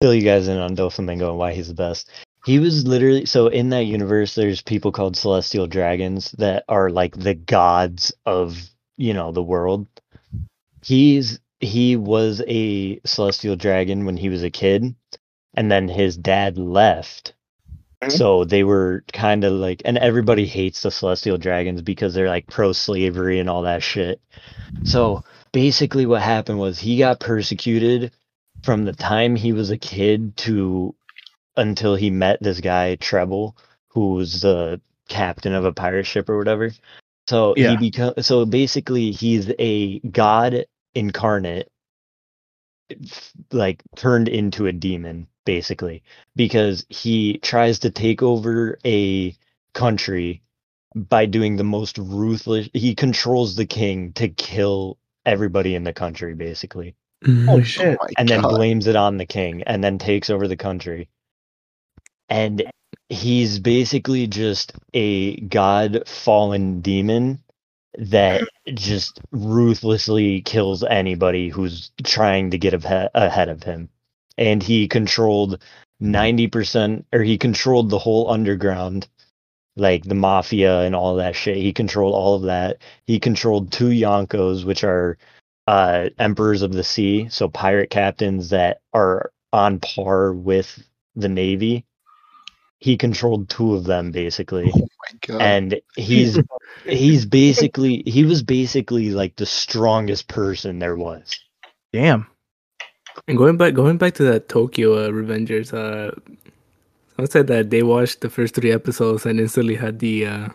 Speaker 4: fill you guys in on Doflamingo and why he's the best. He was literally so in that universe. There's people called celestial dragons that are like the gods of you know the world. He's he was a celestial dragon when he was a kid, and then his dad left.
Speaker 2: Mhm.
Speaker 4: So they were kind of like, and everybody hates the celestial dragons because they're like pro slavery and all that shit. So basically what happened was he got persecuted from the time he was a kid to until he met this guy Treble, who was the captain of a pirate ship or whatever. So
Speaker 2: Yeah.
Speaker 4: he become so basically he's a god incarnate f- like turned into a demon basically because he tries to take over a country by doing the most ruthless he controls the king to kill everybody in the country basically
Speaker 2: Holy shit!
Speaker 3: my
Speaker 4: and then
Speaker 3: God.
Speaker 4: blames it on the king and then takes over the country and he's basically just a god fallen demon that just ruthlessly kills anybody who's trying to get ahe- ahead of him and he controlled 90% or he controlled the whole underground like the mafia and all that shit he controlled all of that he controlled two yonkos which are uh, emperors of the sea, so pirate captains that are on par with the navy. He controlled two of them basically,
Speaker 3: my God.
Speaker 4: and he's he's basically he was basically like the strongest person there was.
Speaker 2: Damn.
Speaker 1: And going back, going back to that Tokyo uh, Revengers, uh, I said that they watched the first three episodes and instantly had the uh,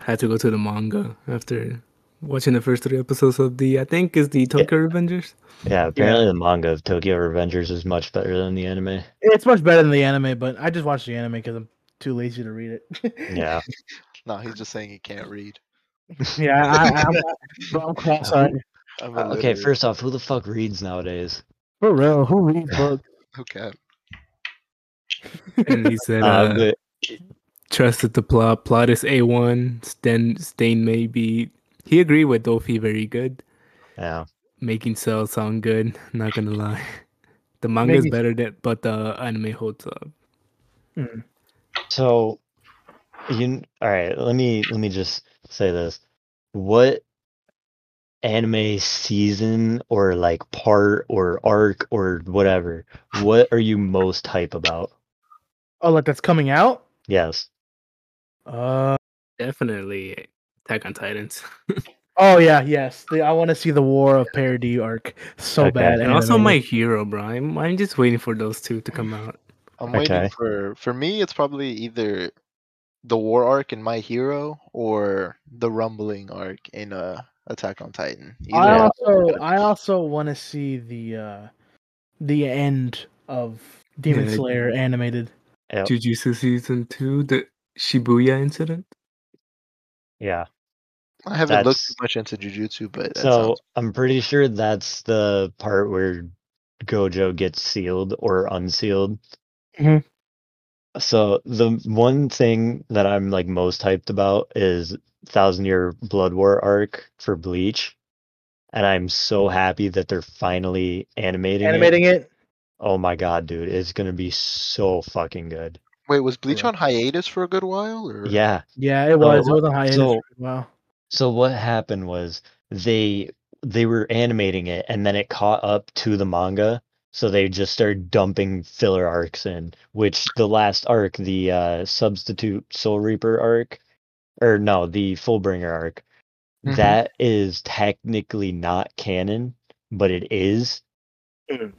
Speaker 1: had to go to the manga after watching the first three episodes of the I think is the Tokyo Revengers.
Speaker 4: Yeah, apparently the manga of Tokyo Revengers is much better than the anime.
Speaker 2: It's much better than the anime, but I just watched the anime because I'm too lazy to read it.
Speaker 4: Yeah,
Speaker 3: no, he's just saying he can't read.
Speaker 2: yeah, I, I'm, I'm, I'm cross-eyed.
Speaker 3: I'm
Speaker 4: Uh, okay.
Speaker 3: illiterate.
Speaker 4: First off, who the fuck reads nowadays?
Speaker 2: For real, who reads books?
Speaker 3: Okay.
Speaker 1: And he said, uh,
Speaker 4: Uh, but
Speaker 1: "Trust that the plot plot is a one. Stain Stain may be." He agreed with Dolphy. Very good.
Speaker 4: yeah,
Speaker 1: Making Cell sound good. Not gonna lie, the manga is
Speaker 2: Making-
Speaker 1: better than, but the anime holds up.
Speaker 4: So, you kn- all right? Let me let me just say this: what anime season or like part or arc or whatever? What are you most hype about?
Speaker 2: Oh, like that's coming out.
Speaker 4: Yes.
Speaker 2: Uh,
Speaker 1: Definitely Attack on Titans.
Speaker 2: oh yeah, yes. The, I want to see the War of Parody arc so
Speaker 4: Okay.
Speaker 2: bad.
Speaker 1: And also
Speaker 2: anime.
Speaker 1: my hero, bro. I'm, I'm just waiting for those two to come out.
Speaker 3: I'm
Speaker 4: Okay.
Speaker 3: waiting for. For me, it's probably either the war arc in My Hero or the rumbling arc in uh, Attack on Titan.
Speaker 2: I
Speaker 3: Either one.
Speaker 2: also I also want to see the uh the end of Demon
Speaker 1: Yeah.
Speaker 2: Slayer animated.
Speaker 4: Yep.
Speaker 1: Jujutsu season two, the Shibuya incident.
Speaker 4: Yeah.
Speaker 3: I haven't looked too much
Speaker 4: that's-
Speaker 3: into Jujutsu, but that
Speaker 4: So
Speaker 3: sounds-
Speaker 4: I'm pretty sure that's the part where Gojo gets sealed or unsealed.
Speaker 3: Mm-hmm.
Speaker 2: Mhm.
Speaker 4: So the one thing that I'm like most hyped about is Thousand Year Blood War arc for Bleach. And I'm so happy that they're finally animating, it.
Speaker 2: Animating it?
Speaker 4: Oh my god, dude, it's gonna be so fucking good.
Speaker 3: wait, was Bleach
Speaker 2: Right.
Speaker 3: on hiatus for a good while? Or...
Speaker 4: Yeah.
Speaker 2: Yeah, it was. it was on hiatus.
Speaker 4: Oh, so-
Speaker 2: wow.
Speaker 4: So what happened was they they were animating it and then it caught up to the manga, so they just started dumping filler arcs in, which the last arc, the uh substitute Soul Reaper arc, or no, the Fullbringer arc,
Speaker 3: Mhm.
Speaker 4: that is technically not canon, but it is.
Speaker 2: Mhm.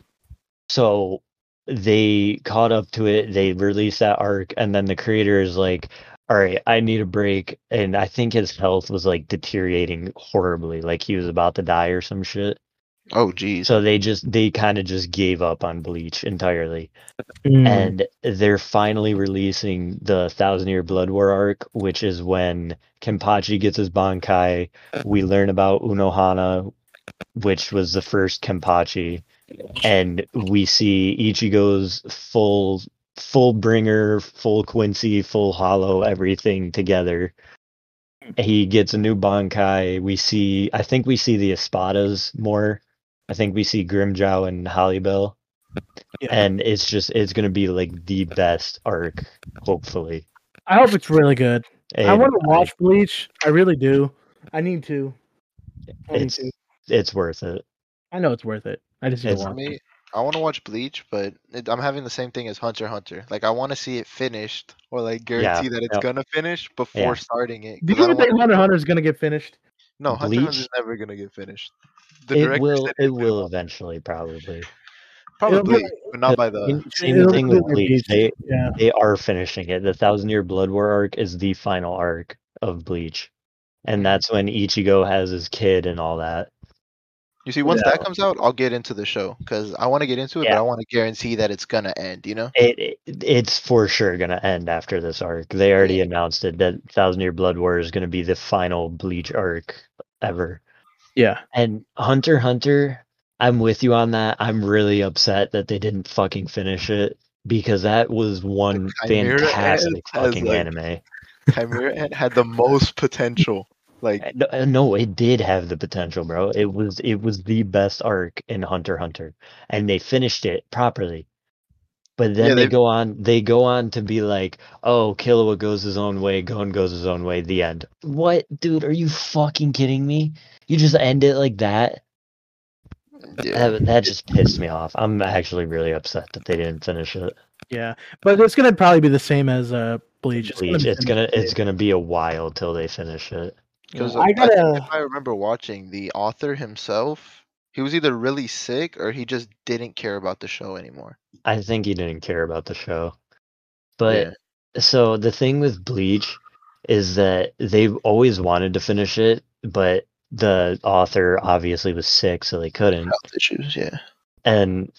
Speaker 4: So they caught up to it, they released that arc, and then the creator is like, all right, I need a break. And I think his health was like deteriorating horribly, like he was about to die or some shit.
Speaker 3: Oh, geez.
Speaker 4: So they just, they kind of just gave up on Bleach entirely.
Speaker 2: Hmm.
Speaker 4: And they're finally releasing the Thousand Year Blood War arc, which is when Kenpachi gets his Bankai. We learn about Unohana, which was the first Kenpachi. And we see Ichigo's full full bringer, full Quincy, full hollow, everything together. He gets a new Bankai. We see I think we see the Espadas more. I think we see Grimjow and Hollybell
Speaker 2: Yeah.
Speaker 4: and it's just it's gonna be like the best arc, hopefully.
Speaker 2: I hope it's really good. I
Speaker 4: And
Speaker 2: want to watch Bleach. I really do. I need to. I need
Speaker 4: It's
Speaker 2: to.
Speaker 4: it's worth it.
Speaker 2: I know it's worth it. I just need to
Speaker 4: it's-
Speaker 3: For
Speaker 2: watch. it.
Speaker 3: me, I want to watch Bleach, but it, I'm having the same thing as Hunter x Hunter. Like, I want to see it finished, or like guarantee that it's
Speaker 4: yep.
Speaker 3: gonna finish before starting it.
Speaker 2: Do
Speaker 3: 'cause I
Speaker 2: you even
Speaker 3: don't
Speaker 2: think
Speaker 3: wanna-
Speaker 2: Hunter x Hunter is gonna get finished?
Speaker 3: No, Hunter x Hunter's
Speaker 4: Bleach-
Speaker 3: never gonna get finished. The
Speaker 4: It
Speaker 3: director
Speaker 4: will
Speaker 3: said
Speaker 4: it
Speaker 3: he's gonna-
Speaker 4: will eventually probably.
Speaker 3: probably,
Speaker 2: be-
Speaker 3: but not by the.
Speaker 4: You- Same
Speaker 2: It'll
Speaker 4: thing
Speaker 2: be
Speaker 4: with Bleach.
Speaker 2: Bleach.
Speaker 4: They
Speaker 2: Yeah.
Speaker 4: they are finishing it. The Thousand Year Blood War arc is the final
Speaker 3: Hmm.
Speaker 4: arc of Bleach. And that's when Ichigo has his kid and all that.
Speaker 3: You see, once that
Speaker 4: No.
Speaker 3: comes out, I'll get into the show because I want to get into it, but
Speaker 4: Yeah.
Speaker 3: I want to guarantee that it's gonna end. You know?
Speaker 4: It, it it's for sure gonna end after this arc. They already
Speaker 3: Yeah.
Speaker 4: announced it that Thousand Year Blood War is gonna be the final Bleach arc ever.
Speaker 2: Yeah.
Speaker 4: And Hunter x Hunter, I'm with you on that. I'm really upset that they didn't fucking finish it because that was one
Speaker 3: Chimera Ant
Speaker 4: fantastic
Speaker 3: has,
Speaker 4: fucking
Speaker 3: like,
Speaker 4: anime.
Speaker 3: Chimera Ant had the most potential. Like,
Speaker 4: Uh, no- uh, No, it did have the potential, bro. It was it was the best arc in Hunter x Hunter, and they finished it properly. But then
Speaker 3: Yeah,
Speaker 4: they
Speaker 3: they-
Speaker 4: go on they go on to be like, "Oh, Killua goes his own way, Gon goes his own way." The end. What, dude? Are you fucking kidding me? You just end it like that?
Speaker 3: yeah.
Speaker 4: That, that just pissed me off. I'm actually really upset that they didn't finish it.
Speaker 2: Yeah. But it's gonna probably be the same as uh Bleach.
Speaker 4: Bleach, it's gonna
Speaker 2: be-
Speaker 4: it's gonna be a while till they finish it.
Speaker 3: Because
Speaker 2: I gotta
Speaker 3: if I remember watching the author himself, he was either really sick or he just didn't care about the show anymore.
Speaker 4: I think he didn't care about the show. But so the thing with Bleach is that they've always wanted to finish it, but the author obviously was sick, so they couldn't.
Speaker 3: health issues, yeah.
Speaker 4: And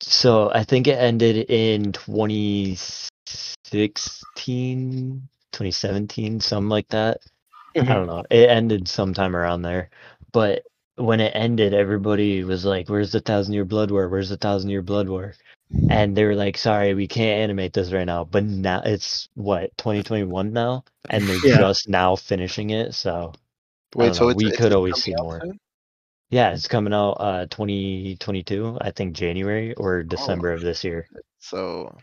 Speaker 4: so I think it ended in 2016, 2017, something like that. I don't know. It ended sometime around there. But when it ended, everybody was like, Where's the Thousand Year Blood War? Where's the Thousand Year Blood War? And they were like, Sorry, we can't animate this right now. But now it's what, 2021 now? And they're
Speaker 2: Yeah.
Speaker 4: just now finishing it. So
Speaker 3: Wait,
Speaker 4: don't
Speaker 3: so
Speaker 4: know,
Speaker 3: it's,
Speaker 4: we
Speaker 3: it's
Speaker 4: could always
Speaker 3: coming
Speaker 4: see
Speaker 3: out
Speaker 4: more.
Speaker 3: soon?
Speaker 4: yeah, it's coming out uh 2022, I think January or December of this year.
Speaker 3: So,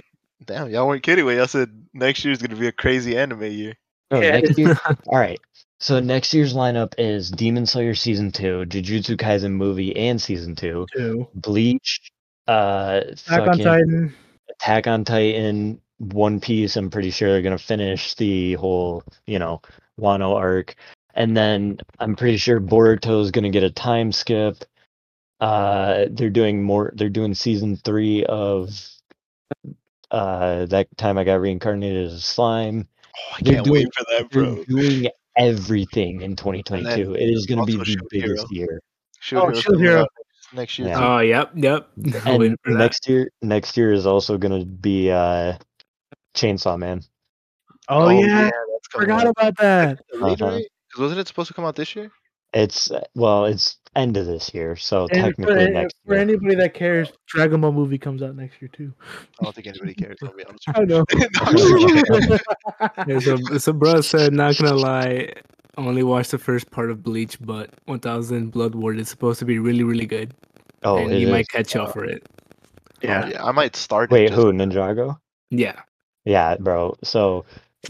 Speaker 3: damn, y'all weren't kidding when y'all said next year's gonna be a crazy anime year.
Speaker 4: No,
Speaker 2: Yeah.
Speaker 4: Oh, next year. All right. So next year's lineup is Demon Slayer season 2, Jujutsu Kaisen movie and season 2.
Speaker 2: too.
Speaker 4: Bleach, uh,
Speaker 2: Attack on
Speaker 4: fucking
Speaker 2: Titan.
Speaker 4: Attack on Titan, One Piece. I'm pretty sure they're gonna finish the whole, you know, Wano arc, and then I'm pretty sure Boruto is gonna get a time skip. Uh, they're doing more. They're doing season three of uh that time I got reincarnated as a slime.
Speaker 3: Oh, I
Speaker 4: They're
Speaker 3: can't
Speaker 4: doing-
Speaker 3: wait for that,
Speaker 4: They're
Speaker 3: bro.
Speaker 4: doing everything in 2022. It is gonna be
Speaker 3: also
Speaker 4: the
Speaker 3: Shield Hero.
Speaker 4: biggest year.
Speaker 3: Shield
Speaker 2: Oh,
Speaker 3: Hero's
Speaker 2: Shield
Speaker 3: coming
Speaker 2: Hero.
Speaker 3: out next year.
Speaker 4: Yeah.
Speaker 3: too.
Speaker 4: Uh,
Speaker 1: Oh, yep, yep. I'll
Speaker 4: and
Speaker 1: wait for that.
Speaker 4: next year next year is also gonna be uh chainsaw man
Speaker 2: Oh, yeah. I
Speaker 3: that's coming
Speaker 2: forgot
Speaker 3: out.
Speaker 2: about that.
Speaker 3: Later,
Speaker 4: Uh-huh.
Speaker 3: right? 'Cause wasn't it supposed to come out this year?
Speaker 4: it's uh, well it's end of this year so
Speaker 2: And for,
Speaker 4: technically next
Speaker 2: for
Speaker 4: year
Speaker 2: anybody that cares, Dragon Ball movie comes out next year too.
Speaker 3: I don't think anybody cares. I'll be honest with
Speaker 2: I know.
Speaker 3: you. No, I'm just kidding.
Speaker 1: Yeah, so, so bro said, not gonna lie, I only watched the first part of Bleach, but 1000 Blood Ward is supposed to be really, really good.
Speaker 4: oh
Speaker 1: and
Speaker 4: it
Speaker 1: you might
Speaker 4: is.
Speaker 1: catch y'all for it.
Speaker 3: Oh, yeah, I might start. it
Speaker 4: wait
Speaker 3: just-
Speaker 4: who ninjago
Speaker 1: Yeah.
Speaker 4: yeah bro so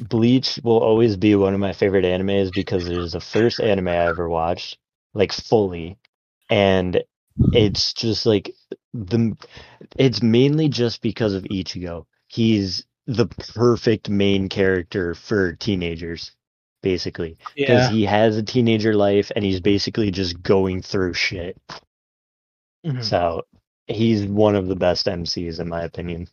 Speaker 4: bleach will always be one of my favorite animes because it is the first anime i ever watched like fully and it's just like the it's mainly just because of ichigo he's the perfect main character for teenagers basically
Speaker 2: Yeah.
Speaker 4: because he has a teenager life and he's basically just going through shit.
Speaker 2: Mhm.
Speaker 4: So he's one of the best MCs in my opinion.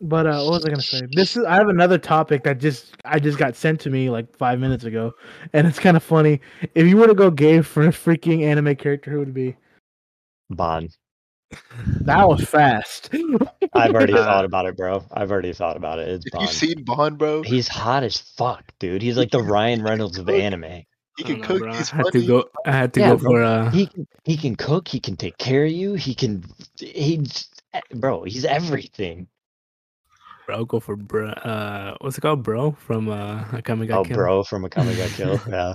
Speaker 2: But uh, what was I gonna say? This is I have another topic that just I just got sent to me like five minutes ago, and it's kind of funny. If you were to go gay for a freaking anime character, who would it be?
Speaker 4: Bond.
Speaker 2: That was fast.
Speaker 4: I've already
Speaker 1: Uh,
Speaker 4: thought about it, bro. I've already thought about it. It's
Speaker 3: Have you
Speaker 4: Bond.
Speaker 3: seen Bond, bro? He,
Speaker 4: He's hot as fuck, dude. He's like the Ryan Reynolds of anime.
Speaker 1: I don't
Speaker 3: can
Speaker 1: know,
Speaker 3: cook.
Speaker 1: bro. I
Speaker 3: He's
Speaker 1: had
Speaker 3: funny.
Speaker 1: to go. I had to
Speaker 4: Yeah,
Speaker 1: go
Speaker 4: bro.
Speaker 1: for uh,
Speaker 4: He can he can cook, he can take care of you, he can he's eh, bro, he's everything.
Speaker 1: bro. I'll go for bro. Uh, what's it called, bro? From uh, Akame ga
Speaker 4: Oh
Speaker 1: Kill.
Speaker 4: bro from a comic got kill. Yeah.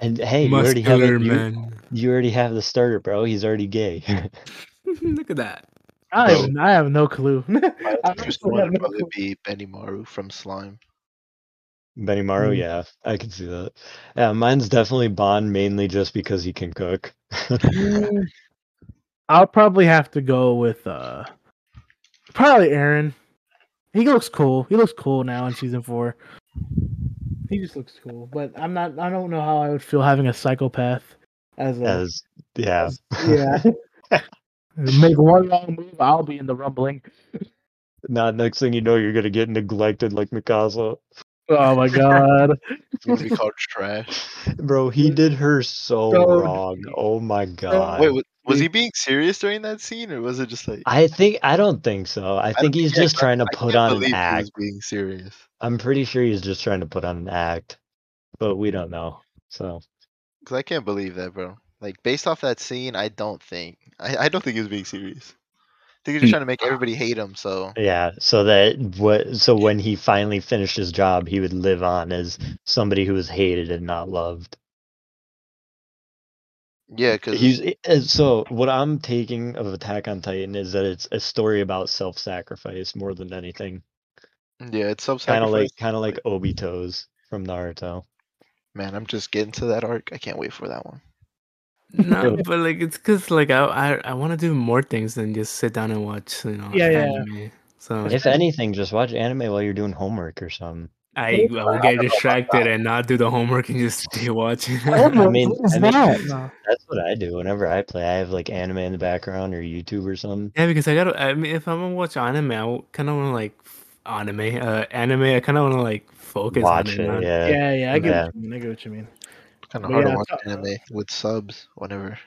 Speaker 4: And hey, you already have
Speaker 1: muscular
Speaker 4: a, you,
Speaker 1: man.
Speaker 4: you already have the starter, bro. He's already gay.
Speaker 1: Look at that.
Speaker 2: I have,
Speaker 3: Bro.
Speaker 2: I have no clue.
Speaker 3: My
Speaker 2: I
Speaker 3: first
Speaker 2: don't
Speaker 3: one
Speaker 2: know.
Speaker 3: would probably be Benny Maru from Slime.
Speaker 4: Benny Maru,
Speaker 2: Mm.
Speaker 4: yeah, I can see that. Yeah, mine's definitely Bond, mainly just because he can cook.
Speaker 2: Mm, I'll probably have to go with uh probably Aaron. He looks cool. He looks cool now in season four. He just looks cool. But I'm not I don't know how I would feel having a psychopath as a
Speaker 4: As yeah,
Speaker 2: Yeah. Make one wrong move, I'll be in the rumbling.
Speaker 4: not next thing you know, you're gonna get neglected like Mikasa.
Speaker 2: Oh my god.
Speaker 3: It's gonna be called trash.
Speaker 4: Bro, he did her so
Speaker 2: So-
Speaker 4: wrong. Oh my god.
Speaker 3: Wait, was, was he being serious during that scene, or was it just like?
Speaker 4: I think I don't think so. I think he's
Speaker 3: yeah,
Speaker 4: just trying to
Speaker 3: I
Speaker 4: put
Speaker 3: can't
Speaker 4: on
Speaker 3: believe
Speaker 4: an
Speaker 3: he
Speaker 4: act.
Speaker 3: was being serious.
Speaker 4: I'm pretty sure he's just trying to put on an act, but we don't know. So
Speaker 3: Cause I can't believe that, bro. Like based off that scene, I don't think I, I don't think he was being serious. I think he was just
Speaker 1: Hmm.
Speaker 3: trying to make everybody hate him. So
Speaker 4: yeah, so that what so when he finally finished his job, he would live on as somebody who was hated and not loved.
Speaker 3: yeah, cause
Speaker 4: He's uh, so what I'm taking of Attack on Titan is that it's a story about self-sacrifice more than anything.
Speaker 3: yeah, it's some
Speaker 4: Kind of like
Speaker 3: sacrifice.
Speaker 4: kind of like Obito's from Naruto.
Speaker 3: man, I'm just getting to that arc. I can't wait for that one.
Speaker 1: No,
Speaker 4: Yeah.
Speaker 1: but like it's because like I I, I want to do more things than just sit down and watch you know
Speaker 2: Yeah, yeah.
Speaker 1: anime. So
Speaker 4: If anything, just watch anime while you're doing homework or something.
Speaker 1: I, I will get distracted and not do the homework and just stay watching.
Speaker 4: I mean,
Speaker 2: What is
Speaker 4: I mean, uh,
Speaker 2: that? No.
Speaker 4: That's what I do whenever I play. I have like anime in the background or YouTube or something.
Speaker 1: Yeah, because I gotta. I mean, if I'm gonna watch anime, I kind of want to like f- anime, uh, anime. I kind of want to like focus
Speaker 4: Watch
Speaker 1: on it. not-
Speaker 4: it, yeah.
Speaker 2: Yeah, yeah, I get
Speaker 4: Yeah.
Speaker 2: what you mean. I get what you mean.
Speaker 3: Kind of
Speaker 2: But
Speaker 3: hard
Speaker 2: yeah,
Speaker 3: to watch
Speaker 2: so-
Speaker 3: anime with subs whenever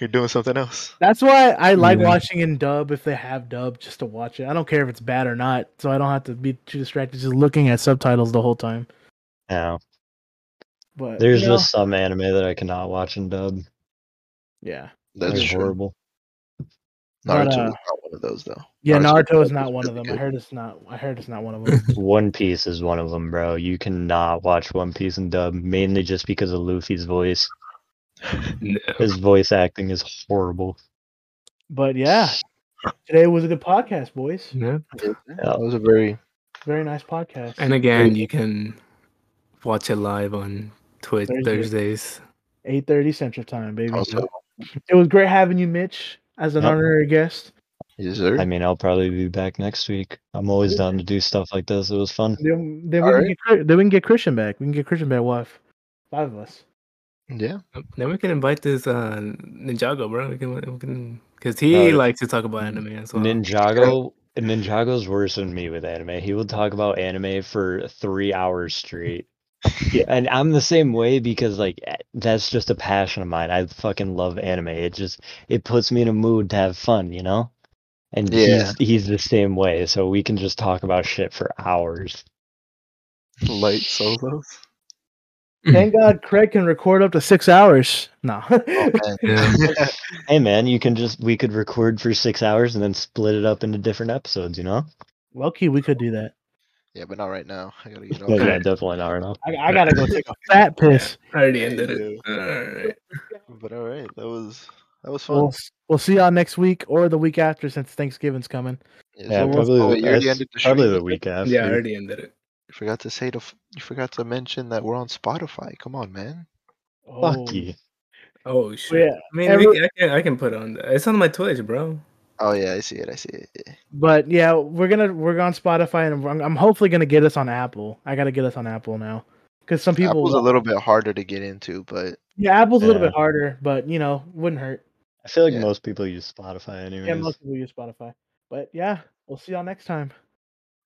Speaker 3: you're doing something else.
Speaker 2: That's why I like
Speaker 1: Yeah.
Speaker 2: watching in dub if they have dub just to watch it. I don't care if it's bad or not, so I don't have to be too distracted just looking at subtitles the whole time.
Speaker 4: Now
Speaker 2: But
Speaker 4: there's
Speaker 2: you know,
Speaker 4: just some anime that I cannot watch in dub.
Speaker 2: yeah,
Speaker 3: That's
Speaker 4: They're
Speaker 3: true.
Speaker 4: horrible.
Speaker 2: But,
Speaker 3: Naruto is
Speaker 2: uh,
Speaker 3: not one of those though.
Speaker 2: yeah. Naruto
Speaker 3: Naruto's
Speaker 2: is
Speaker 3: dub is
Speaker 2: not one of
Speaker 3: really
Speaker 2: them. I
Speaker 3: good.
Speaker 2: heard it's not. I heard it's not one of them.
Speaker 4: One Piece is one of them, bro. You cannot watch One Piece in dub, mainly just because of Luffy's voice.
Speaker 1: No.
Speaker 4: His voice acting is horrible.
Speaker 2: but yeah, today was a good podcast, boys.
Speaker 1: No.
Speaker 3: That was a very
Speaker 2: Very nice podcast.
Speaker 1: And again, you can watch it live on Twitch
Speaker 2: Thursday.
Speaker 1: Thursdays.
Speaker 2: Eight thirty Central Time, baby.
Speaker 3: also
Speaker 2: It was great having you, Mitch, as an
Speaker 4: Yep.
Speaker 2: honorary guest.
Speaker 3: yes, sir.
Speaker 4: I mean, I'll probably be back next week. I'm always down to do stuff like this. It was fun.
Speaker 2: Then, then, we
Speaker 3: All
Speaker 2: can
Speaker 3: right.
Speaker 2: get, Chri- then we can get Christian back. We can get Christian back. Wife, five of us.
Speaker 3: Yeah,
Speaker 1: Then we can invite this uh Ninjago, bro. We can we can because
Speaker 4: No,
Speaker 1: he
Speaker 4: it-
Speaker 1: likes to talk about anime as well.
Speaker 4: Ninjago Ninjago's worse than me with anime. He will talk about anime for three hours straight.
Speaker 2: Yeah.
Speaker 4: And I'm the same way because like eh, that's just a passion of mine. I fucking love anime. It just it puts me in a mood to have fun, you know? And
Speaker 3: Yeah.
Speaker 4: he's he's the same way, so we can just talk about shit for hours.
Speaker 3: light solos.
Speaker 2: Thank God Craig can record up to six hours. No.
Speaker 3: Man,
Speaker 1: Yeah.
Speaker 4: Hey man, you can just we could record for six hours and then split it up into different episodes, you know?
Speaker 2: Low key, we could do that.
Speaker 3: yeah, but not right now. I gotta get
Speaker 4: No, yeah,
Speaker 3: off.
Speaker 4: definitely not enough.
Speaker 2: I, I gotta go take a fat piss.
Speaker 1: I already
Speaker 3: Yeah,
Speaker 1: ended
Speaker 3: you
Speaker 1: it. All right.
Speaker 3: But all right, that was that was fun.
Speaker 2: We'll, we'll see y'all next week or the week after since Thanksgiving's coming.
Speaker 4: Yeah,
Speaker 3: so-
Speaker 4: probably,
Speaker 3: oh, wait, you already
Speaker 4: that's
Speaker 3: ended the
Speaker 4: probably
Speaker 3: stream?
Speaker 4: the week after.
Speaker 1: Yeah, I already ended it.
Speaker 3: You forgot to say to f- you forgot to mention that we're on Spotify. Come on, man.
Speaker 2: Oh.
Speaker 4: Fuck you.
Speaker 1: Oh
Speaker 2: But
Speaker 1: shit.
Speaker 2: yeah,
Speaker 1: I mean,
Speaker 2: every-
Speaker 1: we, I can I can put on. That. It's on my Twitch, bro.
Speaker 3: Oh yeah, I see it. I see it. yeah.
Speaker 2: but yeah, we're gonna we're on Spotify and I'm, I'm hopefully gonna get us on Apple. I gotta get us on Apple now because some people
Speaker 3: Apple's a little bit harder to get into, but
Speaker 2: yeah Apple's a little
Speaker 4: Yeah.
Speaker 2: bit harder, but you know wouldn't hurt.
Speaker 4: I feel like
Speaker 3: Yeah.
Speaker 4: most people use Spotify anyways.
Speaker 2: Yeah, most people use Spotify, but yeah, we'll see y'all next time.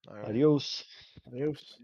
Speaker 3: all right.
Speaker 4: Adios.
Speaker 2: Adios.